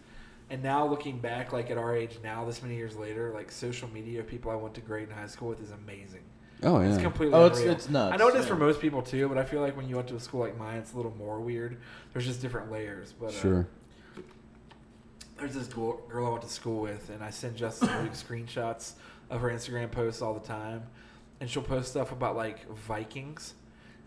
S1: And now looking back, like at our age now, this many years later, like social media of people I went to grade in high school with is amazing.
S2: Oh yeah.
S1: It's completely.
S3: Oh, it's-
S1: unreal.
S3: it's nuts,
S1: I know it is
S3: yeah.
S1: for most people too, but I feel like when you went to a school like mine, it's a little more weird. There's just different layers. But uh,
S2: Sure.
S1: there's this girl, girl I went to school with, and I send Justin and Luke screenshots of her Instagram posts all the time, and she'll post stuff about like Vikings,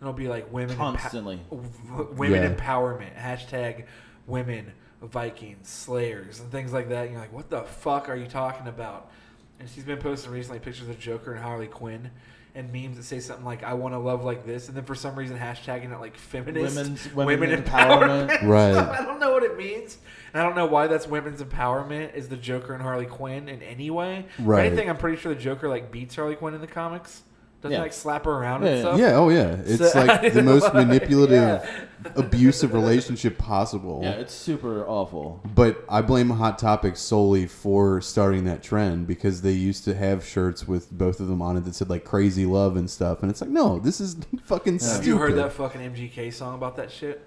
S1: and it'll be like women empo-
S3: Constantly.
S1: w- women
S2: Yeah.
S1: empowerment hashtag women Vikings slayers and things like that. And you're like, what the fuck are you talking about? And she's been posting recently pictures of Joker and Harley Quinn. And memes that say something like "I want to love like this," and then for some reason hashtagging it like feminist
S3: Women's-
S1: women,
S3: women
S1: empowerment.
S3: empowerment.
S2: Right.
S1: I don't know what it means, and I don't know why that's women's empowerment is the Joker and Harley Quinn in any way.
S2: Right.
S1: If anything, I'm pretty sure the Joker like beats Harley Quinn in the comics. Doesn't
S3: Yeah.
S1: like slap her around and
S3: Yeah.
S1: stuff.
S2: Yeah, oh yeah. It's
S1: So-
S2: like the most manipulative,
S1: Yeah.
S2: abusive relationship possible.
S3: Yeah, it's super awful.
S2: But I blame Hot Topic solely for starting that trend because they used to have shirts with both of them on it that said like crazy love and stuff. And it's like, no, this is fucking
S1: Have
S2: stupid.
S1: you heard that fucking MGK song about that shit?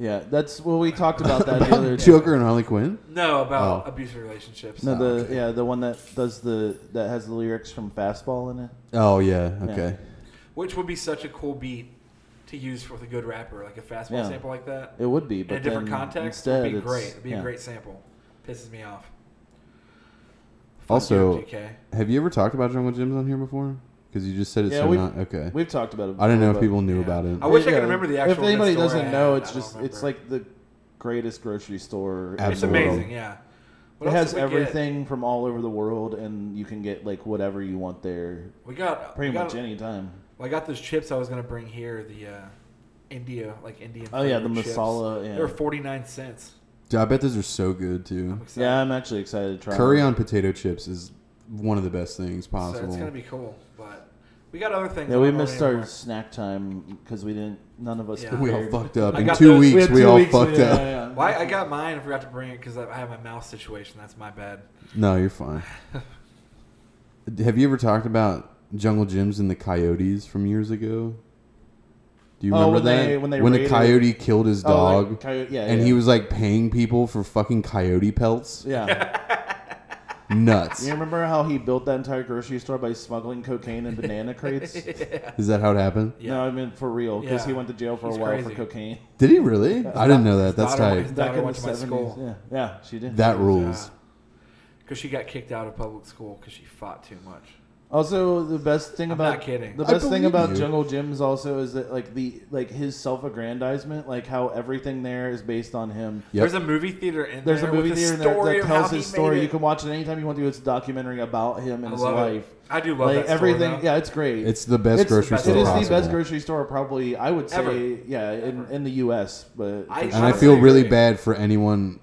S3: Yeah, that's well, we talked about that the other
S2: About
S3: day.
S2: Joker and Harley Quinn?
S1: No, about
S2: Oh.
S1: abusive relationships.
S3: No, the
S2: okay.
S3: yeah, the one that does the that has the lyrics from Fastball in it.
S2: Oh yeah, okay.
S1: Which would be such a cool beat to use for a good rapper, like a fastball
S3: Yeah.
S1: sample like that.
S3: It would be,
S1: in
S3: but
S1: a different
S3: then
S1: context,
S3: instead
S1: would be
S3: it's-
S1: great. It'd be
S3: yeah.
S1: a great sample. Pisses me off. Fuck
S2: Also-
S1: you, MGK.
S2: Have you ever talked about Jungle Gyms on here before? Because you just said it's
S3: Yeah,
S2: so
S3: we've-
S2: not okay.
S3: We've talked about it.
S2: I don't know if
S3: before,
S2: people knew
S1: Yeah.
S2: about it.
S1: I wish I
S3: Yeah,
S1: could remember the actual.
S3: If anybody
S1: story
S3: doesn't
S1: I
S3: know,
S1: had,
S3: it's
S1: I don't
S3: just
S1: remember.
S3: it's like the greatest grocery store.
S1: It's
S2: Absolutely.
S1: amazing, yeah. What
S3: it
S1: else
S3: has
S1: did we get?
S3: everything from all over the world, and you can get like whatever you want there,
S1: We got
S3: pretty
S1: we got-
S3: much any time.
S1: Well, I got those chips I was gonna bring here. The uh, India, like Indian.
S3: Oh, yeah,
S1: flavored
S3: the
S1: chips.
S3: masala, yeah.
S1: They were forty nine cents.
S2: Dude, I bet those are so good too.
S1: I'm excited.
S3: Yeah, I'm actually excited to try
S2: Curry
S3: them.
S2: on potato chips is one of the best things
S1: so
S2: possible.
S1: it's gonna be cool. But We got other things.
S3: Yeah, we
S1: going on
S3: missed
S1: anymore.
S3: our snack time because we didn't. None of us.
S1: Yeah.
S2: We all
S3: prepared.
S2: fucked up.
S1: I
S2: In
S1: got
S2: two
S1: those- we
S2: weeks,
S3: had
S2: we,
S3: two
S2: all
S3: weeks,
S2: fucked
S3: yeah,
S2: up.
S3: yeah, yeah.
S1: Why I got mine and forgot to bring it because I have my mouse situation. That's my bad.
S2: No, you're fine. Have you ever talked about Jungle Gyms and the coyotes from years ago? Do you
S3: Oh,
S2: remember
S3: when
S2: that?
S3: they- when they
S2: a
S3: raided-
S2: coyote killed his
S3: Oh, like
S2: dog,
S3: coyote- yeah,
S2: and
S3: yeah.
S2: he was like paying people for fucking coyote pelts.
S3: Yeah.
S2: Nuts.
S3: you remember how he built that entire grocery store by smuggling cocaine and banana crates?
S2: Is that how it happened?
S1: Yeah.
S3: No, I mean for real because
S1: Yeah.
S3: he went to jail for
S1: He's
S3: a while
S1: crazy.
S3: for cocaine.
S2: Did he really? I didn't know that. That's
S1: Daughter- Daughter
S2: tight.
S3: Back in the
S1: went to my
S3: 70s.
S1: school.
S3: Yeah. yeah, she did.
S2: That rules.
S1: Because she got kicked out of public school because she fought too much.
S3: Also, the best thing
S1: I'm
S3: about
S1: not kidding.
S3: the
S2: I
S3: best thing
S2: believe
S3: about
S2: you.
S3: Jungle Gyms also is that like the like his self-aggrandizement, like how everything there is based on him.
S2: Yep.
S1: There's a movie theater in
S3: There's
S1: there.
S3: a movie
S1: with
S3: theater
S1: a
S3: in there
S1: story
S3: that
S1: of
S3: tells
S1: how he
S3: his
S1: made
S3: story.
S1: it.
S3: You can watch it anytime you want to. It's a documentary about him and
S1: I
S3: his
S1: love it.
S3: life.
S1: I do love
S3: like
S1: that store,
S3: everything.
S1: though.
S3: yeah, it's great.
S2: It's the best
S3: the
S2: grocery
S1: best
S2: store
S3: It is the best
S2: possible.
S3: grocery store probably. I would say
S1: Ever.
S3: yeah in, in the U.S. But
S1: I-
S2: and I
S1: Honestly,
S2: feel really
S1: agree.
S2: bad for anyone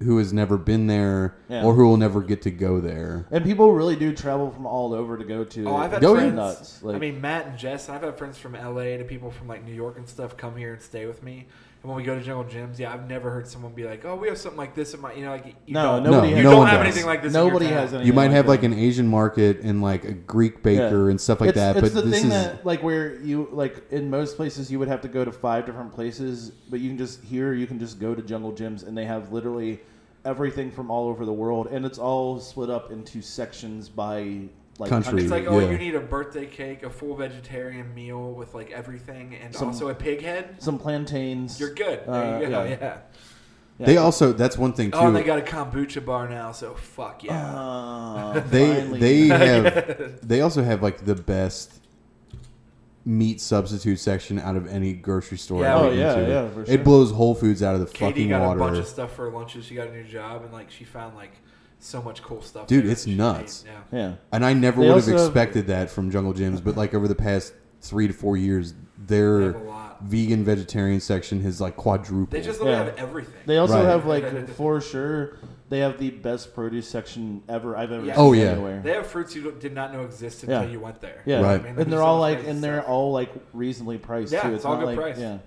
S2: who has never been there
S3: Yeah.
S2: or who will never get to go there.
S3: and people really do travel from all over to go to.
S1: Oh, I've had
S2: Go
S1: friends.
S2: in.
S3: Nuts, like-
S1: I mean, Matt and Jess. I've had friends from LA to people from like New York and stuff come here and stay with me. And when we go to jungle gyms, yeah, I've never heard someone be like, "Oh, we have something like this." In my, you know, like you
S3: no,
S1: don't,
S2: No,
S3: nobody.
S1: you
S3: has,
S2: no
S1: don't
S2: one
S1: have
S2: does.
S1: anything like this. in your
S3: Nobody
S1: town.
S3: has anything.
S2: You might have
S3: that.
S2: like an Asian market and like a Greek baker
S3: Yeah.
S2: and stuff like
S3: it's,
S2: that,
S3: It's
S2: but
S3: the
S2: this
S3: thing
S2: is
S3: that like where you like in most places you would have to go to five different places, but you can just here you can just go to jungle gyms and they have literally everything from all over the world and it's all split up into sections by like
S2: Country.
S1: It's like, oh,
S2: Yeah.
S1: you need a birthday cake, a full vegetarian meal with like everything, and
S3: Some-
S1: also a pig head.
S3: Some plantains.
S1: You're good. There
S3: Uh,
S1: you go. Yeah.
S3: yeah.
S2: they also that's one thing too.
S1: Oh, and they got a kombucha bar now, so fuck
S2: Uh,
S1: yeah.
S3: Ah,
S2: they
S3: finally.
S2: they have they also have like the best meat substitute section out of any grocery store.
S1: Yeah,
S2: I've
S1: oh,
S2: been
S3: yeah,
S2: to.
S3: yeah, for sure.
S2: It blows Whole Foods out of the
S1: Katie
S2: fucking
S1: got
S2: water.
S1: a bunch of stuff for her lunches. She got a new job, and like she found like so much cool stuff.
S2: Dude,
S1: there
S2: it's
S1: that she
S2: nuts.
S1: made. Yeah.
S3: yeah.
S2: and I never would
S3: They
S2: have
S3: also have-
S2: expected that from Jungle Gyms, but like over the past three to four years,
S1: They
S2: their
S1: have a lot.
S2: vegan vegetarian section has like quadrupled.
S1: They just literally
S3: Yeah.
S1: have everything.
S3: They also
S2: Right.
S3: have like for sure they have the best produce section ever I've ever
S1: Yeah.
S3: seen
S2: Oh, yeah.
S3: anywhere.
S1: They have fruits you don't- did not know existed
S3: Yeah.
S1: until you went there.
S3: Yeah,
S2: Right.
S1: mean,
S3: And
S1: there's
S3: they're all
S1: so much
S3: like,
S1: crazy
S3: and they're
S1: stuff.
S3: all like reasonably priced
S1: Yeah,
S3: too.
S1: it's all
S3: not
S1: good
S3: like,
S1: price.
S3: Yeah,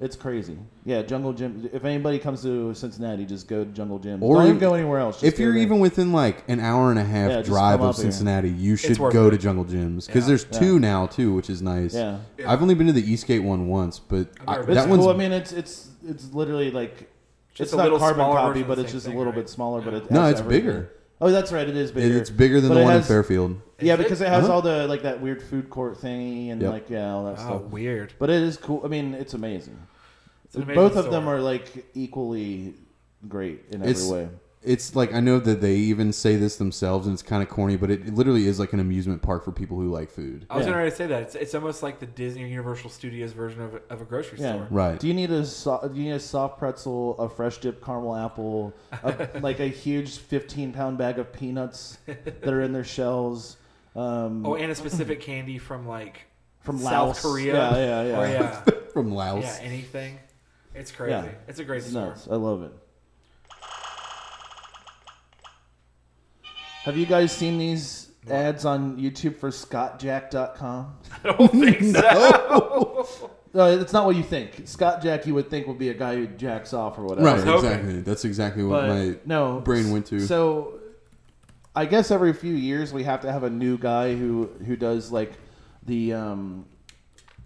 S3: it's crazy. Yeah, Jungle Gym. If anybody comes to Cincinnati, just go to Jungle Gym.
S2: Or
S3: Or Don't even
S2: if-
S3: go anywhere else. just
S2: if
S3: go
S2: you're
S3: there.
S2: even within like an hour and a half
S3: Yeah, just
S2: drive
S3: come
S2: of
S3: up here.
S2: Cincinnati, you should
S1: worth
S2: go
S1: it.
S2: to Jungle Gyms because
S1: Yeah.
S2: there's
S3: Yeah.
S2: two now too, which is nice.
S3: Yeah.
S1: Yeah.
S2: I've only been to the Eastgate one once, but
S1: I've
S2: I,
S1: never been
S2: that
S3: it's
S2: one's
S3: cool. I mean, it's it's it's literally like
S1: Just
S3: it's
S1: a
S3: not
S1: little
S3: carbon
S1: smaller
S3: copy,
S1: version of
S3: but
S1: the
S3: it's
S1: same
S3: just a
S1: thing,
S3: little
S1: right?
S3: bit smaller. But it
S2: No,
S3: has
S2: it's
S3: everything.
S2: bigger.
S3: Oh, that's right. It is
S2: it-
S3: bigger.
S2: it's bigger than
S3: But
S2: the
S3: it
S2: one in
S3: has-
S2: Fairfield.
S3: Yeah,
S1: Is it?
S3: because it has
S2: Huh?
S3: all the like that weird food court thingy and
S2: Yep.
S3: like yeah, all that
S1: Oh,
S3: stuff.
S1: weird.
S3: But it is cool. I mean, it's amazing.
S1: It's an
S3: Both
S1: amazing
S3: of them
S1: store.
S3: are like equally great in every
S2: It's
S3: way.
S2: it's like I know that they even say this themselves, and it's kind of corny, but it, it literally is like an amusement park for people who like food.
S1: I was
S3: Yeah.
S1: going to say that. It's, it's almost like the Disney or Universal Studios version of, a- of a grocery
S3: Yeah.
S1: store.
S2: Right.
S3: Do you need a so- do you need a soft pretzel, a fresh dipped caramel apple, a, like a huge fifteen pound bag of peanuts that are in their shells? Um,
S1: Oh, and a specific candy from like
S3: from
S1: South
S3: Laos.
S1: Korea.
S3: Yeah, yeah, yeah.
S1: Or, yeah.
S2: From Laos.
S1: yeah, anything. It's crazy.
S3: Yeah.
S1: It's a great
S3: It's
S1: store.
S3: nuts. I love it. Have you guys seen these ads on YouTube for ScottJack.com?
S1: I don't think so.
S3: No, it's not what you think. Scott Jack, you would think would be a guy who jacks off or whatever.
S2: Right,
S1: was hoping.
S2: exactly. That's exactly what
S3: But
S2: my
S3: no
S2: brain went to.
S3: So, I guess every few years we have to have a new guy who who does like the um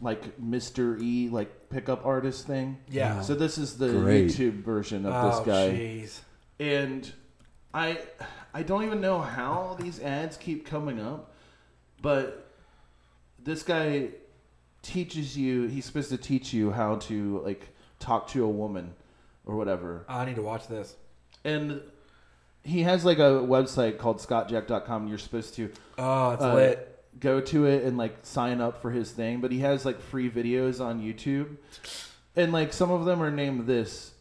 S3: like Mr. E like pickup artist thing.
S1: Yeah.
S3: So this is the
S2: Great.
S3: YouTube version of
S1: oh,
S3: this guy,
S1: jeez.
S3: and I I don't even know how these ads keep coming up, but this guy teaches you. He's supposed to teach you how to like talk to a woman or whatever
S1: Oh, I need to watch this.
S3: and he has like a website called scottjack.com and you're supposed to
S1: Oh, it's
S3: uh,
S1: lit.
S3: go to it and like sign up for his thing but he has like free videos on youtube and like some of them are named this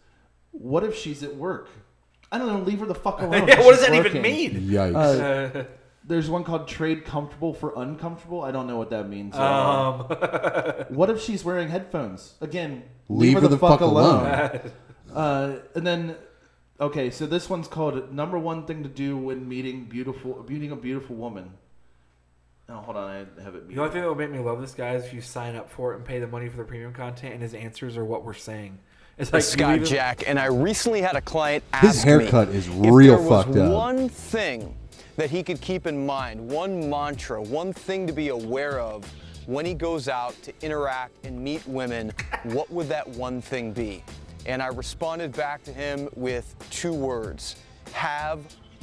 S3: what if she's at work i don't know leave her the fuck alone
S1: yeah, what does
S3: She's
S1: that even
S3: oh, working.
S1: mean?
S2: Yikes.
S3: Uh,
S1: Uh,
S3: there's one called trade comfortable for uncomfortable i don't know what that means
S1: um,
S3: what if she's wearing headphones again
S2: Leave her the fuck alone.
S3: Uh, and then, okay, so this one's called number one thing to do when meeting beautiful, meeting a beautiful woman. Oh, hold on, I have it.
S1: The only thing that will make me love this guy is if you sign up for it and pay the money for the premium content, and his answers are what we're saying. It's like
S6: It's
S1: you
S6: Scott
S1: leave it-
S6: Jack, and I recently had a client ask
S2: His haircut
S6: me
S2: is
S6: if
S2: real
S6: there was
S2: fucked up.
S6: One thing that he could keep in mind, one mantra, one thing to be aware of when he goes out to interact and meet women. What would that one thing be? And I responded back to him with two words: have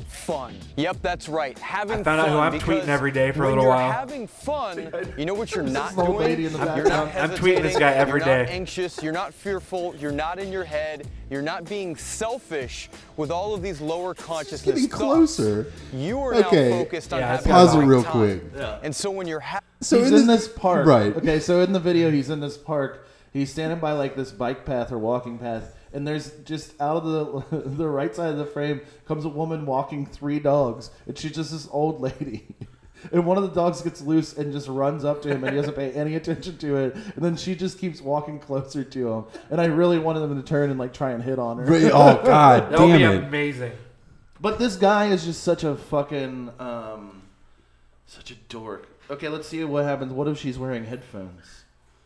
S6: fun. Yep, that's right. Having
S1: I found out
S6: fun.
S1: who I'm
S6: because
S1: tweeting every day for a
S6: when
S1: little
S6: you're
S1: while.
S6: Having fun. You know what you're not
S3: old
S6: doing.
S3: lady in the
S6: You're not
S1: background. I'm tweeting this
S6: hesitating,
S1: guy every
S6: you're not
S1: day.
S6: anxious, you're not fearful, you're not in your head, you're not being selfish with all of these lower consciousness
S2: getting
S6: thoughts.
S2: closer.
S6: You are
S2: Okay.
S6: now focused on
S1: Yeah,
S6: having
S1: it's gotta
S6: a
S2: Pause it
S6: great
S2: real
S6: time.
S2: quick.
S6: And so when you're ha-
S2: So
S3: he's in this park.
S2: right?
S3: Okay, so in the video, he's in this park. He's standing by like this bike path or walking path, and there's just out of the the right side of the frame comes a woman walking three dogs, and she's just this old lady. And one of the dogs gets loose and just runs up to him, and he doesn't pay any attention to it. And then she just keeps walking closer to him. And I really wanted them to turn and like try and hit on her.
S2: Right- Oh god,
S1: That would be
S2: damn it!
S1: amazing.
S3: But this guy is just such a fucking um, such a dork. Okay, let's see what happens. What if she's wearing headphones?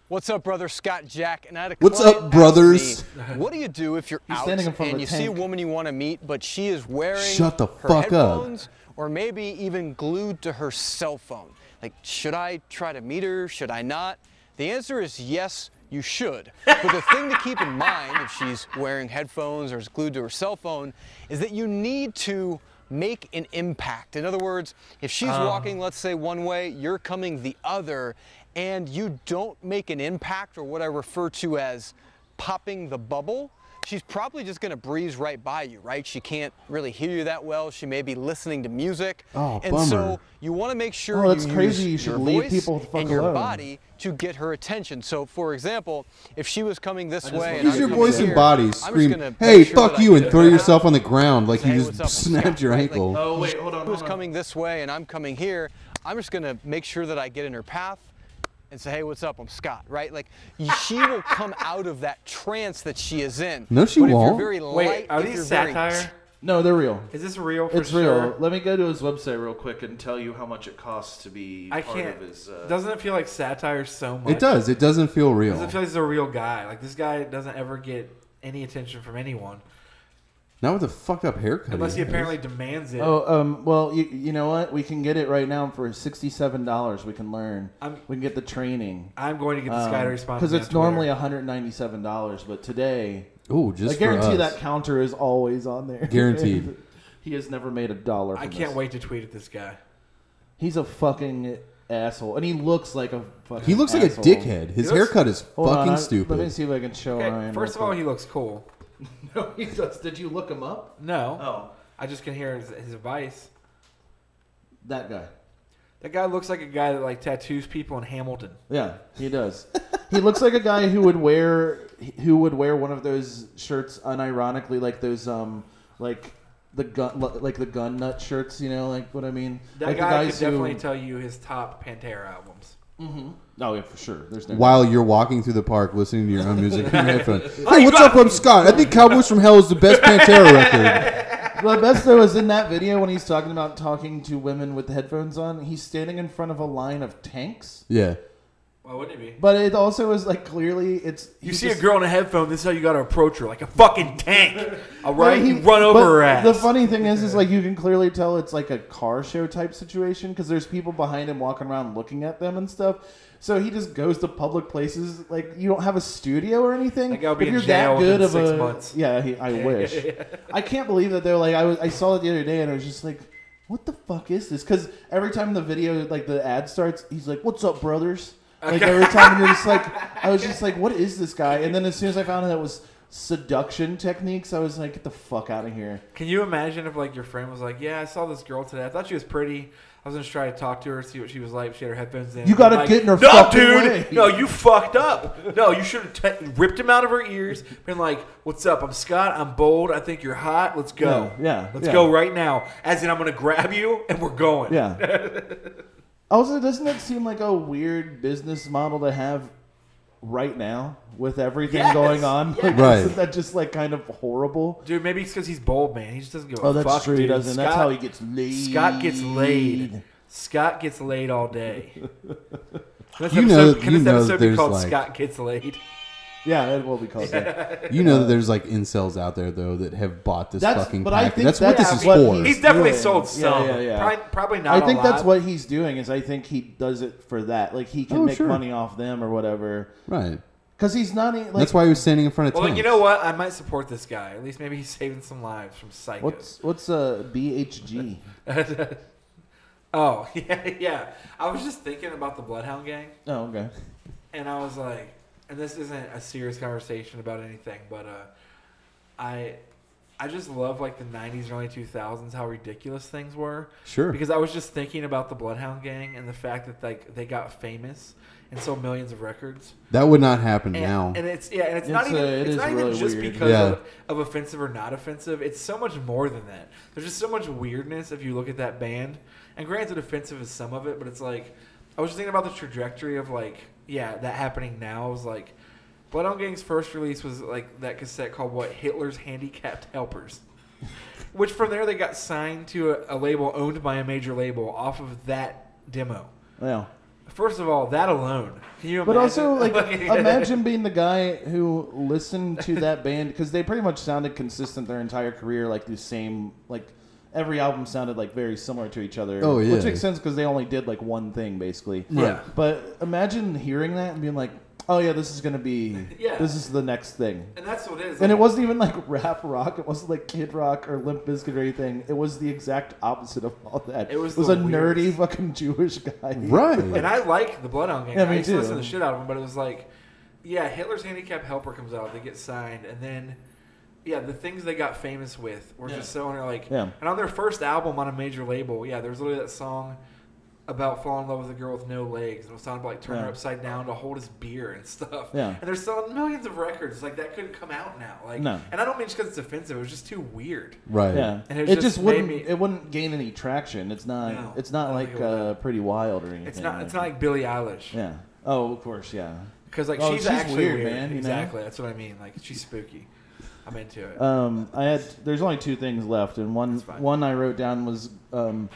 S6: What's up, brother Scott Jack? And I had a
S2: What's
S6: client
S2: up,
S6: ask
S2: brothers?
S6: me, what do you do if you're
S3: He's
S6: out
S3: standing in front of a
S6: and you see a
S3: tank.
S6: woman you want to meet, but she is wearing
S2: Shut the
S6: her
S2: fuck up.
S6: headphones or maybe even glued to her cell phone? Like, should I try to meet her? Should I not? The answer is yes, you should. But the thing to keep in mind if she's wearing headphones or is glued to her cell phone is that you need to make an impact. In other words, if she's
S2: Ah.
S6: walking, let's say one way, you're coming the other, and you don't make an impact or what I refer to as popping the bubble, she's probably just gonna breeze right by you, right? She can't really hear you that well. She may be listening to music.
S2: Oh,
S6: and
S2: bummer.
S6: so you wanna make sure
S3: Oh, that's
S6: you
S3: crazy. You
S6: use
S3: should
S6: your
S3: leave
S6: voice
S3: people the fuck
S6: and your
S3: alone.
S6: body to get her attention. So for example, if she was coming this
S3: just want
S6: way and
S3: to
S2: Use
S6: I'm
S2: your
S6: coming
S2: voice and
S6: here,
S2: body.
S6: I'm just gonna
S2: Scream,
S6: make
S2: "Hey,
S6: sure
S2: fuck
S6: that I
S2: you!"
S6: do
S2: and throw
S6: that.
S2: yourself on the ground like
S6: Hey,
S2: you
S6: what's up,
S2: just
S6: it's
S2: snapped
S6: Scott.
S2: your
S6: Like,
S2: ankle.
S3: Oh wait, hold on.
S6: who's
S3: Hold on.
S6: coming this way and I'm coming here, I'm just gonna make sure that I get in her path and say, hey, what's up? I'm Scott, right? Like, y- she will come out of that trance that she is in.
S2: No, she
S6: but If
S2: won't.
S6: you're very light,
S1: Wait, are
S6: if
S1: these
S6: you're very
S1: satire?
S3: No, they're real.
S1: Is this real for
S3: It's
S1: sure?
S3: real. Let me go to his website real quick and tell you how much it costs to be
S1: I
S3: part
S1: can't.
S3: of his. Uh,
S1: doesn't it feel like satire so much?
S2: It does. It doesn't feel real.
S1: Doesn't feel like he's a real guy. Like this guy doesn't ever get any attention from anyone
S2: Not with a fucked up haircut.
S1: unless he
S2: has.
S1: apparently demands it.
S3: oh, um. Well, you, you know what? We can get it right now for sixty-seven dollars. We can learn.
S1: I'm-
S3: we can get the training.
S1: I'm going to get this guy to respond to
S3: because
S1: me
S3: Um, it's
S1: on Twitter.
S3: normally one hundred ninety-seven dollars, but today
S2: Ooh, just
S3: I guarantee
S2: for us.
S3: that counter is always on there.
S2: Guaranteed.
S3: he has never made a dollar.
S1: I
S3: from
S1: can't
S3: this.
S1: wait to tweet at this guy.
S3: He's a fucking asshole, and he looks like a fucking.
S2: He looks like
S3: asshole.
S2: a dickhead. His
S1: He looks-
S2: haircut is
S3: Hold on,
S2: fucking
S3: I-
S2: stupid.
S3: Let me see if I can show
S1: Okay,
S3: Ryan.
S1: first of all, he looks cool.
S3: no, he does. Did you look him up?
S1: No,
S3: Oh,
S1: I just can hear his, his advice.
S3: that guy.
S1: That guy looks like a guy that like tattoos people in Hamilton.
S3: Yeah, he does. he looks like a guy who would wear who would wear one of those shirts unironically, like those um like the gun like the gun nut shirts. You know, like what I mean.
S1: That
S3: like
S1: guy
S3: the
S1: could definitely tell you his top Pantera albums.
S3: Oh yeah, for sure. There's no.
S2: While you're walking through the park listening to your own music in your headphone. Hey, what's up? I'm Scott. I think Cowboys from Hell is the best Pantera record.
S3: The best though is in that video when he's talking about talking to women with headphones on. He's standing in front of a line of tanks,
S2: Yeah.
S1: Why wouldn't it be?
S3: but it also is like clearly it's
S1: You
S3: he's
S1: see
S3: just-
S1: a girl in a headphone, this is how you gotta approach her, like a fucking tank. All right,
S3: No, he-
S1: you run over
S3: but
S1: her ass.
S3: The funny thing is, is like you can clearly tell it's like a car show type situation because there's people behind him walking around looking at them and stuff. So he just goes to public places. Like you don't have a studio or anything.
S1: Like, I'll be
S3: if
S1: in
S3: you're
S1: jail
S3: that good
S1: within
S3: of
S1: six
S3: a,
S1: months.
S3: yeah, he, I wish. I can't believe that they're like I was. I saw it the other day and I was just like. What the fuck is this? Because every time the video, like the ad starts, he's like, "What's up, brothers?" Like every time, you're just like, I was just like, "What is this guy?" And then as soon as I found out it was seduction techniques, I was like, "Get the fuck out of here!"
S1: Can you imagine if like your friend was like, "Yeah, I saw this girl today. I thought she was pretty. I was gonna try to talk to her, see what she was like. She had her headphones in.
S3: You gotta
S1: Like,
S3: get in her
S1: No,
S3: fucking
S1: dude.
S3: way."
S1: No, you fucked up. No, you should have t- ripped him out of her ears. Been like, "What's up? I'm Scott. I'm bold. I think you're hot. Let's go.
S3: Yeah, yeah,
S1: let's
S3: yeah.
S1: go right now. As in, I'm gonna grab you and we're going.
S3: Yeah. also, doesn't it seem like a weird business model to have right now with everything
S1: Yes,
S3: going on? Like,
S2: yes.
S3: Isn't
S2: Right.
S3: that just like kind of horrible?
S1: dude. Maybe it's because he's bold, man. He just doesn't give a
S3: Oh, that's
S1: fuck.
S3: true.
S1: Dude.
S3: He doesn't.
S1: Scott,
S3: that's how he gets laid.
S1: Scott gets laid. Scott gets laid all day. Can this
S2: You know-
S1: episode- can
S2: you
S1: this
S2: know
S1: episode be
S2: there's
S1: called
S2: like-
S1: Scott Gets Laid?
S3: Yeah, that will be called that.
S2: You know that there's like incels out there though that have bought this
S3: That's-
S2: fucking
S3: but I
S2: package.
S3: think
S2: That's what
S3: that's
S2: this is
S3: what
S2: for.
S1: He's definitely
S3: doing.
S1: sold
S3: Yeah,
S1: some.
S3: yeah, yeah.
S1: Probably, probably not.
S3: I
S1: a
S3: think that's
S1: lot.
S3: what he's doing. Is I think he does it for that. Like he can
S2: Oh,
S3: make
S2: sure.
S3: money off them or whatever.
S2: Right.
S3: Because he's not. e-, Like,
S2: That's why he was standing in front of
S1: Well,
S2: tanks.
S1: you know what? I might support this guy. At least maybe he's saving some lives from psychos.
S3: What's what's uh, BHG?
S1: Oh yeah, yeah. I was just thinking about the Bloodhound Gang,
S3: oh, okay.
S1: and I was like, and this isn't a serious conversation about anything, but uh, I, I just love like the '90s, and early 2000s, how ridiculous things were.
S2: Sure.
S1: Because I was just thinking about the Bloodhound Gang and the fact that like they got famous and sold millions of records.
S2: That would not happen
S1: And,
S2: now.
S1: and it's yeah, and it's,
S3: It's,
S1: not even
S3: uh, it
S1: it's
S3: is
S1: not even
S3: really
S1: just
S3: weird.
S1: because
S2: Yeah.
S1: of, of offensive or not offensive. It's so much more than that. There's just so much weirdness if you look at that band. And granted, offensive is some of it, but it's like I was just thinking about the trajectory of like yeah, that happening now. I was like, Blood on Gang's first release was like that cassette called what Hitler's Handicapped Helpers. Which from there they got signed to a, a label owned by a major label off of that demo.
S3: Well,
S1: First of all, that alone. Can you
S3: But
S1: imagine?
S3: also, like, imagine being the guy who listened to that band because they pretty much sounded consistent their entire career, like the same, like every album sounded like very similar to each other.
S2: Oh, yeah.
S3: which makes sense because they only did like one thing basically.
S1: Yeah.
S3: But imagine hearing that and being like, "Oh yeah, this is gonna be,
S1: Yeah.
S3: this is the next thing."
S1: And that's what it is.
S3: And it
S1: Like,
S3: wasn't even like rap rock. It wasn't like kid rock or Limp Bizkit or anything. It was the exact opposite of all that.
S1: It was
S3: it was
S1: the
S3: a nerdy
S1: weirdest.
S3: fucking Jewish guy.
S1: And
S2: right.
S1: I like the Bloodhound Gang.
S3: Yeah,
S1: I
S3: me
S1: used to
S3: too.
S1: listen to the shit out of them, but it was like, yeah, Hitler's Handicap Helper comes out, they get signed, and then, yeah, the things they got famous with were just so under like,
S3: Yeah.
S1: and on their first album on a major label, yeah, there was literally that song about falling in love with a girl with no legs, and it was talking about like turn her
S3: Yeah.
S1: upside down to hold his beer and stuff.
S3: Yeah.
S1: and they're selling millions of records. Like that couldn't come out now. Like,
S3: No.
S1: and I don't mean just because it's offensive. It was just too weird.
S2: Right.
S3: Yeah,
S1: And
S3: it,
S1: it
S3: just,
S1: just made
S3: wouldn't
S1: me-
S3: it wouldn't gain any traction. It's not
S1: No,
S3: it's not
S1: I don't
S3: like
S1: think it would.
S3: uh, pretty wild or anything.
S1: It's not. It's not like Billie Eilish.
S3: yeah. Oh, of course, yeah.
S1: Because like
S3: Oh,
S1: she's,
S3: she's
S1: actually
S3: weird,
S1: weird,
S3: man, you know?
S1: exactly. That's what I mean. Like she's spooky. I'm into it.
S3: Um, I had there's only two things left, and one
S1: fine.
S3: one I wrote down was um,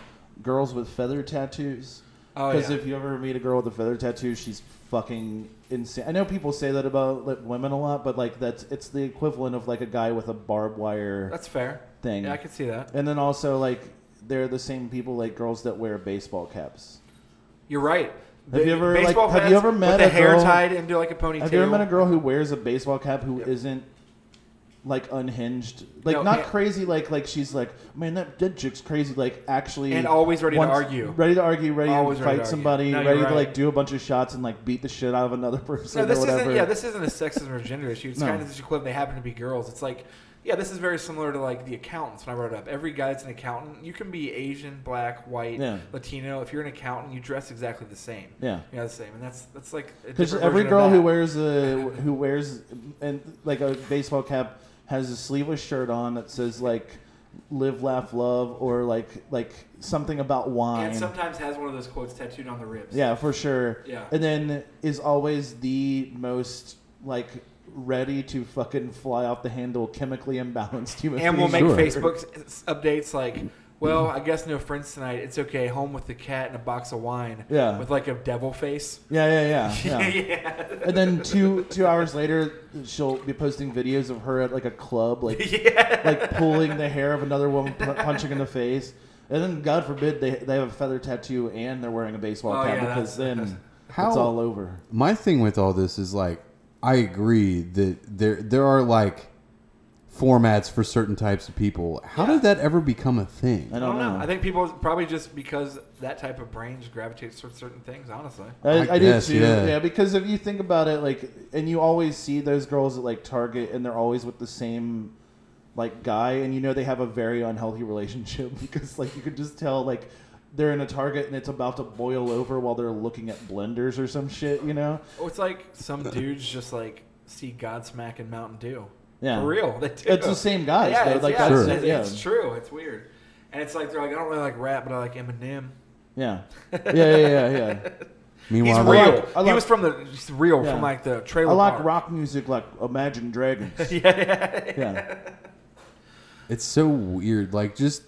S3: girls with feather tattoos.
S1: Oh,
S3: Because
S1: yeah.
S3: if you ever meet a girl with a feather tattoo, she's fucking insane. I know people say that about like, women a lot, but like that's it's the equivalent of like a guy with a barbed wire.
S1: That's fair.
S3: thing.
S1: Yeah, I can see that.
S3: and then also like they're the same people like girls that wear baseball caps.
S1: You're right.
S3: Have you ever, like-
S1: baseball
S3: have you
S1: hats
S3: ever met
S1: with
S3: a
S1: the hair
S3: girl-
S1: tied into like a ponytail?
S3: Have you ever met a girl who wears a baseball cap who
S1: Yep.
S3: not like unhinged? Like
S1: No,
S3: not
S1: yeah.
S3: crazy. Like like she's like, man, that dead chick's crazy. Like actually,
S1: And always ready to argue.
S3: ready to argue, ready
S1: Always
S3: to
S1: ready
S3: fight
S1: to argue.
S3: somebody,
S1: No, you're
S3: ready to
S1: right.
S3: like do a bunch of shots and like beat the shit out of another person
S1: No, this
S3: or whatever.
S1: isn't. Yeah, this isn't a sexism or gender issue. It's
S3: No.
S1: kind of just equivalent. They happen to be girls. It's like, yeah, this is very similar to like the accountants. When I wrote it up, every guy that's an accountant, you can be Asian, black, white,
S3: Yeah.
S1: Latino. If you're an accountant, you dress exactly the same.
S3: Yeah.
S1: you know the same, and that's that's like a
S3: Because
S1: different
S3: every
S1: version of
S3: girl
S1: that.
S3: who wears a who wears and like a baseball cap has a sleeveless shirt on that says like "Live, Laugh, Love" or like like something about wine.
S1: and sometimes has one of those quotes tattooed on the ribs.
S3: Yeah, for sure.
S1: Yeah.
S3: And then is always the most like ready to fucking fly off the handle, chemically imbalanced human.
S1: and we'll
S3: being.
S1: make
S2: Sure.
S1: Facebook s- updates like, well, I guess no friends tonight. It's okay. Home with the cat and a box of wine.
S3: Yeah.
S1: With like a devil face.
S3: Yeah, yeah, yeah, yeah. And then two two hours later, she'll be posting videos of her at like a club, like like pulling the hair of another woman, pu- punching in the face. And then, God forbid, they they have a feather tattoo and they're wearing a baseball
S1: Oh,
S3: cap
S1: yeah,
S3: because
S1: that's-
S3: then
S2: How-
S3: it's all over.
S2: My thing with all this is like I agree that there there are like formats for certain types of people. How did that ever become a thing?
S3: I
S1: I
S3: don't,
S1: don't
S3: know.
S1: know. I think people probably just because that type of brain just gravitates towards certain things. Honestly,
S3: I,
S2: I
S3: I, do
S2: guess,
S3: too.
S2: yeah.
S3: Yeah. because if you think about it, like, and you always see those girls at like Target, and they're always with the same like guy, and you know they have a very unhealthy relationship because like you could just tell like they're in a Target and it's about to boil over while they're looking at blenders or some shit, you know?
S1: oh, it's like some dudes just like see Godsmack and Mountain Dew.
S3: Yeah.
S1: For real, they do.
S3: It's the same guys,
S1: Yeah,
S3: though.
S1: it's,
S3: Like,
S1: yeah,
S2: that's-
S1: it's,
S3: yeah.
S1: it's true. It's weird, and it's like they're like, I don't really like rap, but I like Eminem.
S3: Yeah, yeah, yeah, yeah. yeah.
S1: He's
S2: Meanwhile,
S1: real.
S2: like-
S3: like- I
S1: he
S3: like-
S1: was from the he's real
S3: Yeah.
S1: from like the trailer.
S3: I like
S1: park.
S3: rock music, like Imagine Dragons.
S1: yeah.
S3: Yeah,
S2: it's so weird. Like just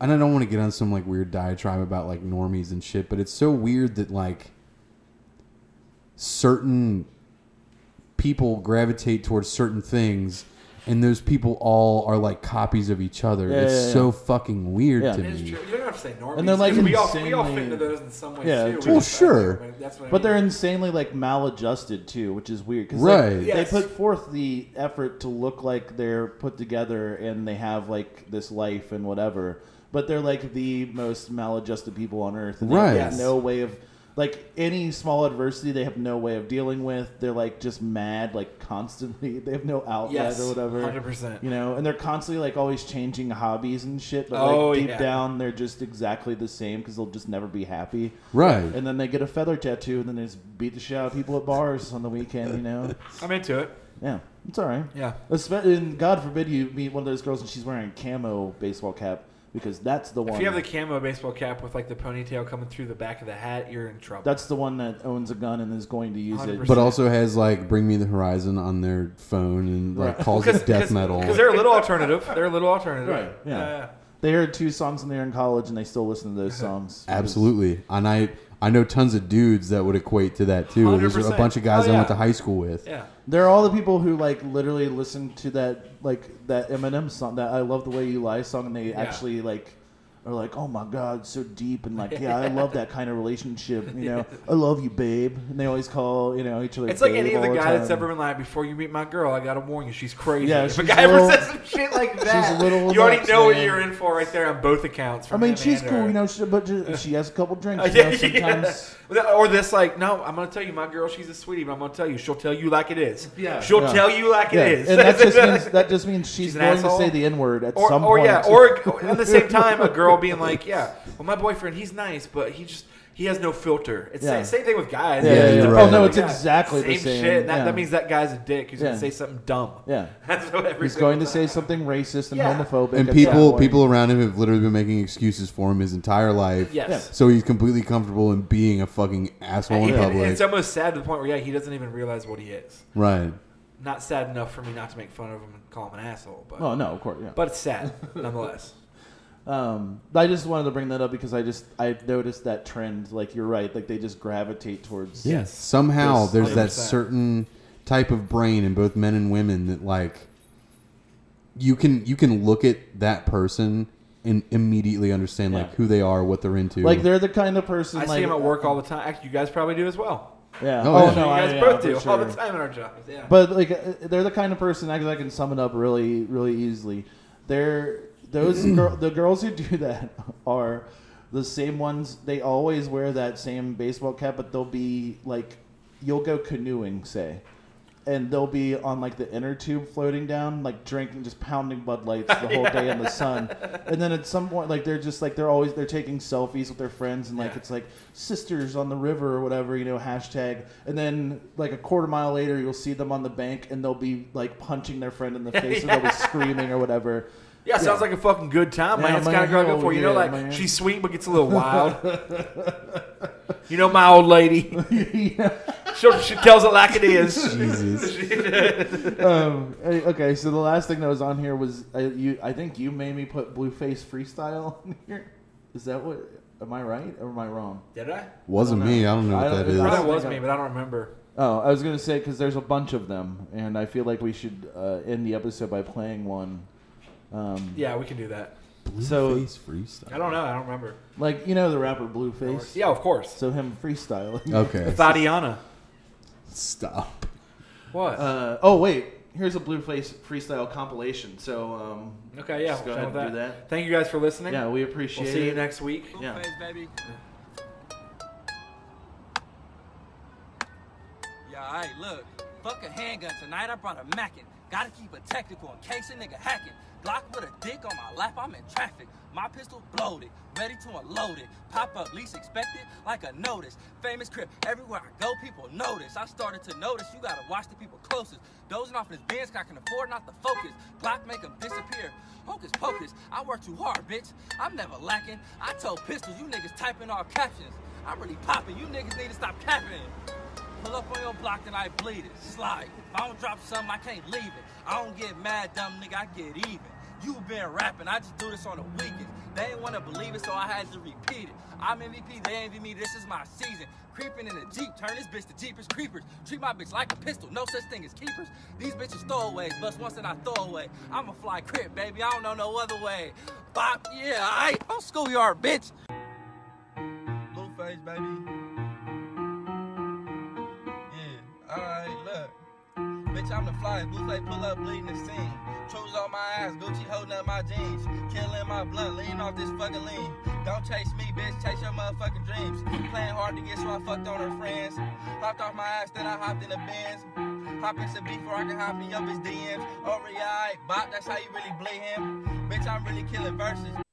S2: and I don't want to get on some like weird diatribe about like normies and shit, but it's so weird that like certain people gravitate towards certain things and those people all are like copies of each other.
S3: Yeah,
S2: it's
S3: yeah, yeah.
S2: so fucking weird
S3: Yeah.
S2: to
S1: It is
S2: me.
S1: true. You don't have to say normies.
S3: And they're, like,
S1: 'cause we all, we all fit
S3: insanely-
S1: into those in some way
S3: Yeah,
S1: too.
S3: true.
S2: Well, sure.
S1: But That's what I
S3: But they're
S1: mean.
S3: insanely like maladjusted too, which is weird. 'cause,
S2: Right.
S3: They,
S1: Yes.
S3: they put forth the effort to look like they're put together and they have like this life and whatever, but they're like the most maladjusted people on earth. And
S2: Right.
S3: They have
S1: Yes.
S3: no way of like any small adversity they have no way of dealing with. They're like just mad like constantly. They have no outlet
S1: Yes,
S3: or whatever.
S1: 100%.
S3: You know, and they're constantly like always changing hobbies and shit. But
S1: Oh,
S3: like deep
S1: yeah.
S3: down, they're just exactly the same because they'll just never be happy.
S2: Right.
S3: And then they get a feather tattoo, and then they just beat the shit out of people at bars on the weekend. You know,
S1: I'm into it.
S3: yeah, it's all right.
S1: Yeah.
S3: Espe- and God forbid you meet one of those girls and she's wearing a camo baseball cap because that's the one.
S1: If you have the camo baseball cap with like the ponytail coming through the back of the hat, you're in trouble.
S3: that's the one that owns a gun and is going to use it.
S1: 100%.
S2: But uh, also has like Bring Me the Horizon on their phone and like
S3: Right.
S2: calls it death metal.
S1: Because they're a little alternative. They're a little alternative. Uh,
S3: Right, yeah. They heard two songs when they were in college, and they still listen to those songs.
S2: Absolutely, and I I know tons of dudes that would equate to that too. There's a
S1: 100%.
S2: bunch of guys
S1: Oh,
S2: I
S1: yeah.
S2: went to high school with.
S1: Yeah.
S3: They're all the people who like literally listen to that like that Eminem song, that "I Love the Way You Lie" song, and they actually like are like, "Oh my God, it's so deep!" and like, "Yeah, I love that kind of relationship." You know, "I love you, babe," and they always call you know each other.
S1: It's like
S3: babe
S1: any other
S3: all the
S1: guy that's
S3: time.
S1: ever been like, before you meet my girl, I gotta warn you, she's crazy.
S3: Yeah,
S1: if a
S3: she's
S1: guy
S3: a little-
S1: ever says some shit like that,
S3: a little
S1: you already
S3: nuts,
S1: know what
S3: man.
S1: you're in for right there on both accounts.
S3: I
S1: from
S3: mean,
S1: him
S3: she's
S1: and
S3: cool,
S1: her.
S3: you know, she, but ju- she has a couple drinks.
S1: Uh,
S3: you know,
S1: yeah,
S3: sometimes.
S1: yeah. Or this, like, no, I'm gonna tell you, my girl, she's a sweetie, but I'm gonna tell you, she'll tell you like it is.
S3: Yeah.
S1: she'll
S3: Yeah.
S1: tell you like
S3: Yeah,
S1: it is.
S3: and that just means that just means she's,
S1: an
S3: going
S1: asshole.
S3: to say the N word at
S1: or,
S3: some
S1: or
S3: point.
S1: yeah, or at the same time, a girl being like, yeah, well, my boyfriend, he's nice, but he just he has no filter. It's
S3: Yeah.
S1: the same thing with guys.
S3: Yeah,
S2: yeah, yeah.
S1: Oh
S2: Oh, no,
S3: it's exactly the same.
S1: shit. and That,
S3: Yeah.
S1: that means that guy's a dick who's
S3: Yeah.
S1: gonna say something dumb.
S3: yeah,
S1: That's what every
S3: he's going to
S1: single
S3: say something racist and
S1: Yeah.
S3: homophobic.
S2: And
S3: at some
S2: people
S3: point.
S2: people around him have literally been making excuses for him his entire life.
S1: time. Yes.
S2: So he's completely comfortable in being a fucking asshole in
S1: And- and
S2: public.
S1: it's almost sad to the point where yeah, he doesn't even realize what he is.
S2: right.
S1: Not sad enough for me not to make fun of him and call him an asshole, but
S3: Oh no, of course, yeah.
S1: but it's sad nonetheless.
S3: Um, I just wanted to bring that up because I just I noticed that trend. Like you're right, like they just gravitate towards.
S1: Yes.
S2: Somehow
S3: Yes,
S2: there's that
S1: 100%.
S2: certain type of brain in both men and women that like you can you can look at that person and immediately understand like
S3: Yeah.
S2: who they are, what they're into.
S3: Like they're the kind of person.
S1: I
S3: like,
S1: see him at work all the time. Actually, you guys probably do as well.
S3: Yeah.
S2: Oh,
S3: Oh,
S2: yeah.
S3: no,
S1: you guys
S3: I, yeah,
S1: both
S3: for
S1: do all the
S3: sure.
S1: time in our jobs. Yeah.
S3: But like uh, they're the kind of person I, I can sum it up really, really easily. They're those girl, the girls who do that are the same ones. They always wear that same baseball cap, but they'll be like you'll go canoeing, say. And they'll be on like the inner tube floating down, like drinking, just pounding Bud Lights the whole day in the sun. And then at some point, like they're just like they're always they're taking selfies with their friends, and like
S1: Yeah.
S3: it's like sisters on the river or whatever, you know, hashtag. And then like a quarter mile later, you'll see them on the bank, and they'll be like punching their friend in the face, and they'll be screaming or whatever.
S1: Yeah, sounds like a fucking good time, man.
S3: Yeah,
S1: That's kind
S3: man.
S1: of girl I go
S3: Oh,
S1: for. You know,
S3: yeah,
S1: like
S3: man.
S1: she's sweet but gets a little wild. you know, my old lady.
S3: yeah.
S1: She'll, she tells it like it is.
S2: Jesus.
S3: um, hey, okay, so the last thing that was on here was uh, you. I think you made me put Blueface freestyle on here. Is that what? Am I right or am I wrong?
S1: Did I?
S2: Wasn't
S3: I don't
S2: me.
S3: know.
S2: I don't know
S3: I
S2: what
S3: don't-
S2: that is.
S3: I
S1: Probably
S3: think
S1: was
S3: I-
S1: me, but I don't remember.
S3: Oh, I was gonna say because there's a bunch of them, and I feel like we should uh, end the episode by playing one. Um,
S1: Yeah, we can do that.
S3: so-
S2: Blueface freestyle.
S1: I don't know. I don't remember.
S3: like you know the rapper Blueface.
S1: Yeah, of course.
S3: So him freestyling.
S2: Okay.
S1: Thadiana.
S2: Stop.
S1: What?
S3: Uh, oh wait, here's a Blueface freestyle compilation. So um,
S1: okay, yeah.
S3: just go
S1: we'll
S3: ahead
S1: with
S3: and do that.
S1: Thank you guys for listening.
S3: Yeah, we
S1: we'll
S3: appreciate it.
S1: see you next week.
S3: Yeah.
S7: baby. Yeah, alright, look. Fuck a handgun tonight, I brought a Mackin. Gotta keep a tactical in case a nigga hacking. Glock with a dick on my lap, I'm in traffic. My pistol bloated, ready to unload it. Pop up, least expected, like a notice. Famous crib, everywhere I go, people notice. I started to notice, you gotta watch the people closest. Dozing off in his Benz, 'cause I can afford not to focus. Glock make him disappear. Hocus pocus, I work too hard, bitch. I'm never lacking. I told pistols, you niggas typing all captions. I'm really popping, you niggas need to stop capping. Pull up on your block and I bleed it. Slide. If I don't drop something, I can't leave it. I don't get mad, dumb nigga, I get even. You been rapping. I just do this on the weekends. They ain't wanna believe it, so I had to repeat it. I'm MVP, they envy me, this is my season. Creeping in a Jeep, turn this bitch to Jeepers Creepers. Treat my bitch like a pistol, no such thing as keepers. These bitches throwaways, plus once and I throw away. I'm a fly crip, baby, I don't know no other way. Bop, yeah, I, I'm schoolyard, bitch. Blueface, baby. Yeah, alright, look. Bitch, I'm the flyest. Blueface pull up, bleeding the scene. Trues on my ass, Gucci holding up my jeans. Killing my blunt, lean off this fucking lean. Don't chase me, bitch, chase your motherfucking dreams. Playing hard to get, so I fucked on her friends. Hopped off my ass, then I hopped in the bins. Hop in some beef before I can Oh, hop in your bitch DMs. Over your eye, bop, that's how you really bleed him. Bitch, I'm really killing verses.